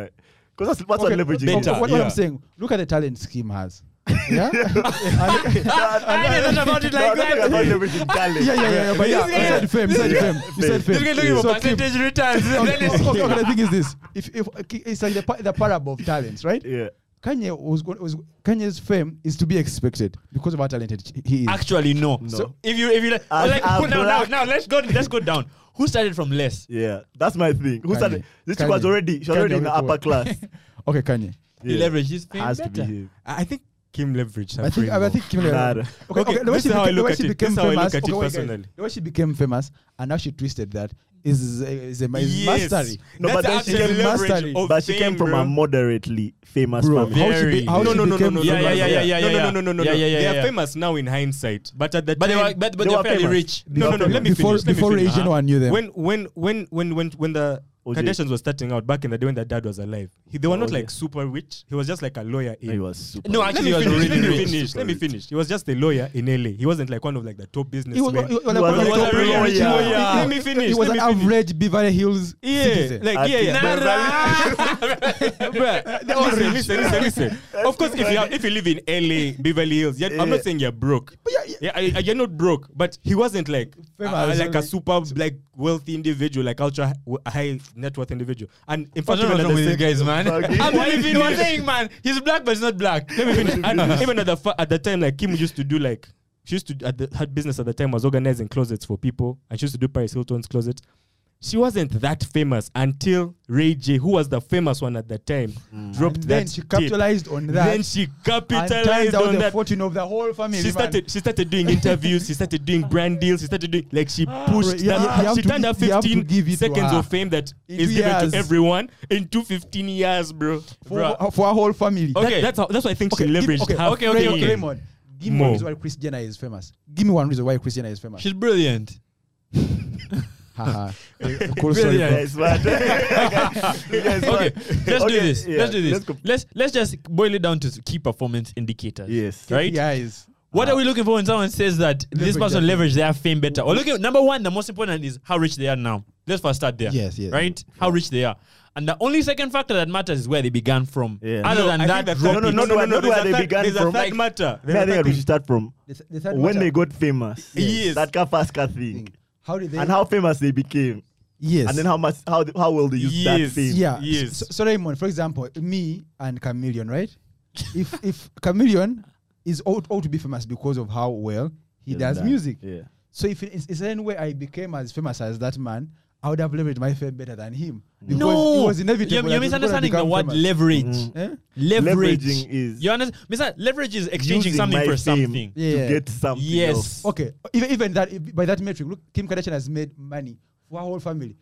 B: that's, that's
C: Okay,
B: what leveraging
C: okay,
B: is.
D: better.
C: What, what
D: yeah.
C: I'm saying, look at the talents Kim has. Yeah, And-
D: I didn't know about it like
B: No, I don't
D: that.
B: think about leveraging talent.
C: yeah, yeah, yeah, yeah. But yeah,
D: This guy-
C: beside fame, beside fame, beside fame.
D: This guy looking
C: So
D: for
C: Kim-
D: percentage returns. and
C: okay,
D: then it's-
C: okay, okay, okay, the thing is this: if, if it's like the, pa- the parable of talents, right?
B: Yeah.
C: Kanye was, go- was Kanye's fame is to be expected because of how talented ch- he is.
D: Actually, no.
B: No.
D: So if you if you like,
B: As
D: like
B: a
D: put down now,
B: black-
D: now let's go let's go down. Who started from less?
B: Yeah, that's my thing. Who
C: Kanye.
B: started? This chick
C: Kanye.
B: was already she was
C: Kanye
B: already in the
C: already
B: upper
C: forward.
B: class.
C: okay, Kanye.
D: He
B: Yeah.
D: leveraged his fame
B: has to be
D: better.
B: him.
A: I I think Kim leveraged her
C: I think I, I
A: framework.
C: think Kim.
B: Nah.
C: Okay, okay,
A: Okay,
C: the way
A: this
C: she
A: is how I
C: became, the
A: look
C: way
A: at
C: she
A: it.
C: became
A: This is how I
C: famous.
A: look at
C: okay,
A: it
C: wait, guys.
A: personally.
C: The way she became famous and how she twisted that is is a is
A: Yes.
C: mastery.
B: No,
A: That's
B: but then
A: the
B: she
A: actual
B: came-
A: leverage
C: mastery.
D: Oh,
A: of
B: But she came
A: fame,
B: from
A: bro.
B: a moderately famous
C: Bro,
B: family.
C: how she
A: Very
C: be, how
A: no,
C: she
A: no, no, no,
C: became
A: no, no,
D: Yeah,
A: no,
D: yeah,
A: no,
D: yeah, yeah, yeah,
A: no,
D: yeah.
A: no, no, no, no, no.
D: Yeah, yeah, yeah,
A: They are
D: yeah.
A: famous now in hindsight, but at the
D: But they
A: time,
D: were but, but they,
B: They
D: were
B: were
D: fairly
B: famous.
D: rich.
B: They
A: no,
B: were
A: no, no. Let me
C: before
A: finish. Let me
C: before
A: finish.
C: Asian one knew them.
A: When when when when when when the
B: OJ.
A: Kardashians were starting out back in the day when their dad was alive, he, they were not
B: OJ.
A: like super rich. He was just like a lawyer.
B: He
A: In
B: was super.
D: No,
A: let me
D: actually, he was
A: finish. Let
D: really
A: me
D: rich.
A: finish. Let me finish. He was just a lawyer in LA. He wasn't like one of like the top businessmen.
C: he was, he
B: was
C: was, like one of
B: a
C: the
B: top
C: top
B: lawyer.
C: lawyers.
B: Yeah.
C: He was-
A: Let me finish.
C: He was
A: Let
C: an
A: me finish.
C: average Beverly Hills
A: Yeah,
C: citizen.
A: like yeah,
B: Ati-
A: yeah. Bruh, listen, listen, listen, listen. Of course, if you have, if you live in LA, Beverly Hills, yeah, I'm not saying you're broke.
C: But yeah, yeah,
A: Yeah, I, I, you're not broke, but he wasn't like
C: Famous,
A: uh, like a
C: right?
A: super like wealthy individual, like ultra hi- w- high net worth individual. And in
D: What's
A: fact, even
D: wrong
A: at the
D: with these
A: same-
D: guys, man?
B: Okay.
D: I'm
A: Why
D: living
A: you
D: one
A: finish?
D: thing, man. He's black, but he's not black.
A: Let me finish. And even at the fa- at the time, like Kim used to do like she used to at the, her business at the time was organizing closets for people, and she used to do Paris Hilton's closet. She wasn't that famous until Ray J, who was the famous one at the time, dropped
C: and then
A: that.
C: she
A: tape.
C: capitalized on that.
A: Then she
C: and
A: capitalized
C: turned out
A: on
C: the
A: that.
C: fortune of the whole family.
A: She started. She started doing interviews. She started doing brand deals. She started doing like she pushed.
C: Ah, you- you
A: that,
C: have
A: she
C: to
A: turned
C: gi-
A: her
C: you have to
A: fifteen
C: give it to
A: seconds
C: her.
A: of fame that
C: In
A: is
C: two
A: given
C: years.
A: to everyone in two fifteen years, bro.
C: for,
D: Bruh.
C: uh, for her whole family.
A: That-
D: Okay.
A: that's how. That's why I think she
C: give-
A: leveraged.
C: okay,
A: her
D: okay, okay,
A: fame.
D: okay.
C: Raymond, give me
A: More.
C: one reason why Chris Jenner is famous. Give me one reason why Chris Jenner is famous.
D: She's brilliant.
C: Haha. cool story,
D: Brilliant.
C: bro.
B: Guys, man. Guys, man.
D: Okay, let's do
B: Okay,
D: this.
B: yeah,
D: let's do this.
B: let's
D: Let's,
B: go.
D: let's just boil it down to s- key performance indicators.
B: Yes.
D: Right?
C: KPIs.
D: What are we looking for when someone says that this
C: Leverage
D: person
C: their
D: leveraged their fame better? Or look at number one, the most important is how rich they are now. Let's first start there.
C: Yes, yes.
D: Right? How rich they are. And the only second factor that matters is where they began from.
B: Yeah.
D: Other
A: No,
D: than
A: I
D: that,
A: think the
D: drop
A: third-
B: No,
D: it.
B: no, no, no, no, no,
A: there's
B: where
A: a
B: they
A: third-
B: began
A: there's a
B: from.
A: third
B: Like-
A: matter. There's
B: I
A: a third
B: think we should
A: thing.
B: start from
C: The th- the third
B: when they
C: matter-
B: got famous.
A: Yes.
B: That Kafaska thing.
C: How did they?
B: And how famous they became.
C: Yes.
B: And then how much how how well they used that
A: Yes.
B: fame.
C: Yeah.
A: Yes.
C: So, so Raymond, for example, me and Chameleon, right? if if Chameleon is all, all to be famous because of how well he
B: Yes,
C: does
B: that.
C: music.
B: Yeah.
C: So if it's, it's any way I became as famous as that man, I would have leveraged my fame better than him. Because
D: No,
C: it was inevitable.
D: You're,
C: that
D: you're
C: he was gonna
D: misunderstanding the
C: become
D: word
C: famous.
D: leverage.
B: Mm.
C: Eh?
D: Leverage.
B: Leveraging is
D: You understand? Misa, leverage is exchanging
B: using
D: something
B: my
D: for
B: fame
D: something.
C: Yeah.
B: to get something. else.
D: Yes.
C: Okay, even, even that if- by that metric, look, Kim Kardashian has made money for her whole family.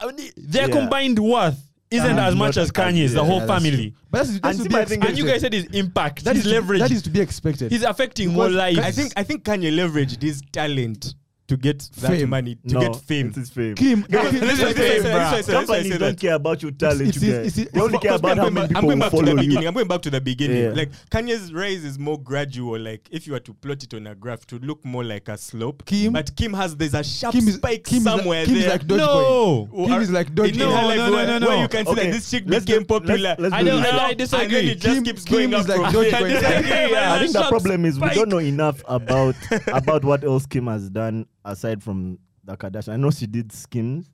D: I mean, Their
B: Yeah.
D: combined worth isn't
B: Uh,
D: as
B: not
D: much as
B: as much,
D: Kanye's, the
B: yeah,
D: whole
C: Yeah, that's
D: family.
C: true. But that's, that's
B: And
C: to
B: see,
C: be
B: I think
C: expected.
D: And you guys said his impact.
C: that
D: He's
C: is to-
D: leveraged.
C: That is to be expected.
D: He's affecting more
C: Because
D: lives.
A: I think. I think Kanye leveraged his talent to get that
C: Fame.
A: money to
B: no,
A: get fame.
B: It is fame.
C: Kim,
A: Because-
C: Kim-
A: This is
D: It's fame,
A: this is- this is-
D: bruh.
A: this is- this
B: Companies
A: is-
B: don't care about your talent,
C: It's-
B: you
C: it's-
B: guys.
C: it's-
B: They only care
A: Because
B: about how
A: I'm
B: many
A: going back-
B: people
A: I'm going
B: will
A: back to
B: follow
A: the
B: you.
A: beginning. I'm going back to the beginning.
B: Yeah.
A: Like Kanye's rise is more gradual. Like if you were to plot it on a graph, to look more like a slope.
C: Kim-
A: but Kim has there's a sharp
C: Kim is-
A: spike
C: Kim is like-
A: somewhere
C: Kim is
A: there.
C: like Dogecoin.
D: no.
A: Or-
C: Kim is like
A: in-
C: Dogecoin.
A: in her
D: No,
A: life
D: no,
A: where-
D: no, no,
A: Where
D: no.
A: you can see
B: Okay,
A: that this chick
B: let's
A: became
B: do-
A: popular.
B: let's- let's
D: I
B: do
D: don't.
B: this.
D: I, I
A: And then
D: disagree.
A: it just
C: Kim-
A: keeps
C: Kim
A: going up
C: is like
A: from
C: Dogecoin.
A: there.
D: Yeah, yeah,
B: I think the
D: sharp
B: problem is we
D: spike.
B: don't know enough about about what else Kim has done aside from the Kardashian. I know she did skins.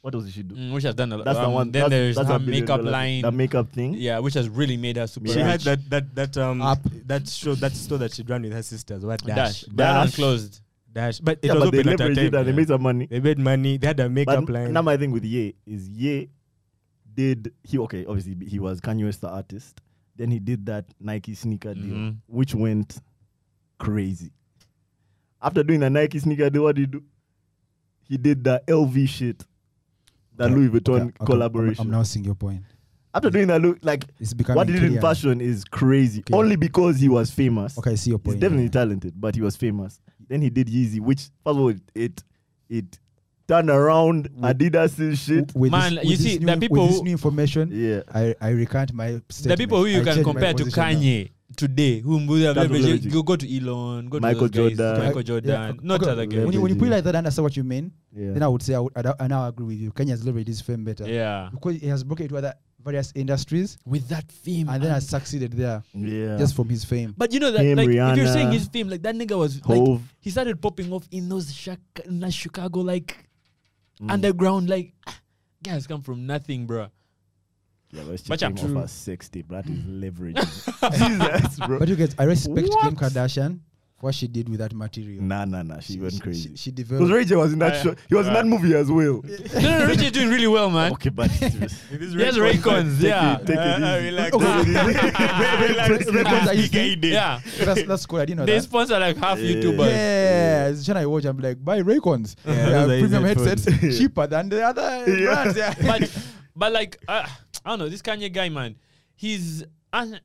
B: What else did she do?
D: Mm, which has done a lot.
B: That's the one.
D: Then
B: that's,
D: there's
B: that's
D: her
B: a billion
D: makeup
B: dollar-
D: line.
B: The makeup thing.
D: yeah, which has really made her super.
B: Yeah.
A: She
D: rich.
A: had that that that um
C: Up.
A: that show that store that she ran with her sisters. What
D: dash.
A: dash
D: That one
B: Dash.
D: closed.
A: dash. But it
B: Yeah,
A: was
B: but they
A: open at
B: leveraged
A: a
B: it and
A: time.
B: they made some money.
A: They made money. They had a
B: But
A: makeup
B: m-
A: line.
B: now my thing with Ye is Ye did he okay? Obviously, b- he was Kanye West the artist. Then he did that Nike sneaker deal,
D: Mhm.
B: which went crazy. After doing the Nike sneaker deal, what did he do? He did the LV shit, the
C: Okay,
B: Louis
C: Okay,
B: Vuitton
C: okay, I'm-
B: collaboration.
C: I'm now seeing your point.
B: After doing that, look like
C: It's becoming
B: what he did in
C: clear.
B: fashion is crazy.
C: Okay.
B: Only because he was famous.
C: Okay, I see your
B: He's
C: point.
B: definitely talented, but he was famous. Then he did Yeezy, which first of all, it it turned around Adidas' shit.
C: With
D: Man, you
C: with
D: see,
C: new,
D: the people
C: with this
D: who-
C: new information,
B: Yeah.
C: I, I recant my
D: the
C: statement.
D: people who you
C: I
D: can
C: change my
D: compare to
C: position now.
D: Kanye today, whom would have
B: That's
D: leveraged,
B: logic.
D: you go to Elon, go
B: Michael
D: to those guys,
B: Jordan.
D: Michael
C: Uh, Yeah,
D: Jordan,
C: okay.
D: not
C: Okay.
D: other
B: Yeah,
D: guys.
C: When you, when you
B: Leveraging.
C: put it like that, I understand what you mean.
B: Yeah.
C: Then I would say I would, I, don't- I now agree with you. Kenya has leveraged his fame better
D: Yeah,
C: because he has broken into other various industries
D: with that fame.
C: and then has succeeded there
B: yeah.
C: just from his fame.
D: but you know that,
B: Him,
D: like, if you're
B: Rihanna,
D: saying his fame, like that nigga was like,
B: Hove.
D: he started popping off in those Shaka- in that Chicago like
B: Mm.
D: underground like guys come from nothing, bro.
B: Yeah, but it's
D: But
B: just came
D: yeah.
B: off
D: True.
B: as 60, but that is leveraging. Jesus, bro.
C: But you guys, I respect
B: What?
C: Kim Kardashian for what she did with that material.
B: Nah, nah, nah. She, went
C: She,
B: crazy.
C: she
B: Because
C: developed.
B: Ray J was in that
D: Oh, Yeah.
B: show. He was in that movie as well.
D: no, no, Richie is doing really well, man.
B: Okay, but
D: Yes, Raycons, yeah.
B: Take it
D: Uh, uh,
B: easy.
D: relax.
B: Relax.
C: Raycons are
B: Relax.
C: used-
D: Yeah,
C: that's, that's cool. I didn't know
D: they
C: that.
D: sponsor like half
B: Yeah.
D: YouTubers.
C: Yeah, it's I watch. I'm like, buy Raycons. Yeah,
A: those are his
C: premium
A: headphones.
C: headsets, cheaper than the other brands. Yeah.
D: but but like uh, I don't know this Kanye guy man he's un-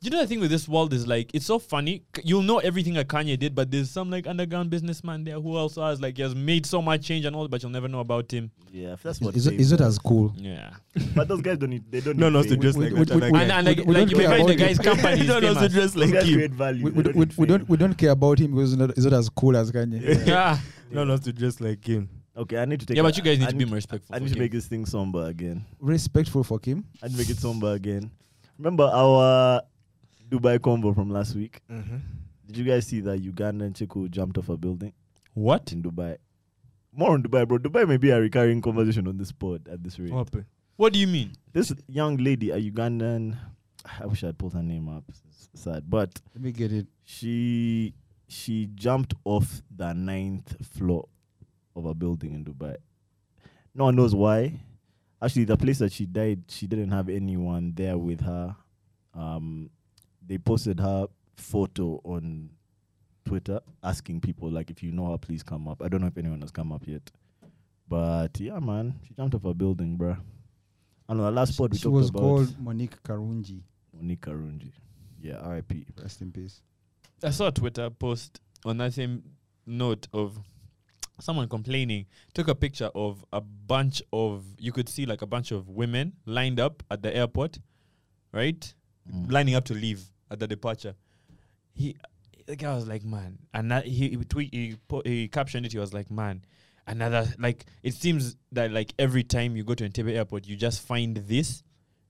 D: you know the thing with this world is like it's so funny K- you'll know everything that Kanye did but there's some like underground businessman there who also has like he has made so much change and all but you'll never know about him
B: Yeah, that's what
C: Is,
B: they
C: is it
B: do.
C: as cool?
D: yeah
B: But those guys don't need. They don't
A: No,
B: need
A: no,
B: fame.
A: so just
C: We-
A: like
C: we-
A: that.
C: we-
A: other
C: we-
A: guy.
D: and, and
C: we
D: like,
C: don't
D: like
C: care
D: imagine
C: about
D: the
C: him.
D: guy's company is
A: No, no, so
D: famous.
A: just
B: Those
A: like
B: guys
A: him.
B: create value.
C: We, we,
B: they
C: we,
B: need
C: we
B: fame.
C: don't we don't care about him because it's not, it's not as cool as Kanye.
D: yeah
A: No, no, to just like him.
B: Okay, I need to take.
D: yeah
B: a-
D: but you guys need
B: I
D: to be more respectful
B: I need
D: for
B: to make
D: him.
B: this thing somber again.
C: Respectful for Kim.
B: I need to make it somber again. Remember our Dubai combo from last week?
C: Mm-hmm.
B: Did you guys see that Ugandan chick who jumped off a building
D: what
B: in Dubai? More on Dubai, bro. Dubai may be a recurring conversation on this pod at this rate.
A: What happened?
D: what do you mean
B: This young lady, a Ugandan, I wish I'd pulled her name up. It's sad, but
C: Let me get it.
B: she she jumped off the ninth floor of a building in Dubai. No one knows why. Actually, the place that she died, she didn't have anyone there with her. Um, they posted her photo on Twitter asking people like, if you know her, please come up. I don't know if anyone has come up yet, but yeah, man, she jumped off a building, bruh. And the last spot we
C: she
B: talked
C: was
B: about
C: called Monique Karunji.
B: Monique Karunji. Yeah, R.I.P.
C: Rest in peace.
D: I saw a Twitter post on that same note of someone complaining. Took a picture of a bunch of you could see like a bunch of women lined up at the airport, right?
B: Mm.
D: Lining up to leave at the departure. He, the guy was like, man, and that- he he, tweet, he, po- he captioned it. He was like, man, another like it seems that like every time you go to Entebbe airport, you just find this.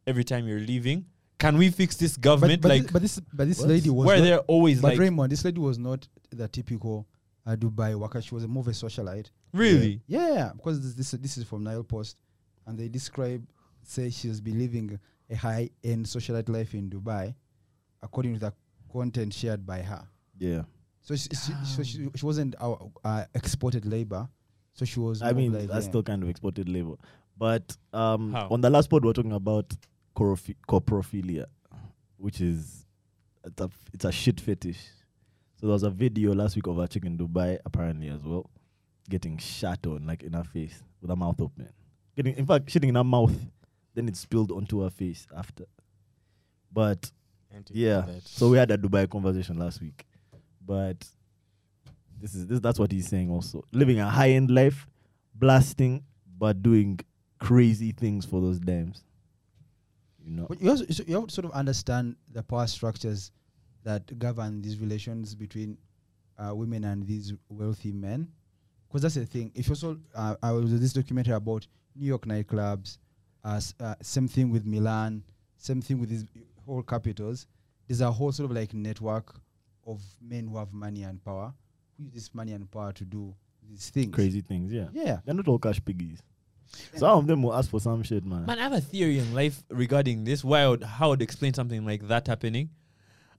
D: Every time you're leaving, can we fix this
C: But,
D: government?
C: but,
D: like
C: this, but this but this
B: What?
C: lady was
D: where
C: not-
D: they're always
C: But
D: like
C: Raymond, this lady was not the typical uh, Dubai worker. She was a more of a socialite.
D: really.
C: Yeah, because this this, this is from Nile Post, and they describe say she has been living a high end socialite life in Dubai, according to the content shared by her.
B: Yeah.
C: So she she, so she, she wasn't our uh, exported labor, so she was.
B: I
C: more
B: mean,
C: like,
B: that's
C: yeah.
B: still kind of exported labor. But um,
D: How?
B: on the last pod, we were talking about corophi- coprophilia, which is it's a, it's a shit fetish. So there was a video last week of a chick in Dubai, apparently as well, getting shat on like in her face with her mouth open, getting in fact shitting in her mouth, then it spilled onto her face after. But yeah, so we had a Dubai conversation last week, but this is this that's what he's saying also. Living a high end life, blasting, but doing crazy things for those dimes. You know,
C: But you also so you have to sort of understand the power structures that govern these relations between uh, women and these wealthy men, because that's the thing. If you saw, uh, I was this documentary about New York nightclubs, uh, s- uh, same thing with Milan, same thing with these whole capitals. There's a whole sort of like network of men who have money and power, who use this money and power to do these things.
B: crazy things. Yeah,
C: Yeah.
B: they're not all cash piggies. Some of them will ask for some shit, man.
D: Man, I have a theory in life regarding this. Why I would, how I would explain something like that happening?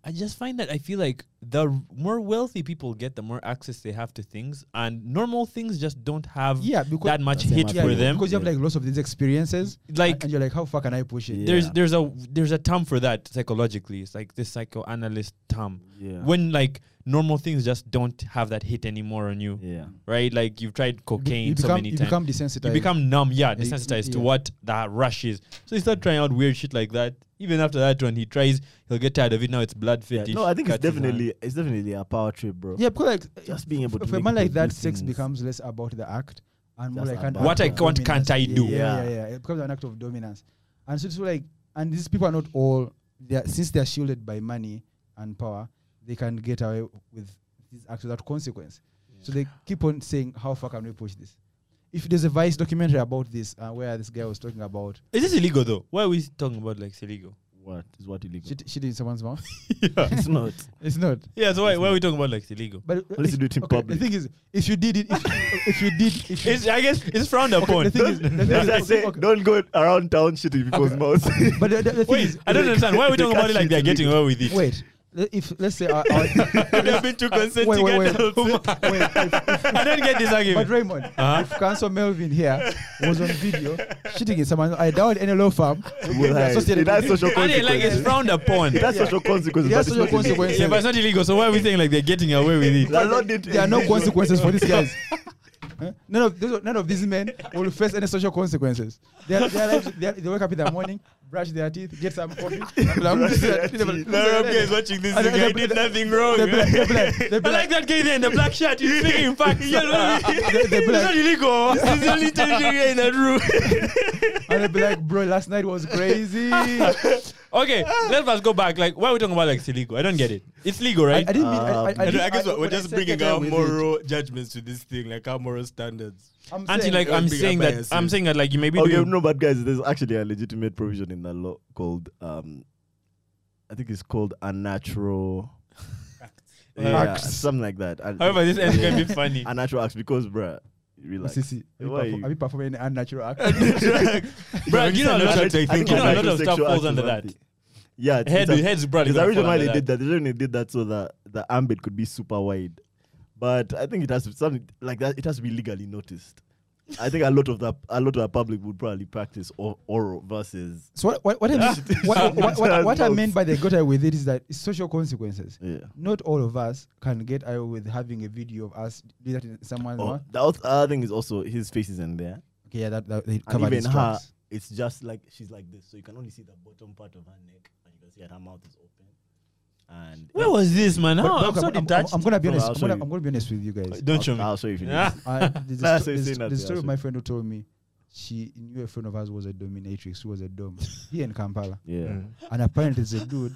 D: I just find that I feel like the r- more wealthy people get, the more access they have to things, and normal things just don't have
C: yeah, because
D: that much
B: That's a
D: hit
B: much
C: yeah,
D: for
B: more-
D: them.
C: because you have
B: Yeah.
C: like lots of these experiences,
D: Like
C: and you're like, how far can I push it?
B: Yeah.
D: there's there's a there's a term for that psychologically. It's like this psychoanalyst term
B: Yeah.
D: when like normal things just don't have that hit anymore on you,
B: yeah.
D: right? Like you've tried
C: You be-
D: cocaine
C: you
D: so
C: become,
D: many
C: you
D: times.
C: become desensitized.
D: you become numb, yeah,
C: Yeah, you-
D: desensitized to
C: yeah.
D: what that rush is. So he start trying out weird shit like that. Even after that one, he tries, he'll get tired of it. Now it's blood
B: Yeah,
D: fetish.
B: No, I think it's
D: cut his hand.
B: definitely it's definitely a power trip, bro.
C: yeah, because like
B: Just being able
C: for
B: to
C: for a
B: make
C: man like
B: people do
C: that, sex
B: things.
C: becomes less about the act and more
B: Just
C: like an
B: about
D: What I
C: act of
D: want, can't
C: dominance.
D: I do?
C: Yeah, yeah,
B: Yeah.
C: yeah, It becomes an act of dominance, and so it's like, and these people are not all. They are, since they are shielded by money and power, they can get away with these acts without consequence. So they keep on saying, "How far can we push this?" If there's a Vice documentary about this, uh, where this guy was talking about
D: Is this illegal though? Why are we talking about like it's illegal?
B: What is what illegal?
C: shit, shit in someone's mouth,
D: yeah.
B: it's not.
C: it's not.
D: yeah, so why, why are we talking about like it's illegal?
C: But
B: least you do it in public.
C: The thing is, if you did it, if, if you did, if you,
D: It's, I guess it's frowned upon.
C: the thing is, the thing
B: As
C: is,
B: I say,
C: okay.
B: don't go around town shitting people's
C: Okay.
B: mouths.
C: But the, the, the thing
D: Wait,
C: is,
D: I don't understand. Why are we
B: They
D: talking about it
B: catch
D: like
B: you
D: they're
B: it's
D: getting away with it?
C: wait. le- If let's say, our, our,
D: Could have been two consenting
C: wait, wait, wait.
D: adults.
C: wait, if, if,
D: I don't get this
C: but
D: argument.
C: Raymond,
D: Uh-huh.
C: if Council Melvin here was on video shitting in someone, I doubt any law firm would be
B: hide.
C: associated
B: It has
C: with
B: social
D: I didn't
B: consequences.
D: like it's frowned upon.
B: It
D: yeah,
B: has social consequences.
C: It
B: but it's
C: has social
B: not illegal.
C: consequences.
D: but it's not illegal. So why are we saying like they're getting away with it?
B: They allowed it
C: There are no
B: illegal.
C: consequences for these guys. Huh? None of those, none of these men will face any social consequences. They, are, they, are like, they, are, they wake up in the morning, brush their teeth, get some coffee. They'll be like,
B: Brush their
C: "They'll be like-
B: teeth.
D: The Arab guy is watching this.
C: I
D: The
C: don't-
D: guy
C: I don't-
D: did nothing wrong.
C: they'll be like- they'll be like- they'll be
D: I like that guy there in the black shirt. He's speaking in fact. Yeah,
C: They- they be
D: it's
C: like-
D: not illegal. He's the only intelligent guy in that room.
C: And they'll be like, bro, last night was crazy. I,
D: okay, let us go back. Like, why are we talking about like it's illegal? I don't get it. It's legal,
C: I
D: right?
C: didn't mean. I, I, I,
B: Um, I
A: I,
C: didn't-
A: don't- I guess
C: I-
A: we're,
C: when
A: we're
C: I
A: just
C: said
A: bringing
C: get
A: our
C: away with it,
A: moral judgments to this thing, like our moral standards.
C: I'm
D: Auntie,
C: saying-
D: like, uh, I'm
A: Being a
D: saying that
A: bias,
D: I'm
A: yes.
D: saying that like you may be
B: Okay,
D: doing.
B: no, but guys, there's actually a legitimate provision in the law called, um, I think it's called unnatural yeah,
C: Acts.
B: something like that. And-
D: However, this end
B: yeah.
D: can be funny.
B: unnatural acts because, bruh, relax.
C: Sisi, have you
B: Why
C: perform-
B: you-
C: have you performed any unnatural act?
D: Bro, you know a lot
A: I
D: of
A: think
D: you know a lot
B: unnatural
D: of stuff
B: sexual
D: falls
B: acts
D: under
B: is
D: that.
B: one thing. Yeah, it's,
D: Head,
B: it's a-
D: head's brother.
B: Because originally they did that. Originally they did that so that the ambit could be super wide, but I think it has to be something like that. It has to be legally noticed. I think a lot of the a lot of the public would probably practice or, oral versus
C: So what what what I mean, what, what, what, what I meant by they got away with it is that it's social consequences.
B: yeah.
C: Not all of us can get away with having a video of us do that in someone's
B: Oh,
C: mouth.
B: the oth- other thing is also his face is in there,
C: Okay, yeah, that, that they
B: and
C: covered his
B: even her,
C: tracks.
B: it's just like she's like this, so you can only see the bottom part of her neck, and you can see that her mouth is open. And
D: Where was this man?
C: But-
D: How-
C: but
D: I'm
C: okay,
D: so
C: I'm- I'm-
D: detached.
C: I'm, gonna be
B: Bro,
C: honest.
B: I'll
C: I'm
B: show
C: gonna,
B: you.
C: I'm gonna be honest with you guys.
D: Don't show me.
B: I'll show you. If you
D: Ah.
B: need.
C: I, there's
B: Nah,
C: a sto-
B: say-
C: there's-
B: say nothing,
C: there's a story
B: I'll
C: of my
B: show
C: friend who told me she knew a friend of ours was a dominatrix who was a dom here in Kampala,
B: Yeah,
C: and apparently there's a dude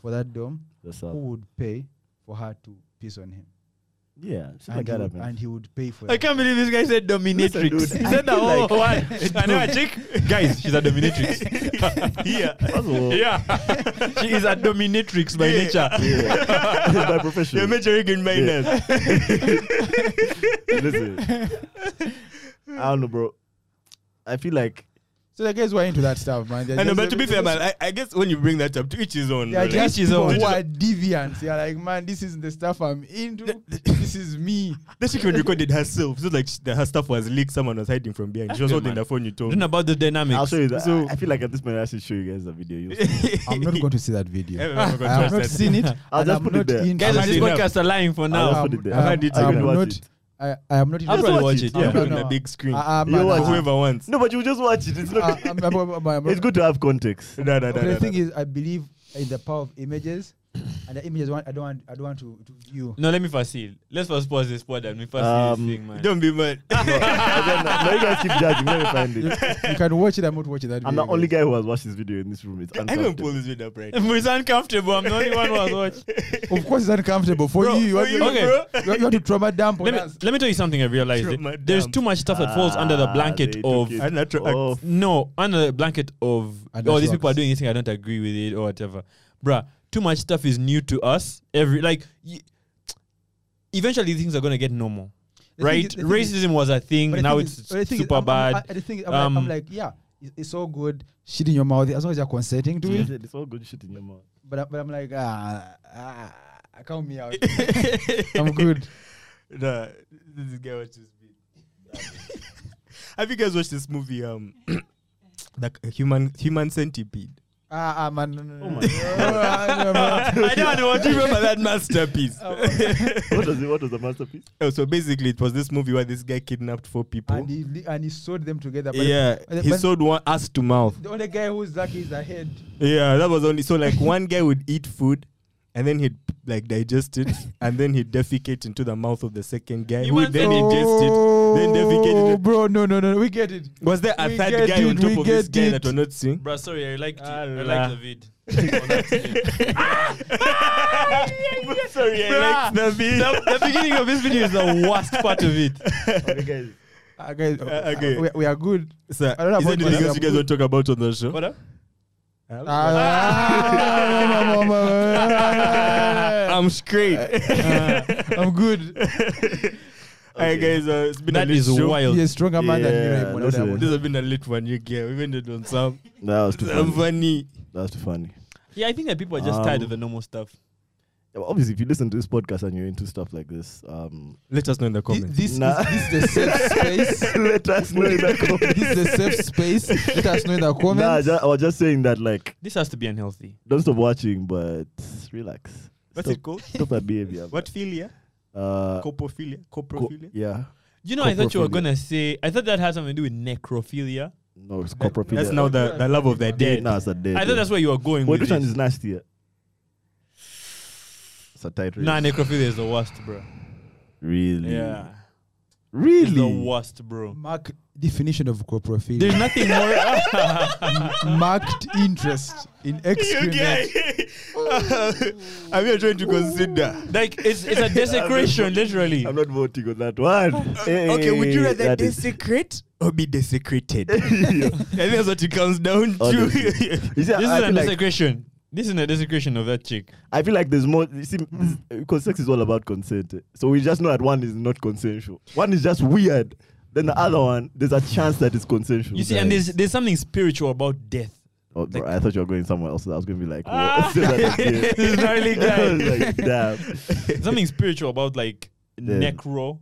C: for that dom
B: that's
C: who
B: up.
C: would pay for her to piss on him,
B: Yeah, something like
C: and he
B: that
C: would,
B: happens.
C: and he would pay for
D: I
C: that.
D: can't believe this guy said
B: Listen,
D: dominatrix.
B: dude,
D: he said
B: I
D: that
B: feel
D: whole
B: like-
D: one. I know a chick. Guys, she's a dominatrix. yeah.
B: First of all,
D: Yeah. she is a dominatrix by
A: Yeah.
D: nature.
B: yeah. by profession.
A: You're majoring in minors.
B: Listen, I don't know, bro. I feel like
C: So the guys who are into that stuff, man. they're
A: I know,
C: just-
A: but to be fair, man, I, I guess when you bring that up, to each his own.
C: They're
A: really.
C: just
D: Each his
C: people
D: own.
C: who are deviants. You're like, man, this isn't the stuff I'm into. this is me.
A: That she even recorded herself. So like sh- the, her stuff was leaked. Someone was hiding from behind. She was
D: Yeah,
A: holding
D: man.
A: the phone. You told
D: Don't know
A: me.
D: about the
B: I'll
D: dynamics.
B: show you that.
A: So-
B: I feel like at this point I should show you guys the video. You'll see.
C: I'm not going to see that video.
A: Yeah, we're
C: I
A: gonna
C: have
A: trust
C: not
A: that.
C: seen it.
B: I'll
C: and
B: just
C: I'm
B: put it
C: not
B: there.
D: Guys on
A: I've
D: this
A: had
D: podcast are lying for
B: I'll
D: now.
B: just put it there.
C: I'm-
A: I've had it.
C: I'm
A: You can
B: watch
C: not-
B: it.
C: I, I am not.
D: I'll
C: interested.
D: probably watch it.
B: I'll
A: Yeah, on
C: No,
B: probably
C: no,
A: the
C: no.
A: big screen.
C: I- I'm-
B: You
C: I'm-
B: watch
A: For
B: it.
C: I'm-
A: whoever wants.
B: No, but you just watch it. It's,
C: I'm-
B: not,
C: Uh, I'm- I'm- I'm- I'm-
B: it's good to have context.
A: No, no, no,
C: But
A: no,
C: the
A: no.
C: thing is, I believe in the power of images, and the images want, I don't want, I don't want to, to view.
D: No, let me first see. Let's first pause this pod and we first see
B: Um,
D: this thing, man.
A: Don't be mad.
B: no, again, no, you guys keep judging. Let me find
C: You,
B: it.
C: you can watch it. I'm not watching that.
B: I'm
C: video,
B: the only
C: guys.
B: guy who has watched this video in this room. It's
A: I can
B: uncomfortable.
A: pull this video up right. now.
D: it's uncomfortable. I'm the only one who has watched.
C: Of course, it's uncomfortable for
A: Bro,
C: you. You
A: for
C: want,
A: you, bro.
D: okay.
C: you want- you want to trauma dump on
D: Let me,
C: us.
D: let me tell you something I realized.
A: Shut my
D: There's
A: damn-
D: too much stuff that falls under the
B: Ah,
D: blanket
B: they
D: of
B: took it Oh,
A: And natural
B: off. Ah,
D: No, under the blanket of
C: And
D: oh,
C: that's
D: these people are
C: rocks.
D: doing this thing. I don't agree with it or whatever, bruh. Too much stuff is new to us. Every like, y- eventually things are gonna get normal,
C: The thing
D: right?
C: is- the thing is-
D: Racism was a thing.
C: But the
D: Now
C: thing
D: it's
C: is- but the thing is,
D: super
C: I'm- I'm-
D: bad.
C: I, the thing is, I'm, like- I'm
D: Um,
C: like, yeah, it's, it's all good. Shit in your mouth as long as you're consenting to it.
B: It's all good shit in your mouth.
C: But I- but I'm like, ah, ah, I count me out. I'm good.
A: Nah, this guy watches me. Have you guys watched this movie? Um, the c- human human centipede.
C: Ah, ah man, no, no, no.
B: Oh my
C: God.
A: I know. I know. Do you remember that masterpiece?
B: what was it? What was the masterpiece?
A: Oh, so basically, it was this movie where this guy kidnapped four people.
C: and he li- and he sewed them together. But
A: Yeah,
C: but-
A: he
C: but-
A: sold one ass to mouth.
C: The only guy who's lucky is the head.
A: Yeah, that was only so like one guy would eat food and then he'd like digest it and then he'd defecate into the mouth of the second guy who would then
D: Human
A: ingest it. then they
C: Oh,
A: defecated it.
C: bro, no, no, no, we get it.
A: Was there a
C: We
A: third
C: get
A: guy on
C: it,
A: top
C: we
A: of this
C: get
A: guy
C: it.
A: that we're not seeing?
D: Bro, sorry, I liked it.
C: Ah,
D: I
A: Allah.
D: liked the vid. On that video.
A: Sorry, I liked the video.
D: the, the beginning of this video is the worst part of it.
B: Okay, guys.
C: Uh, guys,
A: Uh, okay.
C: uh, we, we are good.
A: So,
C: I don't know
A: is there
C: about
A: anything
C: myself.
A: else you guys want to talk about on the show?
D: What up?
C: Ah.
A: I'm straight.
C: I'm good.
A: Alright, guys, uh, it's been
D: That
A: a lit
D: is
A: show.
D: wild.
C: You're a stronger man
B: Yeah,
C: than me. Right?
B: listen.
A: This has been a lit one, you get. We ended on some
B: That was too
A: some funny.
B: funny. That was too funny.
D: Yeah, I think that people are just tired
B: Um,
D: of the normal stuff.
B: Yeah, but obviously, if you listen to this podcast and you're into stuff like this, um,
A: Let us know in the
C: Thi-
A: comments.
C: This,
B: Nah.
C: is, this is the safe space.
B: let us know in the comments.
C: this is the safe space. Let us know in the
B: Nah,
C: comments.
B: ju- I was just saying that, like,
D: This has to be unhealthy.
B: don't stop watching, but relax.
A: What's
B: stop,
A: it called?
B: Stop that behavior.
A: What philia?
B: Uh,
A: Copophilia?
B: co-
A: Coprophilia?
B: yeah.
D: You know, I thought you were
B: Coprophilia.
D: gonna say. I thought that had something to do with necrophilia.
B: No, it's
A: That-
B: corporate.
A: That's now the, the love of the dead.
B: Nah, it's a dead.
D: I thought that's where you were going
B: Wait,
D: with
B: which one
D: it.
B: is nastier? It's a tight race.
D: Nah, necrophilia is the worst, bro.
B: really?
D: Yeah,
B: Really?
D: it's the worst, bro.
C: Mark definition of
D: There's
C: coprophilia.
D: nothing more.
C: Marked interest in
A: You
C: excrement.
A: guy. I'm here trying to consider.
D: like it's it's a desecration, literally.
B: I'm not voting on that one.
A: Okay, would you
B: Hey,
A: rather
B: that is-
A: desecrate or be desecrated? I think that's what it comes down
B: Honestly.
A: to.
B: You see,
D: This
B: I,
D: is a
B: feel like,
D: desecration. this is a desecration of that chick.
B: I feel like there's more. You see, this- uh, because sex is all about consent. eh. So we just know that one is not consensual. One is just weird. Then the other one, there's a chance that it's consensual.
D: You see, and
B: guys.
D: there's there's something spiritual about death.
B: Oh, bro,
D: like-
B: I thought you were going somewhere else. I was going to be like,
D: Ah.
B: what? Say that
D: this
B: again.
D: is really
B: I
D: guy.
B: was like, damn.
D: something spiritual about like
B: Dead.
D: necro.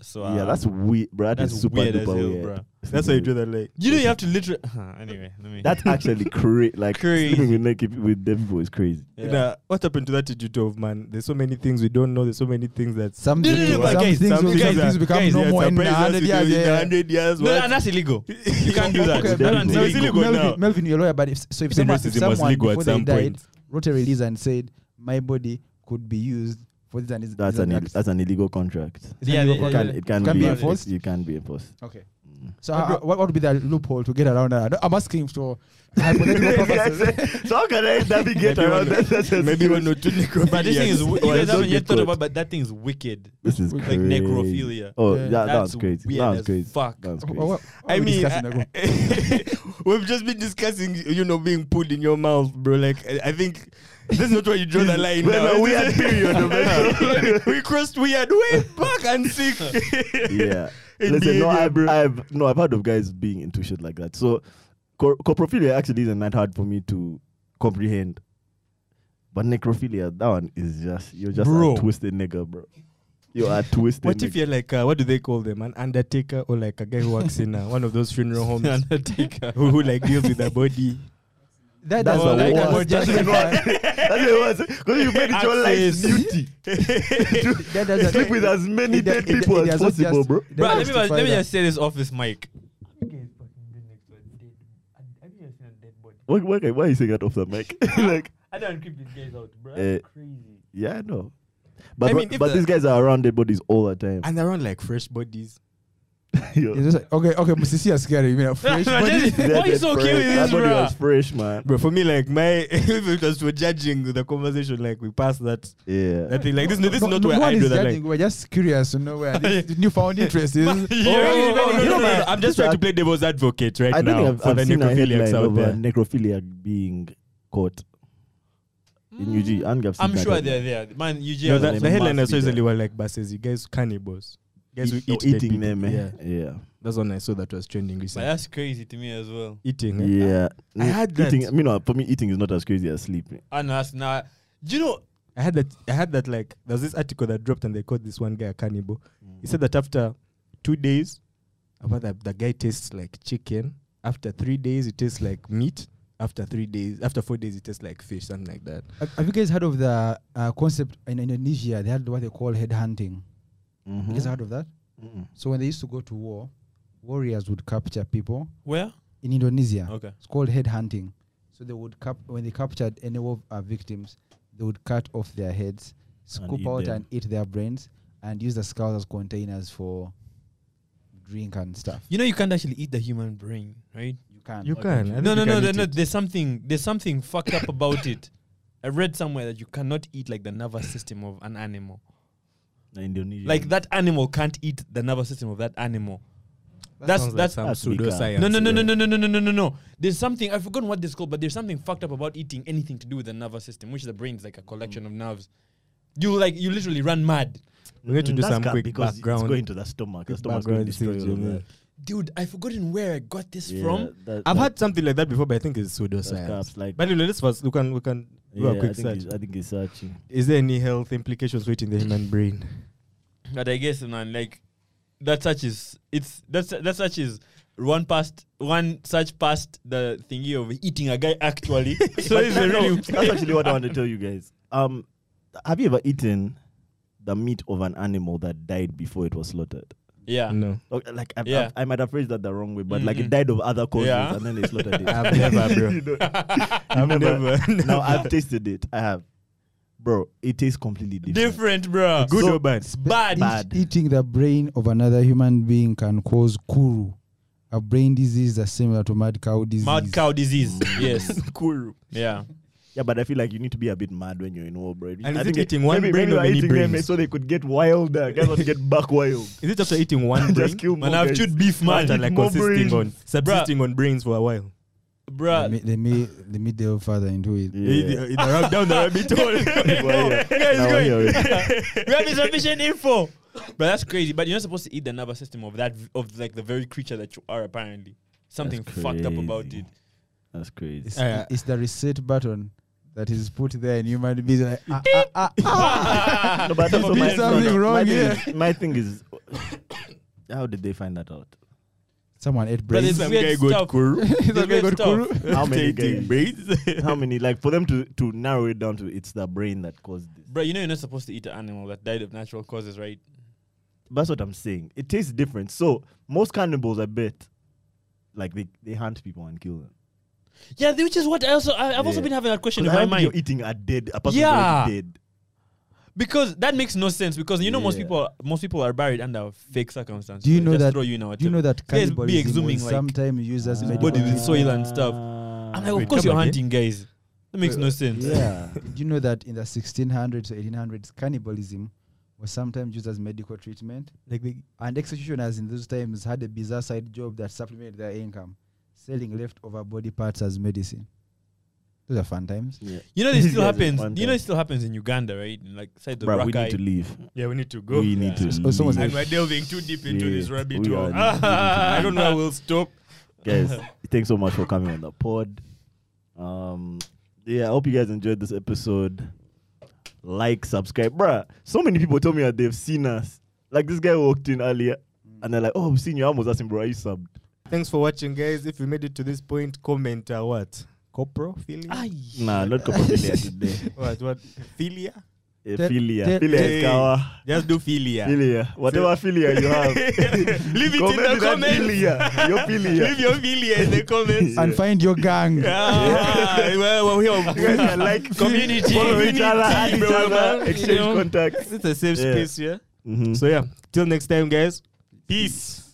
D: So uh,
B: Yeah, that's weird, bro. That is
D: that's
B: super
D: weird
B: duper
D: as hell,
B: weird.
D: bro.
A: That's why you do that, like.
D: You know, you have to literally. anyway, let me.
B: That's actually crazy. Like
D: Crazy.
B: sleeping with naked peop- with dead people is crazy.
D: Yeah.
A: Nah, what happened to that Ejito of man? There's so many things we don't know. There's so many things that
C: Some,
D: No, no,
C: things-
D: no, but
C: some
D: guys,
C: things
A: some
C: will some
A: are-
C: things become
D: guys,
C: no
A: yeah,
C: more in
A: surprise us
C: 100
A: we do
C: years.
A: in
C: yeah.
A: 100 years.
D: no,
A: what?
D: and that's illegal. You can't do that.
C: Okay,
D: that
B: Melvin-
D: one's
A: No, it's
D: illegal.
A: illegal now.
C: Melvin, Melvin, you're a lawyer, but if, so if
A: Even
C: someone, if
A: racism was
C: someone
A: legal
C: before
A: at
C: they
A: some
C: died
A: point.
C: wrote a release and said, my body could be used for this and this.
B: That's
C: this
B: an
C: and
B: Ill-
C: that."
B: that's an illegal contract.
C: It's an
D: Yeah,
C: illegal
D: yeah,
B: It
C: contract.
B: can it can,
C: Can be
B: be
C: enforced?
B: It can be enforced.
C: Okay.
B: Mm.
C: So how, what, what would be the loophole to get around that? I'm asking for hypothetical purposes.
B: so how can I navigate
A: Maybe
B: around
A: one
B: that? That's a
A: Maybe
B: serious-
A: one or two necrophiliacs.
D: But this thing is, you
A: Or
D: guys
A: don't
D: haven't yet
A: get
D: thought
A: caught.
D: about, but that thing's wicked.
B: Oh, This is
D: Like
B: crazy.
D: necrophilia.
B: Oh,
C: Yeah.
B: yeah, that,
D: That's
B: was crazy.
D: weird
B: That
D: as
B: was crazy.
D: fuck.
B: That was
C: What-
B: crazy.
C: what- what
A: I
C: are we
A: mean,
C: discussing? Okay.
A: we've just been discussing, you know, being pulled in your mouth, bro. Like, I I think this is not where you draw the line.
B: We're in
A: now.
B: a weird period of it.
A: we crossed weird way back and sick.
B: yeah.
A: In
B: Listen, no,
A: behavior,
B: I've,
A: bro.
B: I've no, I've heard of guys being into shit like that. So, cor- coprophilia actually isn't that hard for me to comprehend. But necrophilia, that one is just you're just
A: Bro.
B: a twisted nigga, bro. You're a twisted.
A: What
B: nigga.
A: if you're like, uh, what do they call them? An undertaker or like a guy who works in uh, one of those funeral homes
D: Undertaker.
A: who, who like deals with the body?
C: That
B: That's
C: doesn't-
B: the
C: that doesn't
B: worst. That's the
C: justify-
B: That's what it was. Because you made it your life
D: Access.
B: duty
C: that
B: to
C: doesn't-
B: sleep with as many
C: it do-
B: dead
C: it- it
B: people as
C: doesn't
B: possible,
C: just-
B: bro.
C: it
D: Bro,
C: doesn't
D: let me, let me
C: justify
D: just say this off this mic.
B: Why, why, why are you saying that off the mic? like,
D: I don't creep these guys out, bro.
B: That's Eh.
D: crazy.
B: yeah, I know. But
A: I mean, if
B: but
A: the-
B: these guys are around dead bodies all the time.
A: and they're on like fresh bodies.
B: Yo.
C: It's just like, okay, okay, Musisi is scary. You mean a fresh body?
D: Why are you so
B: fresh.
D: cute with
B: That
D: this,
B: body
D: bro?
B: was fresh, man.
A: Bro, for me, like my if it was for judging the conversation, like we passed that
B: Yeah.
A: that thing. Like this, no, this
C: No-
A: is not
C: no
A: where
C: one
A: I
C: is
A: do that. Like,
C: judging. We're just curious to know where this newfound interest is.
D: Yeah,
A: Oh,
D: really,
A: oh, no,
D: really, you
A: no,
D: know,
A: no, no, I'm just
B: Listen,
A: trying
B: I-
A: to play devil's advocate right
B: I don't
A: now
B: think I've,
A: for
B: I've
A: the
B: seen a
A: necrophiliacs
B: headline
A: out
B: of um, a
A: there.
B: necrophiliac being caught in UG. I think I've seen
D: I'm
B: that
D: sure
B: headline.
D: they're there. Man, UJ.
A: No,
D: are
A: the,
B: they
A: the headline I
B: must
A: saw
B: be
A: recently
B: there.
A: were like buses. You guys cannibals. Guys who
B: Eat-
A: eat
B: oh,
A: dead
B: eating
A: people.
B: them, eh?
A: Yeah,
B: yeah,
A: that's one I saw that was trending
D: But
A: recently.
D: that's crazy to me as well.
A: Eating. eh?
B: yeah.
A: I had that.
D: Ah,
B: Eating, I mean, no, for me, eating is not as crazy as sleeping.
D: And that's not. Do you know?
A: I had that. I had that. Like there was this article that dropped, and they called this one guy a cannibal. He said that after two days, about that the guy tastes like chicken. After three days, it tastes like meat. After three days, after four days, it tastes like fish, something like that.
C: Have have you guys heard of the uh, concept in Indonesia? They had what they call head hunting.
B: Mm-hmm.
A: Mm-hmm.
C: You guys heard of that?
B: Mhm.
C: So when they used to go to war, warriors would capture people
D: Where?
C: in Indonesia.
D: Okay.
C: It's called head hunting. So they would cap when they captured any of our victims, they would cut off their heads,
B: And
C: scoop
B: eat
C: out
B: them.
C: and eat their brains, and use the skulls as containers for drink and stuff.
D: You know you can't actually eat the human brain, right?
C: You can.
A: You can. I think
D: No,
A: you
D: no,
A: can
D: no,
A: eat
D: no, no.
A: it.
D: There's something. There's something fucked up about it. I read somewhere that you cannot eat like the nervous system of an animal.
B: The Indonesian.
D: Like that animal can't eat the nervous system of that animal. That's-
A: Sounds
D: that's-
A: like
B: That's
A: some
B: big, uh,
A: pseudoscience.
D: No, no, no,
A: yeah.
D: no, no, no, no, no, no, no, no. There's something I've forgotten what this called, but there's something fucked up about eating anything to do with the nervous system, which the brain is like a
A: Mm.
D: collection of nerves. You like you literally run mad,
A: We need to
B: Mm,
A: do
B: that's
A: some
B: ca-
A: quick
B: because
A: background.
B: It's going to the stomach. The
A: Quick
B: stomach's going to
A: background
B: destroy
A: things,
B: all of
A: yeah.
B: that.
D: dude. I've forgotten where I got this
B: Yeah,
D: from.
B: that-
A: I've
B: that-
A: had something like that before, but I think it's
B: that's
A: pseudoscience.
B: caps, like
A: But anyway, let's first we can we can do
B: yeah,
A: a quick
B: I think
A: search.
B: it's- I think it's searching.
A: Is there any health implications to it in the human brain?
D: But I guess man, like that such is it's that's that such is one past one such past the thingy of eating a guy actually. so it's a really
B: That's actually what I want to tell you guys. Um, have you ever eaten the meat of an animal that died before it was slaughtered?
D: yeah.
A: No,
B: Okay, Like I've,
D: Yeah.
B: I've- i might have phrased that the wrong way, but like
D: Mhm.
B: it died of other causes
D: Yeah.
B: and then they slaughtered it.
A: I've never, bro.
B: You know,
A: I've never.
B: no, I've tasted it. I have, bro. It tastes completely different.
D: Different, bro.
A: Good
B: So-
A: or bad?
D: It's bad.
B: Bad.
C: Eat- eating the brain of another human being can cause kuru, a brain disease that's similar to mad cow disease.
D: Mad cow disease.
A: Mm.
D: yes.
A: Cool.
D: Yeah.
B: Yeah, but I feel like you need to be a bit mad when you're in war, bro. I
A: is it
B: think
A: eating one
B: maybe,
A: brain
B: maybe
A: or
B: we're
A: many
B: eating them
A: brains?
B: so they could get wilder. Guys want to get back wild.
A: Is it after eating one brain?
B: Just kill more
D: Man, I've
B: guys.
D: chewed beef,
A: After
D: man.
A: like
B: more
A: consisting
B: brains.
A: on subsisting on brains for a while.
C: They may,
D: Bruh.
C: they may they may delve further into it.
B: Yeah.
A: In- in the rub- down the rabbit hole.
B: Well, yeah.
D: Guys,
B: Now
D: go
B: we're here.
D: we have insufficient info. But that's crazy. But you're not supposed to eat the nervous system of that v- of like the very creature that you are apparently. Something fucked up about
B: crazy.
D: it.
B: That's crazy.
C: It's,
A: Uh,
C: it's the reset button that is put there in human beings. Like, ah, ah, ah,
B: No, but that's
D: Some of
B: what my-
D: it-
C: There's something
B: no, no,
C: wrong
B: my
C: here.
B: Thing is, my thing is, how did they find that out?
C: Someone ate
D: But
C: brains.
D: it's
A: Some
D: weird
A: guy got
D: stuff.
A: kuru.
D: It's
C: Some guy
D: weird
C: got
D: stuff.
B: How many
A: After eating
B: guys?
A: brains.
B: How many? Like for them to to narrow it down to it's the brain that caused this.
D: Bro, you know you're not supposed to eat an animal that died of natural causes, right?
B: That's what I'm saying. It tastes different. So most cannibals, I bet, like they, they hunt people and kill them.
D: Yeah, th- which is what I also I, I've also
B: Yeah.
D: been having that question
B: 'Cause
D: in
B: I
D: my
B: don't think
D: mind
B: You're eating a dead a person
D: Yeah.
B: already dead.
D: because that makes no sense because you know most
B: Yeah.
D: people most people are buried under fake circumstances.
C: Do you
D: They
C: know
D: just
C: that-
D: throw you in our
C: Do you know that
D: Guys be
C: cannibalism
D: exhuming,
C: will
D: like,
C: sometimes used
B: Ah.
C: as
D: his
C: medical
D: body with
C: treatment?
D: soil and stuff. I'm like, of course you're
A: come again?
D: hunting guys. That makes no sense.
B: Yeah.
C: Do you know that in the 1600s to 1800s, cannibalism was sometimes used as medical treatment?
A: Like they,
C: And executioners in those times had a bizarre side job that supplemented their income, selling leftover body parts as medicine. Those are fun times.
B: yeah.
D: You know this
B: These
D: still
B: guys are
D: happens.
B: fun
D: You know
B: guys.
D: it still happens in Uganda, right? In, Like side of
B: Bruh, we need to
D: Rakai.
B: leave.
A: yeah, we need to go.
B: We
D: Yeah.
B: need to.
C: So- someone's
B: leave.
A: And we're delving too deep into this
B: Yeah,
A: rabbit
B: we
A: hole.
B: are.
A: I don't know. how We'll stop.
B: guys thanks so much for coming on the pod um yeah i hope you guys enjoyed this episode like subscribe bruh so many people told me that they've seen us like this guy walked in earlier and they're like oh i've seen you i almost asked him bro are you subbed
A: Thanks for watching, guys. If you made it to this point, comment uh, what? Coprophilia?
B: Ah, nah not coprophilia today
A: What? What? Philia?
B: Eh,
C: Te-
B: philia
C: te-
B: philia
A: Hey.
B: is kawa
A: Just do philia.
B: philia whatever philia you have
A: Leave it in the
B: that
A: comments.
B: philia your
A: Leave
B: philia
A: your philia in the comments.
C: And find your gang.
A: Ah, well, we're
B: you guys can like
D: Community.
B: follow each other add each
A: bro,
B: other
A: man.
B: exchange
A: You know?
B: contacts
A: It's a safe
B: Yeah.
A: space, yeah?
B: Mhm.
A: So, yeah. Till next time, guys. Peace.